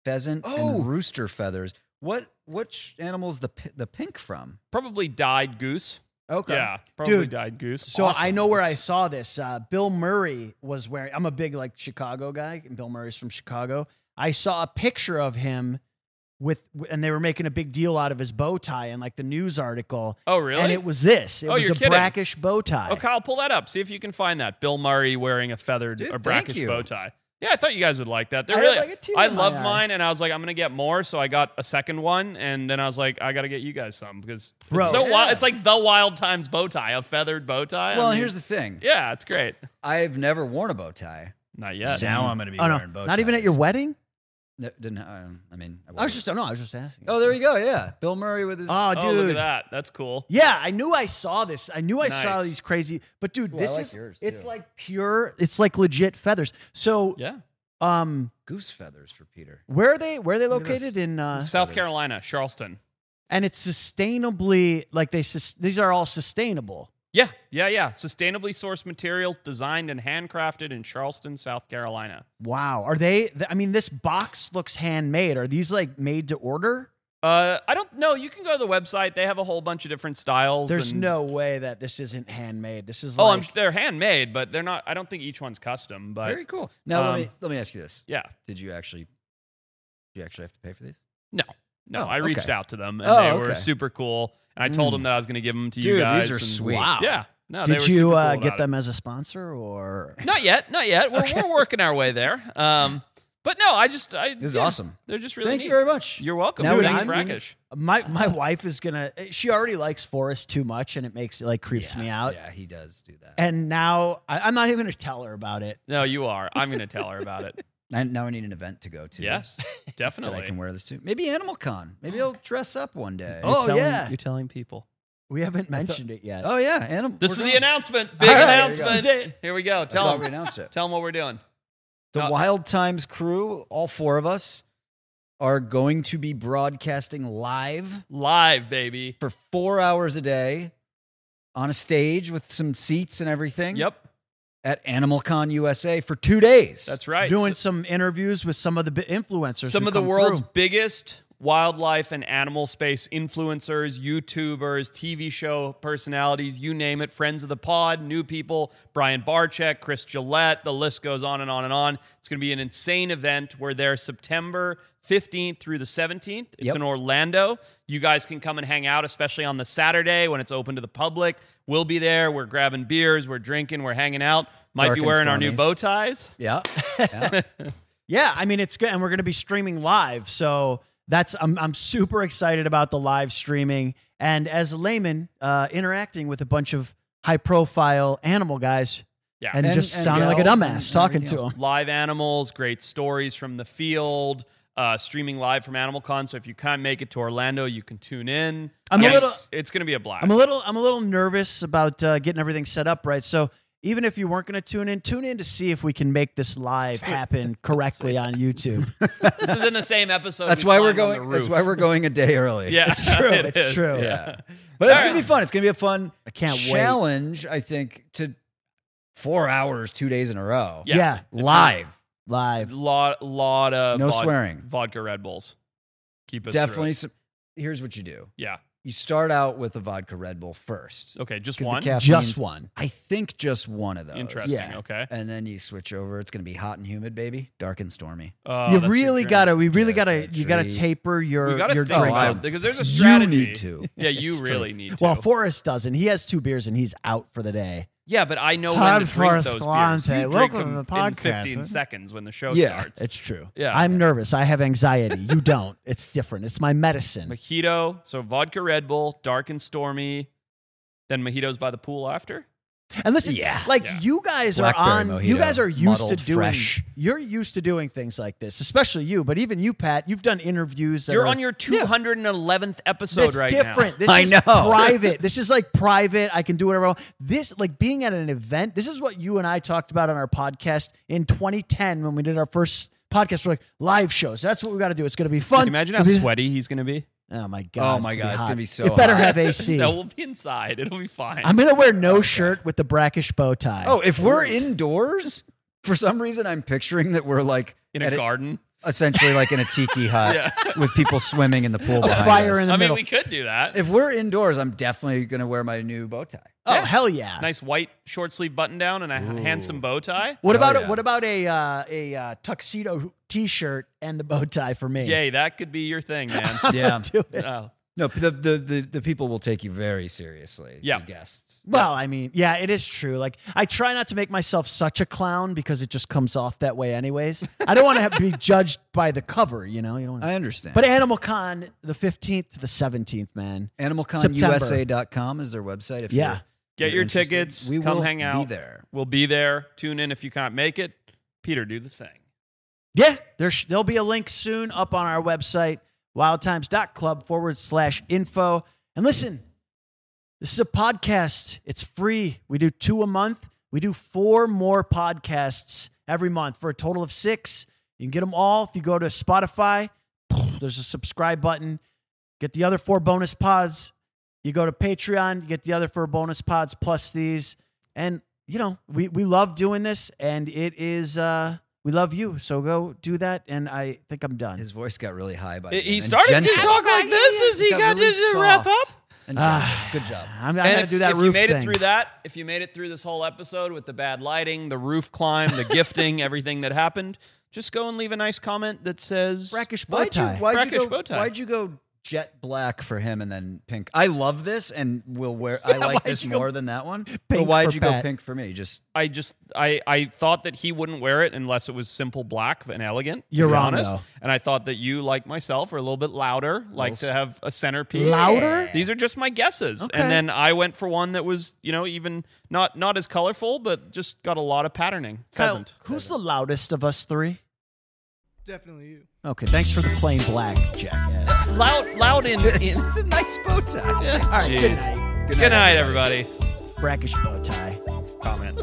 Speaker 3: pheasant,
Speaker 9: Oh.
Speaker 3: and rooster feathers. What which animal's the pi- the pink from?
Speaker 2: Probably dyed goose.
Speaker 3: Okay.
Speaker 2: Yeah, probably
Speaker 4: Dude,
Speaker 2: dyed goose.
Speaker 4: So I
Speaker 3: awesome.
Speaker 4: know where I
Speaker 3: That's-
Speaker 4: saw this. Uh, Bill Murray was wearing. I'm a big like Chicago guy, and Bill Murray's from Chicago. I saw a picture of him with, and they were making a big deal out of his bow tie in like the news article.
Speaker 2: Oh, really?
Speaker 4: And it was this. It
Speaker 2: Oh,
Speaker 4: was
Speaker 2: you're
Speaker 4: a
Speaker 2: kidding.
Speaker 4: brackish bow tie.
Speaker 2: Oh, Kyle, pull that up. See if you can find that. Bill Murray wearing a feathered
Speaker 3: Dude,
Speaker 2: or
Speaker 3: thank
Speaker 2: brackish
Speaker 3: you.
Speaker 2: bow tie. Yeah, I thought you guys would like that. They're
Speaker 4: I had,
Speaker 2: really.
Speaker 4: like, a tear
Speaker 2: I
Speaker 4: in my
Speaker 2: loved
Speaker 4: eye.
Speaker 2: mine, and I was like, I'm gonna get more, so I got a second one, and then I was like, I gotta get you guys some because
Speaker 4: Bro,
Speaker 2: it's so
Speaker 4: yeah.
Speaker 2: wild. It's like the Wild Times bow tie, a feathered bow tie.
Speaker 3: Well,
Speaker 2: I mean,
Speaker 3: here's the thing.
Speaker 2: yeah, it's great.
Speaker 3: I've never worn a bow tie.
Speaker 2: Not yet.
Speaker 3: Now I'm going to be
Speaker 4: Oh no!
Speaker 3: wearing bow ties.
Speaker 4: Not even at your wedding.
Speaker 3: No, didn't um, I mean?
Speaker 4: I was just. No, I was just asking.
Speaker 3: Oh, there you go. Yeah, Bill Murray with his.
Speaker 2: oh,
Speaker 4: Oh, dude.
Speaker 2: look at that. That's cool.
Speaker 4: Yeah, I knew I saw this. I knew I saw
Speaker 2: Nice.
Speaker 4: these crazy. But dude,
Speaker 3: Ooh, I
Speaker 4: this
Speaker 3: like
Speaker 4: is
Speaker 3: yours,
Speaker 4: it's
Speaker 3: too.
Speaker 4: like pure. It's like legit feathers. So
Speaker 2: Yeah.
Speaker 4: Um,
Speaker 3: Goose feathers for Peter.
Speaker 4: where are they? Where are they
Speaker 3: Look at this.
Speaker 4: located in? Uh,
Speaker 2: South Carolina, Charleston.
Speaker 4: and it's sustainably like they. Sus- these are all sustainable.
Speaker 2: Yeah, yeah, yeah. Sustainably sourced materials designed and handcrafted in Charleston, South Carolina.
Speaker 4: Wow. Are they? th- I mean, this box looks handmade. Are these like made to order?
Speaker 2: Uh, I don't know. You can go to the website. They have a whole bunch of different styles.
Speaker 4: There's
Speaker 2: and-
Speaker 4: no way that this isn't handmade. This is.
Speaker 2: Oh,
Speaker 4: like,
Speaker 2: I'm, they're handmade, but they're not. I don't think each one's custom. But
Speaker 3: Very cool. Now let
Speaker 2: um,
Speaker 3: me let me ask you this:
Speaker 2: yeah,
Speaker 3: Did you actually? Did you actually have to pay for these?
Speaker 2: no, no.
Speaker 3: Oh,
Speaker 2: I reached
Speaker 3: okay.
Speaker 2: out to them, and
Speaker 3: Oh,
Speaker 2: they were
Speaker 3: okay. Hmm.
Speaker 2: super cool. And I told them that I was going to give them to you
Speaker 3: Dude, these
Speaker 2: guys.
Speaker 3: are
Speaker 2: and-
Speaker 3: sweet.
Speaker 4: Wow.
Speaker 2: Yeah. No, they
Speaker 4: Did
Speaker 2: were
Speaker 4: you
Speaker 2: super
Speaker 4: uh,
Speaker 2: cool
Speaker 4: get
Speaker 2: about it.
Speaker 4: them as a sponsor or?
Speaker 2: Not yet. Not yet. We're, we're working our way there. Um, but no, I just I,
Speaker 3: This is
Speaker 2: yeah,
Speaker 3: awesome.
Speaker 2: They're just really.
Speaker 3: Thank
Speaker 2: neat.
Speaker 3: you very much.
Speaker 2: You're welcome.
Speaker 4: Now
Speaker 2: Dude,
Speaker 4: we
Speaker 2: thanks,
Speaker 4: need-
Speaker 2: Brackish.
Speaker 3: Uh,
Speaker 4: My my wife is gonna. She already likes Forrest too much, and it makes it like creeps me out.
Speaker 3: Yeah, he does do that.
Speaker 4: And now I, I'm not even gonna tell her about it.
Speaker 2: No, you are. I'm going to tell her about it.
Speaker 3: I, now I need an event to go to.
Speaker 2: yes,
Speaker 3: that
Speaker 2: definitely.
Speaker 3: I can wear this to. Maybe Animal Con. Maybe I'll dress up one day.
Speaker 2: You're telling- you're telling people.
Speaker 4: We haven't mentioned it yet.
Speaker 3: oh yeah, Animal.
Speaker 2: This
Speaker 3: we're
Speaker 2: is
Speaker 3: going.
Speaker 2: the announcement. Big
Speaker 3: All right, here we go.
Speaker 2: announcement.
Speaker 3: This is
Speaker 2: Here we, go.
Speaker 3: I thought
Speaker 2: Tell
Speaker 3: we
Speaker 2: them.
Speaker 3: announced it.
Speaker 2: Tell them what we're doing.
Speaker 3: The
Speaker 2: Uh,
Speaker 3: Wild Times crew, all four of us, are going to be broadcasting live
Speaker 2: Live, baby.
Speaker 3: for four hours a day on a stage with some seats and everything.
Speaker 2: Yep,
Speaker 3: At Animal Con USA for two days.
Speaker 2: that's right.
Speaker 4: doing some interviews with some of the bi- influencers.
Speaker 2: some
Speaker 4: who
Speaker 2: of the
Speaker 4: come
Speaker 2: world's
Speaker 4: through.
Speaker 2: biggest wildlife and animal space influencers, YouTubers, TV show personalities, you name it, friends of the pod, new people, Brian Barchek, Chris Gillette, the list goes on and on and on. It's going to be an insane event. We're there September 15th through the 17th. It's
Speaker 3: Yep.
Speaker 2: in Orlando. You guys can come and hang out, especially on the Saturday when it's open to the public. We'll be there. We're grabbing beers, we're drinking, we're hanging out. Might
Speaker 3: Dark
Speaker 2: be
Speaker 3: and
Speaker 2: wearing our new
Speaker 3: stormies.
Speaker 2: bow ties.
Speaker 3: Yeah.
Speaker 4: Yeah, I mean it's good, and we're going to be streaming live. So that's I'm I'm super excited about the live streaming, and as a layman, uh, interacting with a bunch of high profile animal guys,
Speaker 2: Yeah.
Speaker 4: and,
Speaker 3: And-
Speaker 4: just
Speaker 3: and
Speaker 4: sounding like a
Speaker 3: gals and-
Speaker 4: dumbass
Speaker 3: and
Speaker 4: talking
Speaker 3: everything
Speaker 4: to
Speaker 3: else.
Speaker 4: them.
Speaker 2: live animals, great stories from the field, uh, streaming live from Animal Con. So if you can't make it to Orlando, you can tune in.
Speaker 4: I'm a
Speaker 2: Yes.
Speaker 4: little-
Speaker 2: It's going to be a blast.
Speaker 4: I'm a little I'm a little nervous about uh, getting everything set up right. So even if you weren't going to tune in, tune in to see if we can make this live happen correctly on YouTube.
Speaker 2: this is in the same episode.
Speaker 3: That's
Speaker 2: we
Speaker 3: why we're
Speaker 2: climbed on
Speaker 3: going.
Speaker 2: the
Speaker 3: That's
Speaker 2: roof.
Speaker 3: why we're going a day early.
Speaker 2: Yeah,
Speaker 4: It's true.
Speaker 2: it
Speaker 4: it's
Speaker 2: is.
Speaker 4: true.
Speaker 3: Yeah. But it's
Speaker 2: All
Speaker 3: gonna be fun. It's gonna be a fun.
Speaker 4: I can't wait.
Speaker 3: challenge. I think to four hours, two days in a row.
Speaker 2: Yeah.
Speaker 4: yeah,
Speaker 3: Live.
Speaker 4: live.
Speaker 2: Lot, lot of
Speaker 3: No
Speaker 2: vod-
Speaker 3: swearing.
Speaker 2: Vodka Red Bulls. Keep us through
Speaker 3: Definitely.
Speaker 2: it.
Speaker 3: Some, here's what you do.
Speaker 2: Yeah.
Speaker 3: You start out with a vodka Red Bull first.
Speaker 2: Okay. Oh, Just
Speaker 3: 'Cause the
Speaker 2: one.
Speaker 3: caffeine's-
Speaker 4: Just one.
Speaker 3: I think just one of those.
Speaker 2: Interesting.
Speaker 4: Yeah.
Speaker 2: Okay.
Speaker 3: And then you switch over. It's gonna be hot and humid, baby. Dark and stormy.
Speaker 2: Uh,
Speaker 4: you
Speaker 2: that's
Speaker 4: really
Speaker 2: your
Speaker 4: gotta. We really
Speaker 3: Yes,
Speaker 4: gotta.
Speaker 3: that's
Speaker 4: You gotta
Speaker 3: right.
Speaker 4: taper your
Speaker 2: We gotta
Speaker 4: your
Speaker 2: think
Speaker 4: drink.
Speaker 3: Oh, I-
Speaker 2: about it, because there's a strategy.
Speaker 3: You need to.
Speaker 2: Yeah, you really need to.
Speaker 4: Well, Forrest doesn't. He has two beers and he's out for the day.
Speaker 2: yeah, but I know when
Speaker 4: Hard
Speaker 2: to drink
Speaker 4: Forrest
Speaker 2: those beers.
Speaker 4: Galante.
Speaker 2: You drink
Speaker 4: Welcome
Speaker 2: them
Speaker 4: to the
Speaker 2: in
Speaker 4: podcast.
Speaker 2: 15 seconds when the show
Speaker 3: Yeah,
Speaker 2: starts.
Speaker 4: It's true.
Speaker 2: Yeah.
Speaker 4: I'm nervous. I have anxiety. You don't. It's different. It's my medicine.
Speaker 2: Mojito, so vodka Red Bull, dark and stormy, then mojitos by the pool after.
Speaker 4: And listen,
Speaker 3: Yeah.
Speaker 4: like
Speaker 2: Yeah.
Speaker 4: you guys
Speaker 3: Blackberry
Speaker 4: are on. You
Speaker 3: mojito,
Speaker 4: guys are used to
Speaker 3: muddled,
Speaker 4: doing.
Speaker 3: fresh.
Speaker 4: You're used to doing things like this, especially you. But even you, Pat, you've done interviews. That
Speaker 2: You're
Speaker 4: are,
Speaker 2: on your 211th episode
Speaker 4: That's
Speaker 2: right
Speaker 4: different. This
Speaker 3: I
Speaker 4: is
Speaker 3: know.
Speaker 4: private. This is like private. I can do whatever. I want. This like being at an event. This is what you and I talked about on our podcast in 2010 when we did our first podcast. We're like live shows. That's what we got to do. It's going to be
Speaker 2: now.
Speaker 4: fun.
Speaker 2: Can you imagine how
Speaker 4: It's gonna
Speaker 2: sweaty he's going to be?
Speaker 4: be- Oh my god.
Speaker 3: Oh my God, it's
Speaker 4: hot.
Speaker 3: gonna be so
Speaker 4: It better
Speaker 3: hot.
Speaker 4: have AC.
Speaker 2: No, we'll be inside. It'll be fine.
Speaker 4: I'm gonna wear no shirt with the brackish bow tie.
Speaker 3: Oh, if we're indoors, for some reason I'm picturing that we're like
Speaker 2: in a
Speaker 3: at
Speaker 2: garden.
Speaker 3: essentially like in a tiki hut with people swimming in the pool.
Speaker 4: a
Speaker 3: behind
Speaker 4: fire
Speaker 3: us.
Speaker 4: in the
Speaker 2: I mean,
Speaker 4: middle.
Speaker 2: we could do that.
Speaker 3: if we're indoors, I'm definitely gonna wear my new bow tie.
Speaker 4: oh
Speaker 2: yeah.
Speaker 4: hell yeah.
Speaker 2: nice white short sleeve button down and a handsome bow tie.
Speaker 4: What
Speaker 3: Hell
Speaker 4: about a,
Speaker 3: Oh, yeah.
Speaker 4: what about a uh, a uh, tuxedo t-shirt and the bow tie for me?
Speaker 2: Yay, that could be your thing, man.
Speaker 3: Yeah.
Speaker 4: Do it.
Speaker 2: Oh,
Speaker 3: No, the, the the the people will take you very seriously.
Speaker 2: Yeah.
Speaker 3: the guests.
Speaker 4: Well, I mean, yeah, it is true. Like, I try not to make myself such a clown because it just comes off that way, anyways. I don't want to be judged by the cover, you know. You don't.
Speaker 3: I
Speaker 4: Wanna...
Speaker 3: understand.
Speaker 4: But Animal Con, the fifteenth to the seventeenth, man.
Speaker 3: AnimalConUSA.com is their website. If
Speaker 4: Yeah.
Speaker 3: you're-
Speaker 2: Get
Speaker 3: you're
Speaker 2: your
Speaker 3: interested.
Speaker 2: tickets,
Speaker 3: We
Speaker 2: come
Speaker 3: will
Speaker 2: hang
Speaker 3: Be
Speaker 2: out.
Speaker 3: there.
Speaker 2: we'll be there. Tune in if you can't make it. Peter, do the thing.
Speaker 4: Yeah, there's there'll be a link soon up on our website, wildtimes.club forward slash info. And listen, this is a podcast. It's free. We do two a month. We do four more podcasts every month for a total of six. You can get them all if you go to Spotify. There's a subscribe button. Get the other four bonus pods. You go to Patreon, you get the other four bonus pods plus these. And you know, we we love doing this and it is uh we love you. So go do that and I think I'm done.
Speaker 3: His voice got really high by
Speaker 2: He-
Speaker 3: then,
Speaker 2: he
Speaker 3: and
Speaker 2: started to
Speaker 3: gentle.
Speaker 2: talk like this as he got,
Speaker 3: really
Speaker 2: to just wrap up.
Speaker 3: soft And gentle.
Speaker 4: Ah.
Speaker 3: Good job.
Speaker 4: I'm, I
Speaker 2: And
Speaker 4: gotta
Speaker 2: if,
Speaker 4: do that
Speaker 2: if
Speaker 4: roof
Speaker 2: you made
Speaker 4: thing.
Speaker 2: it through that, if you made it through this whole episode with the bad lighting, the roof climb, the gifting, everything that happened, just go and leave a nice comment that says
Speaker 4: brackish bow
Speaker 3: Why'd you,
Speaker 4: tie.
Speaker 3: why'd, you
Speaker 2: Brackish
Speaker 3: go,
Speaker 2: bow tie.
Speaker 3: why'd you go jet black for him and then pink? I love this and will wear. I like
Speaker 4: why'd
Speaker 3: this
Speaker 4: you go
Speaker 3: more than that one.
Speaker 4: pink
Speaker 3: but why'd
Speaker 4: for
Speaker 3: you
Speaker 4: Pat?
Speaker 3: go pink for me? Just
Speaker 2: I just I I thought that he wouldn't wear it unless it was simple black and elegant. to
Speaker 4: You're
Speaker 2: be
Speaker 4: wrong,
Speaker 2: honest.
Speaker 4: though.
Speaker 2: And I thought that you, like myself, are a little bit louder, like to have a centerpiece.
Speaker 4: Louder?
Speaker 2: These are just my guesses.
Speaker 4: Okay.
Speaker 2: And then I went for one that was, you know, even not not as colorful, but just got a lot of patterning.
Speaker 4: Kyle,
Speaker 2: Pheasant.
Speaker 4: who's the loudest of us three?
Speaker 9: Definitely you.
Speaker 4: Okay, thanks for the plain black.
Speaker 3: jackass.
Speaker 2: Loud loud in, in
Speaker 3: it's a nice bow tie.
Speaker 4: All right, good
Speaker 2: Jeez.
Speaker 4: night.
Speaker 2: Good night, everybody.
Speaker 4: Brackish bow tie.
Speaker 3: Comment.